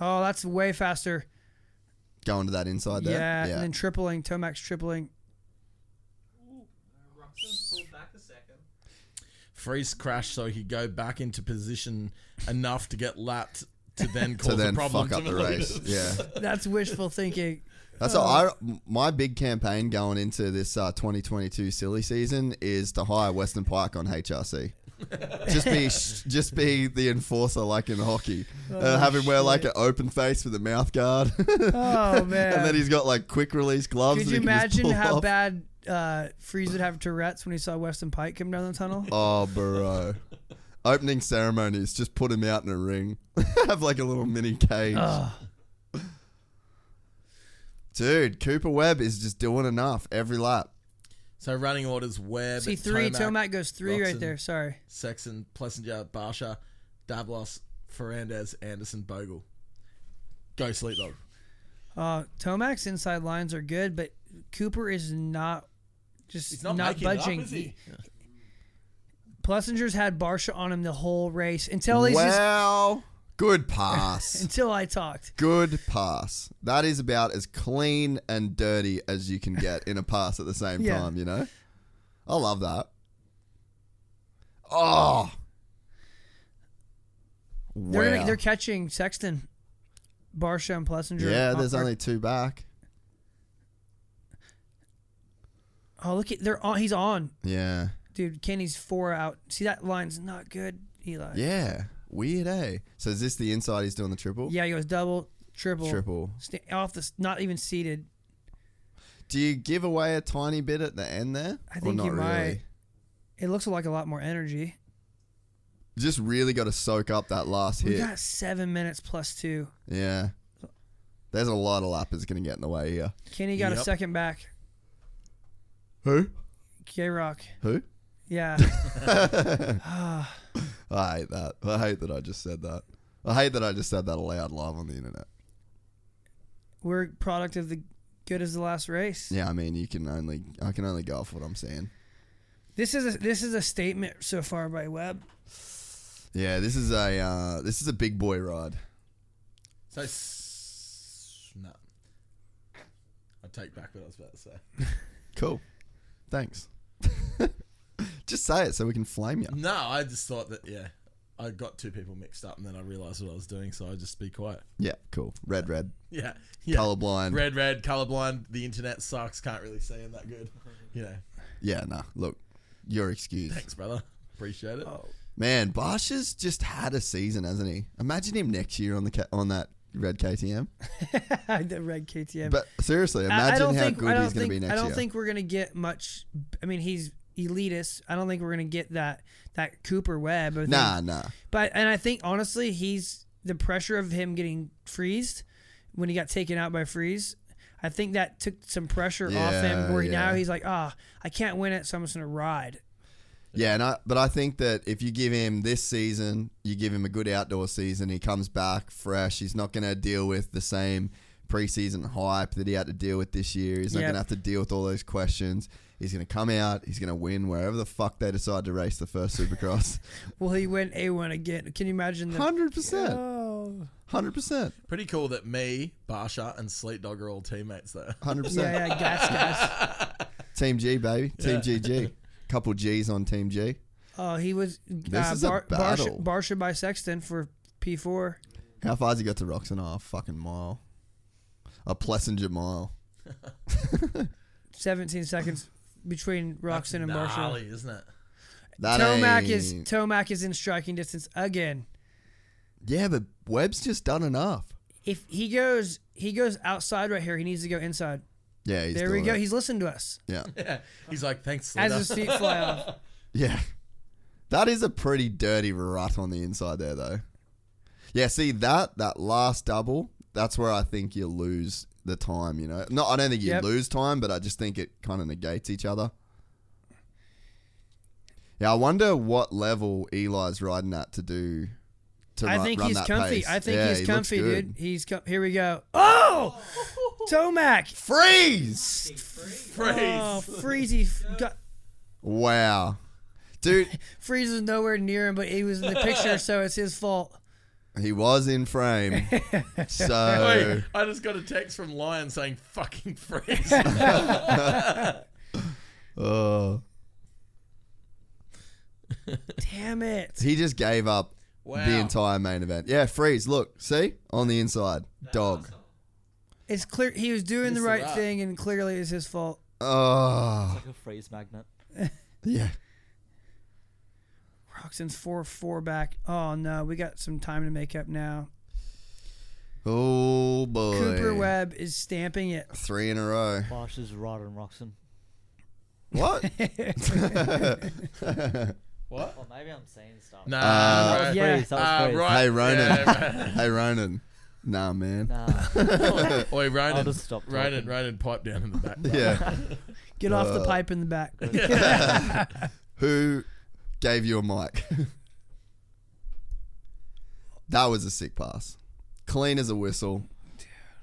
G: Oh, that's way faster.
B: Going to that inside there.
G: Yeah, and then tripling. Tomac's tripling.
F: Roxon's pulled back a second.
D: Freeze crash so he could go back into position enough to get lapped to then
B: <laughs>
D: cause
B: to
D: a
B: then
D: problem
B: fuck up
D: to
G: <laughs>
B: the race.
D: leaders.
B: Yeah. <laughs>
G: That's wishful thinking.
B: That's
G: Oh.
B: all. I, my big campaign going into this uh, 2022 silly season is to hire Western Pike on
G: <laughs>
B: HRC. just be, just be the enforcer like in hockey. uh, have him wear like an open face with a mouth guard, <laughs>
G: Oh man.
B: and then he's got like quick release gloves.
G: Could
B: that
G: you
B: he can just
G: imagine
B: pull
G: how
B: off.
G: bad uh, Freeze would have Tourette's when he saw Weston Pike come down
B: <laughs>
G: the tunnel?
B: Oh, bro. Opening ceremonies, just put him out in a ring. <laughs> have like a little mini cage. Dude, Cooper Webb is just doing enough every lap.
D: So running orders Webb,
G: See three.
D: Tomac,
G: Tomac goes three
D: Roxon,
G: right there. Sorry.
D: Sexton, Plessinger, Barsha, Davlos, Fernandez, Anderson, Bogle. Go sleep dog.
G: Uh, Tomac's inside lines are good, but Cooper is not just
D: He's not, making
G: budging.
D: It up, is he?
G: Plessinger's had Barsha on him the whole race until he's just,
B: wow.
G: <laughs>
B: Good pass.
G: until I talked.
B: Good pass. That is about as clean and dirty as you can get in a pass at the same
G: Yeah.
B: time, you know? I love that. Oh.
G: They're,
B: Wow.
G: they're catching Sexton, Barsha, and Plessinger.
B: yeah, there's
G: Are-
B: only two back.
G: Oh, look, at they're on. He's on,
B: Yeah.
G: dude. Kenny's four out. See that line's not good, Eli.
B: Yeah. Weird, eh? So is this the inside he's doing the triple?
G: Yeah, he goes double, triple,
B: Triple.
G: Sta- off the s- not even seated.
B: Do you give away a tiny bit at the end there?
G: I think
B: or not
G: you might.
B: really?
G: It looks like a lot more energy.
B: You just really got to soak up that last
G: We
B: hit.
G: got seven minutes plus two.
B: Yeah. There's a lot of lappers going to get in the way here.
G: Kenny got a
B: Yep.
G: second back.
B: Who?
G: K Rock.
B: Who? <laughs>
G: Yeah.
B: I hate that. I hate that I just said that. I hate that I just said that aloud live on the internet.
G: We're product of the good as the last race.
B: Yeah, I mean, you can only I can only go off what I'm saying.
G: This is a, this is a statement so far
B: <laughs>
G: by Webb.
B: Yeah, this is a uh, this is a big boy ride.
D: So, s- no. I take back what I was about to say.
B: Cool. Thanks. <laughs> just say it so we can flame you.
D: No, I just thought that, yeah, I got two people mixed up and then I realized what I was doing, so I just be quiet.
B: Yeah, cool. Red, red.
D: <laughs> Yeah. yeah.
B: Colorblind.
D: Red, red, colorblind. The internet sucks. Can't really see him that good. You know,
B: Yeah, nah. Look, you're excused.
D: thanks, brother. Appreciate
F: Oh.
D: it.
B: Man, Bosch has just had a season, hasn't he? Imagine him next year on the ca- on that red KTM.
G: the red KTM.
B: But seriously,
G: I- I
B: imagine
G: don't
B: how
G: think- I
B: good
G: don't
B: he's going to
G: think-
B: be next
G: I don't
B: year.
G: think we're gonna get much. I mean, he's elitist. I don't think we're gonna get that that Cooper Webb. I think-
B: nah, nah.
G: But and I think honestly, he's the pressure of him getting freezed when he got taken out by freeze. I think that took some pressure off
B: Yeah,
G: him. Where he- now
B: yeah.
G: he's like, ah, I can't win it, so I'm just gonna ride.
B: Yeah, and I, but I think that if you give him this season, you give him a good outdoor season, he comes back fresh. He's not going to deal with the same preseason hype that he had to deal with this year. He's not
G: Yep.
B: going to have to deal with all those questions. He's going to come out. He's going to win wherever the fuck they decide to race the first
G: <laughs>
B: Supercross.
G: Will he win A one again? Can you imagine the
B: 100%. 100%.
D: Pretty cool that me, Barsha, and Sleet Dog are all teammates there.
B: 100%.
G: Yeah, yeah, gas,
B: <laughs>
G: gas.
B: Team G, baby. Team GG. Couple G's on Team G.
G: Oh, he was
B: This
G: uh,
B: is a
G: bar,
B: battle.
G: Barsha, Barsha by Sexton for P four.
B: How far's he got to Roxon? Oh, a fucking mile. A Plessinger mile.
G: 17 seconds between Roxon and Barsha.
D: Gnarly, isn't it?
B: That
G: Tomac is
B: ain't-
G: Tomac is in striking distance again.
B: Yeah, but Webb's just done enough.
G: If he goes he goes outside right here, he needs to go inside.
B: Yeah, he's
G: there we
B: doing
G: go.
B: it.
G: He's listening to us
B: yeah,
D: Yeah. He's like, thanks, Sleet
G: as
D: Dog.
G: his feet
B: <laughs>
G: fly off.
B: yeah. That is a pretty dirty rut on the inside there, though. Yeah, see that that last double. That's where I think you lose the time. You know, no, I don't think you
G: Yep.
B: lose time, but I just think it kind of negates each other. Yeah, I wonder what level Eli's riding at to do. To
G: I
B: ru-
G: think
B: run
G: he's
B: that
G: comfy.
B: pace.
G: I think
B: Yeah,
G: he's
B: he looks
G: comfy,
B: good.
G: dude. He's com- here
D: <laughs>
G: we go. Oh, Tomac.
B: Freeze!
D: Freeze.
G: Oh, Freezy f- got,
B: Wow, dude.
G: Freeze is nowhere near him, but he was in the picture, so it's his fault.
B: He was in
G: <laughs>
B: frame. So <laughs>
D: Wait, I just got a text from Lion saying fucking
F: <laughs>
D: freeze. <laughs>
B: oh,
G: Damn it!
B: he just gave up
D: Wow.
B: the entire main event. Yeah, freeze. Look, see on the inside, dog.
G: It's clear he was doing the
D: Missed the
G: right
D: rock.
G: thing, and clearly it's his fault.
B: Oh,
F: Like a freeze magnet.
B: yeah.
G: Roxon's four four back. Oh no, we got some time to make up now.
B: Oh boy.
G: Cooper Webb is stamping it.
B: Three in a row.
F: Bosch is right on Roxon.
G: <laughs>
B: What?
F: Well,
D: what?
F: Oh, maybe I'm saying stuff.
D: Nah.
B: Uh,
D: bro.
G: Yeah.
F: Freeze, that was
D: Uh,
F: freeze.
D: right.
B: hey Ronan.
D: Yeah,
B: <laughs> hey Ronan. Nah,
H: <laughs>
B: man.
F: Nah. <laughs>
D: right. Oi, Ronan.
F: I'll just stop
D: Ronan,
F: talking.
D: Ronan, pipe down in the back. bro.
B: Yeah.
G: <laughs> Get off
B: Uh.
G: the pipe in
B: <laughs>
G: the back.
B: Who gave you a mic? that was a sick pass. Clean as a whistle.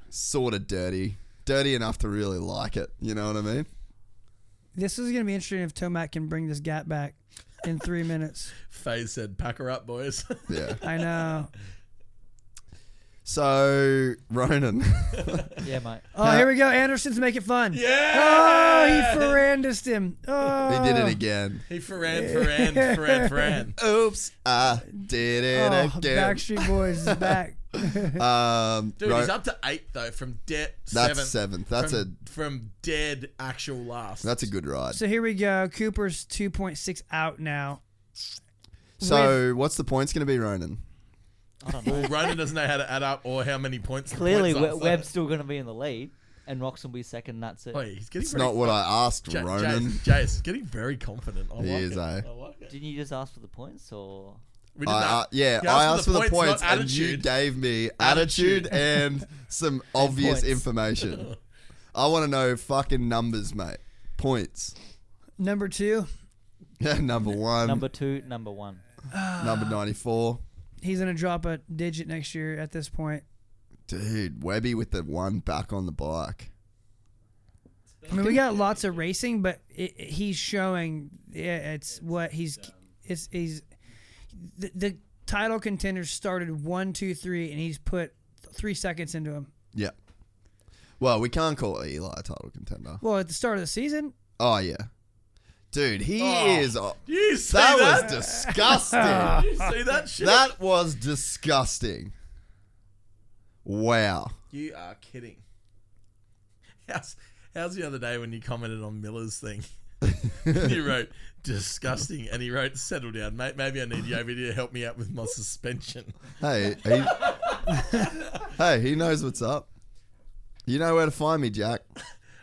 B: Sort of dirty. Dirty enough to really like it. You know what I mean?
G: This is gonna be interesting if Tomac can bring this gap back in three minutes. <laughs>
B: <laughs>
D: Faye said, pack her up, boys.
B: Yeah.
G: I know.
B: So, Ronan. <laughs>
H: yeah, mate.
G: Oh, here we go. Anderson's make it fun.
D: Yeah.
G: Oh, he Ferrandised him. Oh.
B: He did it again.
D: <laughs> He Ferran, Ferran, Ferran, Ferran.
B: Oops, I did it
G: Oh, <laughs>
B: again.
G: Backstreet Boys is
B: <laughs>
G: back.
B: Um,
D: Dude,
B: Ro-
D: he's up to eighth though from dead.
B: That's seventh. That's
D: from, a from dead actual last.
B: that's a good ride.
G: so here we go. Cooper's 2.6 out now.
B: So, what's the points going to be, Ronan? <laughs>
D: well, Ronan doesn't know how to add up or how many points. the
H: Clearly,
D: points are,
H: Web-
D: so-
H: Webb's still going to be in the lead, and Rox will be second. and That's it.
D: Oh, yeah, he's getting
B: It's
D: very
B: not what I asked,
D: J-
B: Ronan.
D: Jace, Jace, getting very confident. I
B: He
D: like
B: is,
D: it.
B: eh?
D: I like it.
H: Didn't you just ask for the points, or
D: We
B: I, uh,
D: not-
B: yeah,
D: you
B: I asked for the, points,
D: not
B: and you
D: attitude.
B: gave me attitude
D: Attitude.
B: and some obvious
H: points.
D: <laughs>
B: information. I want to know fucking numbers, mate. Points. <laughs>
G: Number two,
B: Yeah, number
F: Um,
B: one,
H: number two,
F: <laughs>
H: number one?
D: Ah.
B: number 94.
G: he's going to drop a digit next year at this point.
B: Dude, Webby with the one back on the bike.
G: I mean, we got lots of racing, but it, it- he's showing yeah, it's what he's it's he's the, the title contenders started one, two, three, and he's put three seconds into him.
B: Yeah. Well, we can't call Eli a title contender.
G: Well, at the start of the season,
B: Oh, yeah. Dude, he is. a-
D: Oh. You see
B: that
D: that?
B: was
D: <laughs>
B: disgusting.
D: you see
B: <laughs>
D: that shit?
B: that was disgusting. Wow.
D: You are kidding. How's, how's the other day when you commented on Miller's thing? <laughs> you wrote disgusting, and he wrote settle down, mate. Maybe I need you over here to help me out with my suspension.
B: Hey, he, <laughs> hey, he knows what's up. You know where to find me, Jack.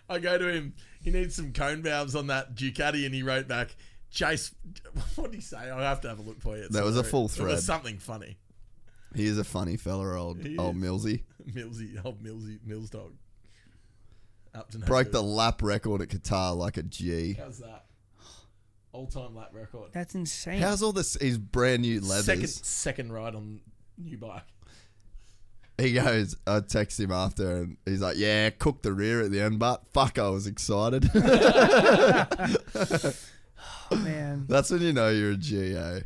D: I go to him. He needs some cone valves on that Ducati, and he wrote back, <laughs> "Chase, what did he say? I have to have a look for you." It's
B: That was a
D: somewhere.
B: full
D: It
B: thread.
D: was something funny. <laughs>
B: He is a funny fella, old old Millsy.
D: Millsy, old Millsy, Mills dog. Up to no
B: Broke
D: good.
B: the lap record at Qatar like a G.
D: How's that? All time lap record.
G: that's insane.
B: How's all this? His brand new leathers.
D: Second, second ride on new bike.
B: He goes. I text him after, and he's like, "Yeah, cooked the rear at the end, but fuck, I was excited." <laughs>
G: man.
B: That's when you know you're a G. Eh?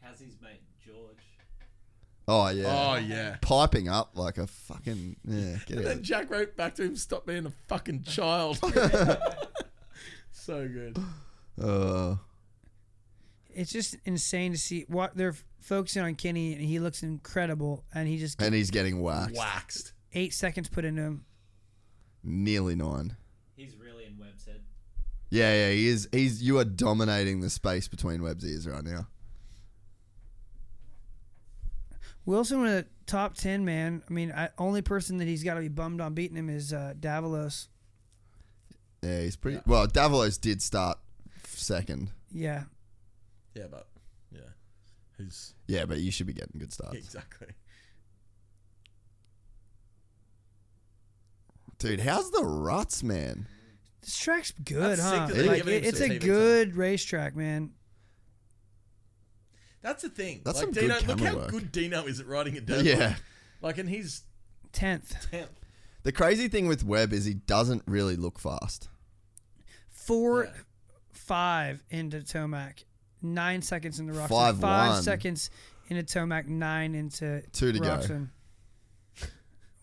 F: How's his mate George?
B: Oh yeah.
D: Oh yeah.
B: Piping up like a fucking yeah. Get out.
D: <laughs> Then Jack wrote back to him, "Stop being a
B: <laughs>
D: fucking child." so good.
B: Uh,
G: It's just insane to see what they're focusing on Kenny, and he looks incredible, and he just
B: and he's getting whacked.
D: Waxed.
G: eight seconds put into him.
B: Nearly nine.
F: He's really in Webb's head.
B: Yeah, yeah, he is. He's you are dominating the space between Webb's ears right now.
G: Wilson with a top ten man. I mean, I, only person that he's got to be bummed on beating him is uh, Davalos.
B: Yeah, he's pretty. Well, Davalos did start second.
G: Yeah,
D: Yeah, but yeah, who's
B: Yeah, but you should be getting good starts,
D: exactly?
B: dude. How's the ruts, man?
G: This track's good,
D: That's
G: huh?
D: sick that
B: they're
G: Like,
D: giving
G: it-
D: him
G: it's a
D: TV time.
G: good racetrack, man.
D: That's the thing.
B: That's
D: like
B: some good
D: Dino, look
B: camera
D: how
B: work.
D: good Dino is at riding a dirt.
B: Yeah.
D: bike. Like, and he's
G: Tenth,
D: temp.
B: The crazy thing with Webb is he doesn't really look fast.
G: four,
D: Yeah.
G: five into Tomac, nine seconds into Roxon,
B: Five, one.
G: seconds into Tomac, nine into
B: Two to go.
G: Roxon.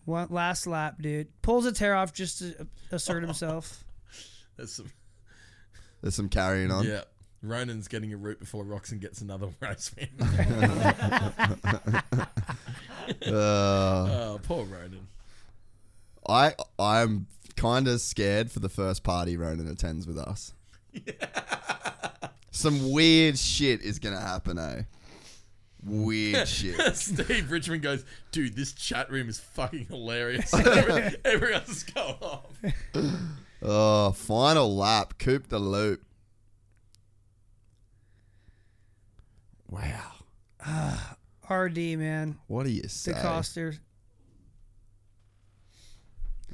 G: One last lap, dude. Pulls a tear off just to assert himself.
D: There's some.
B: There's some carrying on.
D: Yeah, Ronan's getting a root before Roxon gets another <laughs> race
B: <laughs>
D: win.
B: Uh,
D: oh, poor Ronan. <laughs>
B: I I'm kind of scared for the first party Ronan attends with us. Some weird shit is gonna happen, eh? Weird shit.
D: Steve Richmond goes, dude, this chat room is fucking
B: <laughs>
D: hilarious. Every- Everyone's going off.
B: Oh, final lap. Coop the loop. Wow.
G: RD man,
B: What do you say?
G: the coster.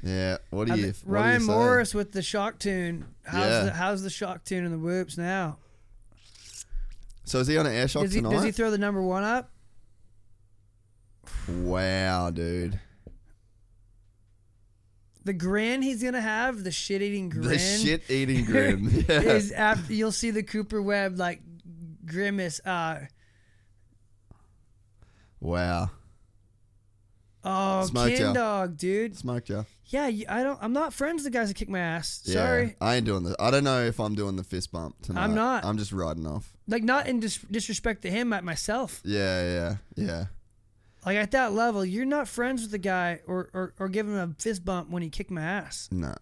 B: Yeah. What do
G: I
B: you?
G: think
B: what do you
G: Um, Ryan
B: say?
G: Morris with the shock tune. How's,
B: Yeah.
G: the, how's the shock tune and the whoops now?
B: So is he on an air shock
G: Does he,
B: tonight?
G: does he throw the number one up?
B: wow, dude.
G: The grin he's gonna have, the shit-eating grin.
B: The
G: <laughs>
B: shit eating grin. Yeah.
G: is after you'll see the Cooper Webb like grimace. Uh,
B: wow.
G: Oh,
B: Smoked ya.
G: Kin Dog, dude.
B: Smoked ya.
G: Yeah, you- I don't. I'm not friends with the guys that kick my ass.
B: Yeah,
G: Sorry,
B: I ain't doing this. I don't know if I'm doing the fist bump tonight.
G: I'm not.
B: I'm just riding off.
G: like not in dis- disrespect to him, at myself.
B: Yeah, yeah, yeah.
G: Like at that level, you're not friends with the guy or or, or give him a fist bump when he kicked my ass.
B: No.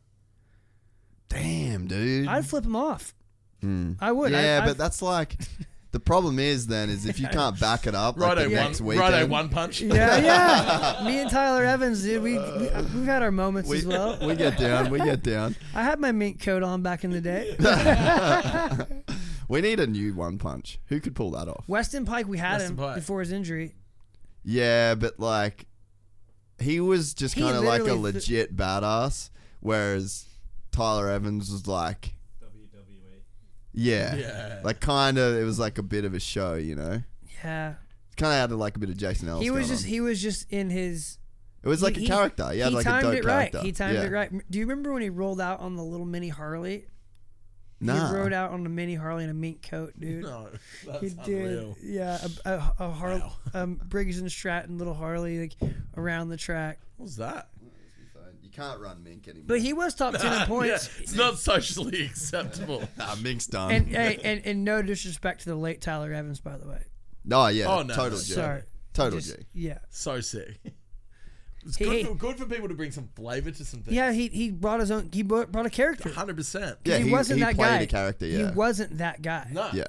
B: Damn, dude.
G: I'd flip him off.
B: Hmm.
G: I would. I-
B: Yeah,
G: I've-
B: but that's like the problem is then is if
G: <laughs>
B: you can't back it up like
D: Righto,
B: the next
D: one,
B: weekend.
D: righto, one
B: <laughs>
D: punch. <laughs>
G: Yeah, yeah. Me and Tyler Evans, dude, we, we we've had our moments
B: We,
G: <laughs> as well.
B: <laughs> we get down. We get down.
G: I had my mink coat on back in
B: <laughs>
G: the day.
B: We need a new one punch. Who could pull that off?
G: Weston Pike, we had
D: Weston
G: him
D: Pike.
G: before his injury.
B: Yeah, but like he was just
G: He
B: kind of like a
G: literally th-
B: legit badass, whereas Tyler Evans was like WWE. Yeah,
D: Yeah.
B: like kind of it was like a bit of a show, you know.
G: Yeah,
B: Kind of had like a bit of Jason Ellis.
G: he was
B: going
G: just
B: on.
G: he was just in his.
B: it was like a character. He had like a
G: timed
B: dope
G: it
B: character.
G: right. He timed
B: Yeah.
G: it right. Do you remember when he rolled out on the little mini Harley?
B: Nah.
G: He rode out on the mini Harley in a mink coat, dude.
D: No, that's
G: he
D: unreal.
G: did. Yeah, a, a, a Har- um, Briggs and Stratton little Harley like around the track.
D: What was that? Ah,
B: You can't run Mink anymore.
G: But he
D: <laughs>
G: was top ten in points.
D: Yeah, it's not socially <laughs> acceptable.
B: nah, Mink's done.
G: And, hey,
B: <laughs>
G: and and no disrespect to the late Tyler Evans, by the way.
B: no, yeah,
D: Oh, no.
B: total G.
G: Sorry.
B: Total
G: Just-
B: G.
G: yeah.
D: so sick. It's
G: He-
D: good, for, good for people to bring some flavor to some things.
G: Yeah, he, he brought his own. He brought, brought a character.
D: hundred percent.
B: Yeah,
G: he,
B: he,
G: wasn't
B: he
G: that
B: played
G: guy.
B: a character. Yeah,
G: He wasn't that guy.
D: No.
B: yeah,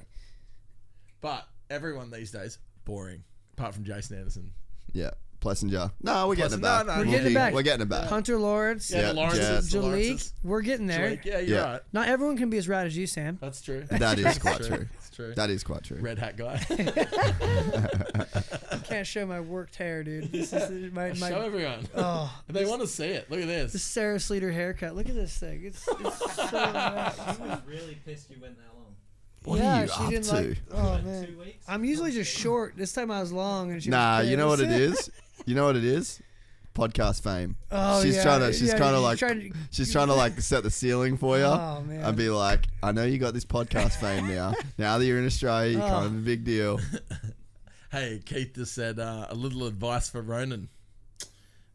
D: But everyone these days boring, apart from Jason Anderson.
B: yeah. Plessinger. No, we're getting it
D: Plessinger.
B: back.
D: No, no, We're
G: getting it back.
B: We're getting it back.
G: Hunter Lawrence,
D: Yeah,
B: Yeah,
D: the Lawrences, the
G: Jalik,
D: Lawrences.
G: we're getting there.
D: Jalik, yeah, you're
B: Yeah.
D: right.
G: Not everyone can be as rad as
D: <laughs>
G: you, Sam.
D: That's true.
B: That is
D: It's
B: quite true.
D: It's true.
B: That is quite true.
D: Red hat guy.
G: I can't show my worked hair, dude.
D: <laughs>
G: This is my,
D: Show
G: my
D: everyone.
G: oh,
D: They want to see it. Look at
G: this
D: this.
G: Sarah Sleater haircut. Look at this thing. It's,
D: <laughs>
G: it's so rad.
H: really pissed you went that long.
B: What
G: yeah,
B: are you
G: she
B: up
G: didn't
B: to?
G: like. Oh man, I'm usually just short. This time I was long, and she
B: nah,
G: was
B: you know what it
G: <laughs> fat.
B: is. You know what it is. Podcast fame.
G: Oh,
B: she's
G: yeah,
B: trying to. She's
G: yeah,
B: kind
G: you
B: of like.
G: tried to-
B: she's trying to like set the ceiling for you.
G: Oh, man.
B: And be like, I know you got this podcast fame now. Now that you're in Australia, you're
G: Oh.
B: kind of a big deal.
D: Hey, Keith just said uh, a little advice for Ronan.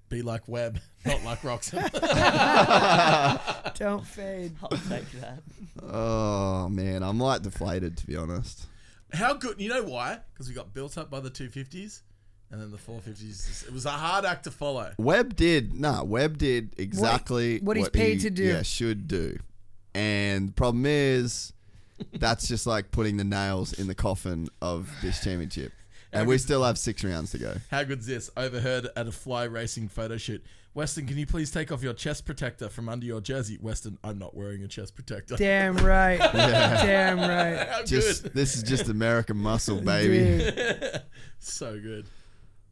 D: Be like Webb, <laughs> not like
G: <laughs>
D: Roxham.
G: Don't fade.
F: I'll take that.
B: Oh man, I'm like deflated to be honest.
D: How good? You know why? Because we got built up by the 250s and then the 450s. It was a hard act to follow.
B: Webb did nah. Webb did exactly
G: what he's paid
B: he,
G: to do.
B: Yeah, should do. And the problem is, that's just like putting the nails in the coffin of this championship. And we still have six rounds to go.
D: How good's this? Overheard at a fly racing photo shoot. Weston, can you please take off your chest protector from under your jersey? Weston, I'm not wearing a chest protector.
G: Damn
B: <laughs>
G: right. Damn right.
D: How good.
B: Just this is just American muscle, baby.
G: Dude,
D: So good.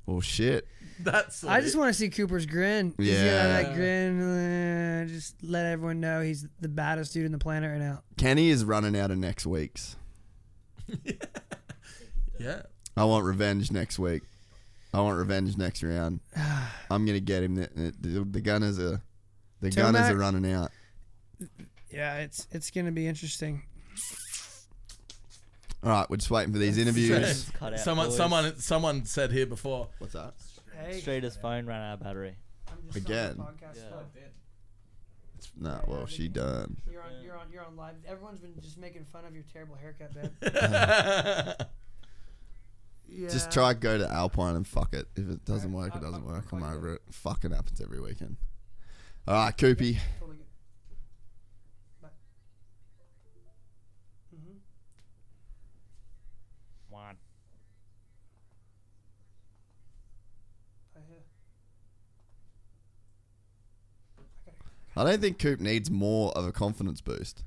B: Oh shit.
D: That's
G: I just want to see Cooper's grin. He's
B: Yeah.
G: yeah. That grin. uh, Just let everyone know he's the baddest dude on the planet right now.
B: Kenny is running out of next week's.
D: Yeah.
B: I want revenge next week. I want revenge next round. I'm gonna get him. The, the, the gunners are, the gunners
G: Tomac-
B: are running out.
G: Yeah, it's it's gonna be interesting.
B: All right, we're just waiting for these interviews.
F: Cut out,
D: Someone,
F: boys.
D: someone, someone said here before.
B: What's that?
G: Hey,
F: Streeter's phone ran out of battery.
B: Again. Nah, well, she done.
G: You're on, you're on, you're on live. Everyone's been just making fun of your terrible haircut, man. yeah.
B: Just try go to Alpine and fuck it. If it doesn't work, it doesn't work. I'm over it. Fucking happens every weekend. All right, Koopy.
G: Totally good. Bye.
F: One.
G: Bye, yeah.
B: I don't think Coop needs more of a confidence boost.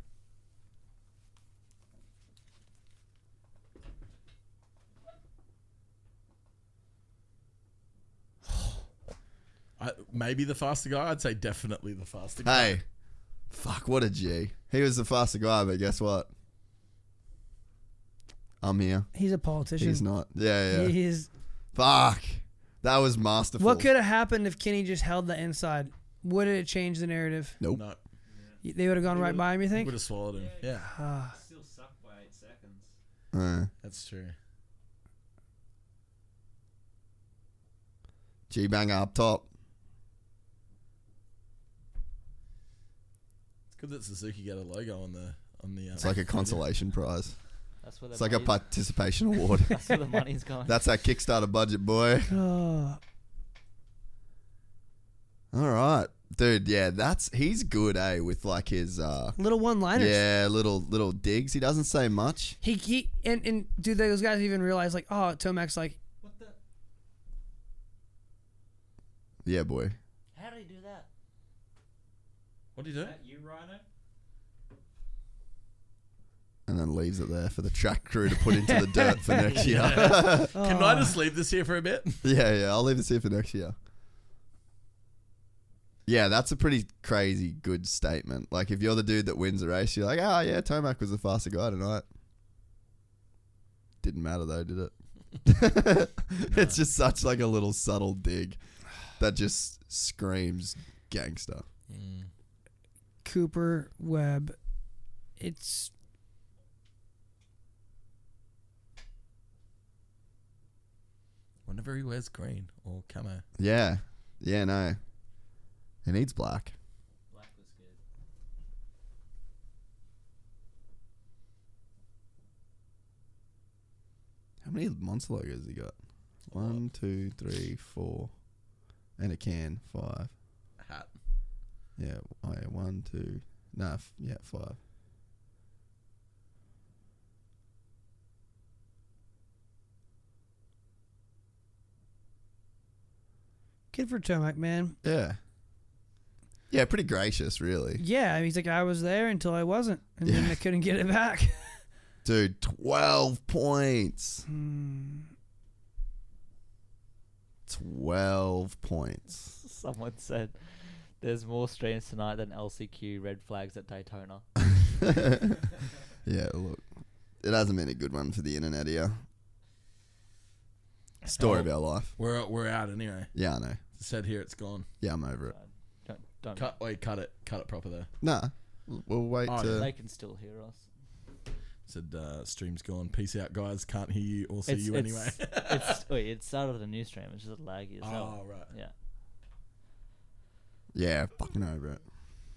D: I, maybe the faster guy. I'd say definitely the faster guy.
B: Hey, fuck, what a G. He was the faster guy, but guess what? I'm here.
G: <laughs> He's a politician.
B: He's not. Yeah, yeah.
G: He's
B: Fuck. That was masterful.
G: What could have happened if Kenny just held the inside? Would it have changed the narrative?
B: Nope.
D: No,
G: They would have gone right by him, you think? Ah.
D: would have swallowed him. Yeah,
H: Still sucked by eight seconds.
B: Uh,
D: that's true.
B: G banger up top.
D: It's good that Suzuki got a logo on the on the. Uh,
B: It's like a consolation prize.
H: That's where the
B: It's like a
H: money-
B: participation award.
H: <laughs>
E: <laughs>
H: That's where the money's going.
B: That's our Kickstarter budget, boy.
G: Oh,
B: All right, dude. Yeah, that's he's good, eh? With like his uh,
G: little one-liners.
B: yeah, little little digs. He doesn't say much.
G: He he and, and do those guys even realize like oh Tomac's like
B: Yeah, boy.
H: How do you do that?
D: What do you do?
H: You Rhino?
B: And then leaves it there for the track crew to put into the dirt for next year.
D: Can I just leave this here for a bit?
B: <laughs> Yeah, yeah. I'll leave this here for next year. Yeah, that's a pretty crazy good statement. Like, if you're the dude that wins the race, you're like, ah, yeah, Tomac was the faster guy tonight. Didn't matter though, did it? <laughs> It's just such like a little subtle dig that just screams gangster.
G: Cooper Webb. It's
D: <laughs> Whenever he wears green or camo.
B: Yeah, yeah, no, he needs black.
H: Black was good.
B: How many monster logos he got? One, two, three, four, and a can five.
D: Hat.
B: Yeah, oh yeah, one, two, no, f- yeah, five.
G: good for Tomac, man.
B: Yeah, yeah, pretty gracious, really,
G: Yeah, I mean, he's like I was there until I wasn't, and then I couldn't get it back. <laughs>
B: dude. Twelve points. Twelve points. <laughs>
H: Someone said there's more streams tonight than LCQ red flags at Daytona.
B: Yeah, look, it hasn't been a good one for the internet here. Story of our life.
D: We're we're out anyway.
B: Yeah, I know.
D: It said here it's gone.
B: Yeah, I'm over it.
H: Don't don't
D: Cut wait, cut it. Cut it proper there.
B: Nah, we'll wait
D: Oh,
B: to.
H: <laughs> they can still hear us.
D: said uh, stream's gone. Peace out guys. Can't hear you or see
H: it's,
D: you
H: it's,
D: <laughs> anyway.
H: <laughs> it's, wait, it started a new stream. It's just laggy as
D: oh
H: hell.
D: right.
H: Yeah.
B: Yeah, fucking over it.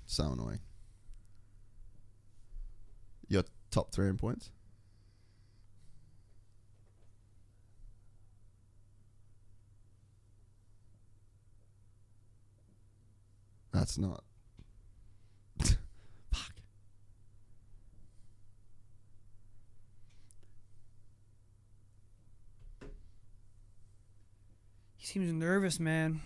B: So annoying. Your top three in points? That's not. Fuck.
G: he seems nervous, man.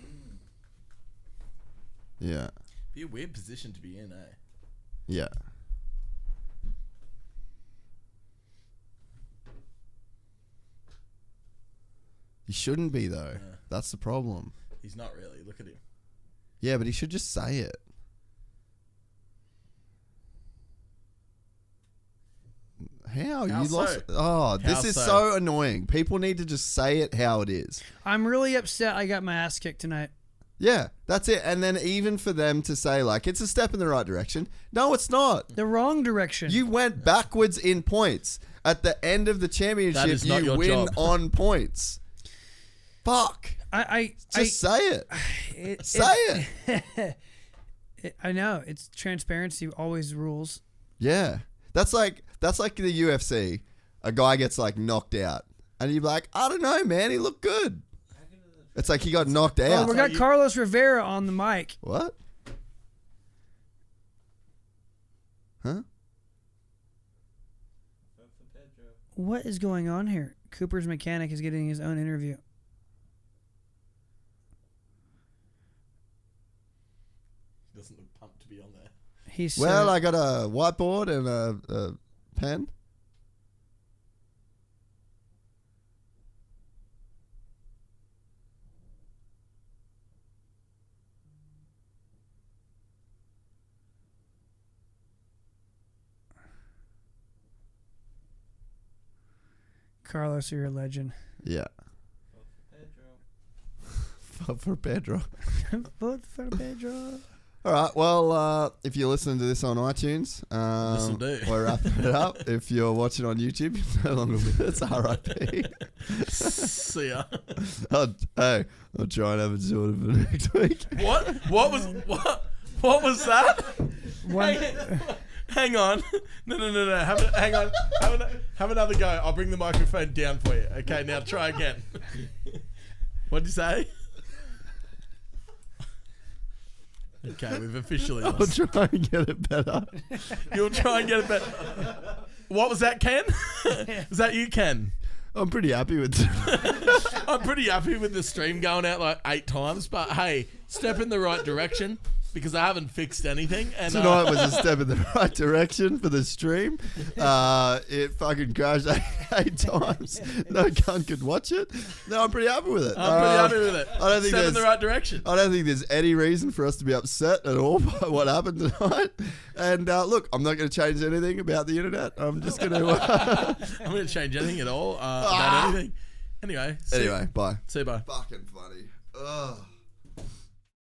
B: Yeah.
D: Be a weird position to be in, eh?
B: Yeah. You shouldn't be though. That's the problem.
D: He's not really. Look at him.
B: Yeah, but he should just say it. How?
D: How
B: you lost.
D: so?
B: Oh, this
D: How
B: is
D: so?
B: so annoying. People need to just say it how it is.
G: I'm really upset. I got my ass kicked tonight.
B: Yeah, that's it. And then even for them to say, like, it's a step in the right direction. No, it's not.
G: The wrong direction.
B: You went backwards in points. At the end of the championship,
D: That is not
B: you
D: your
B: win
D: job.
B: on points. Fuck.
G: I I
B: Just say it.
G: I, <sighs> it,
B: Say it.
G: <laughs> it- I know it's transparency always rules.
B: Yeah. That's like that's like the UFC. A guy gets like knocked out. And you're like, I don't know, man, he looked good. It's like he got knocked
G: Oh,
B: out.
G: we got Carlos Rivera on the mic.
B: what? Huh?
G: What is going on here? Cooper's mechanic is getting his own interview.
D: He doesn't look pumped to be on there. <laughs>
G: He's
B: Well,
G: so,
B: I got a whiteboard and a, a pen.
G: Carlos, you're a legend. <laughs>
B: Yeah. <laughs> For Pedro.
G: Vote for Pedro.
B: All right. Well, uh, if you're listening to this on iTunes, um,
D: This'll do.
B: we're wrapping it up. If you're watching on YouTube, <laughs> you're no longer with us. RIP.
D: See ya.
B: I'll, hey, I'll try and have a sort of next week.
D: What? What was what? What was that? Hang, hang on. No, no, no, no. Have a, hang on. Have, an, have another go. I'll bring the microphone down for you. Okay, now try again. What'd you say? Okay, we've officially
B: I'll
D: lost.
B: try and get it better.
D: You'll try and get it better. What was
B: <laughs>
D: that, Ken? Is that you, Ken?
B: I'm pretty happy with
D: <laughs>
B: it.
D: I'm pretty happy with the stream going out like eight times, but hey, step in the right direction because I haven't fixed anything. And
B: Tonight
D: uh,
B: was a step in the right direction for the stream. Uh, it fucking crashed eight, eight times. No cunt could watch it. No, I'm pretty happy with it.
D: I'm pretty happy with it.
B: Uh, I don't think
D: step in the
B: there's- Uh,
D: right direction.
B: I don't think there's any reason for us to be upset at all <laughs> by what happened tonight. And uh, look, I'm not going to change anything about the internet. I'm just going to.
D: <laughs> <laughs> I'm going to change anything at all uh,
B: Ah.
D: about anything. Anyway,
B: <laughs>
D: see,
B: anyway, bye.
D: see you, bye.
B: Fucking funny. Ugh.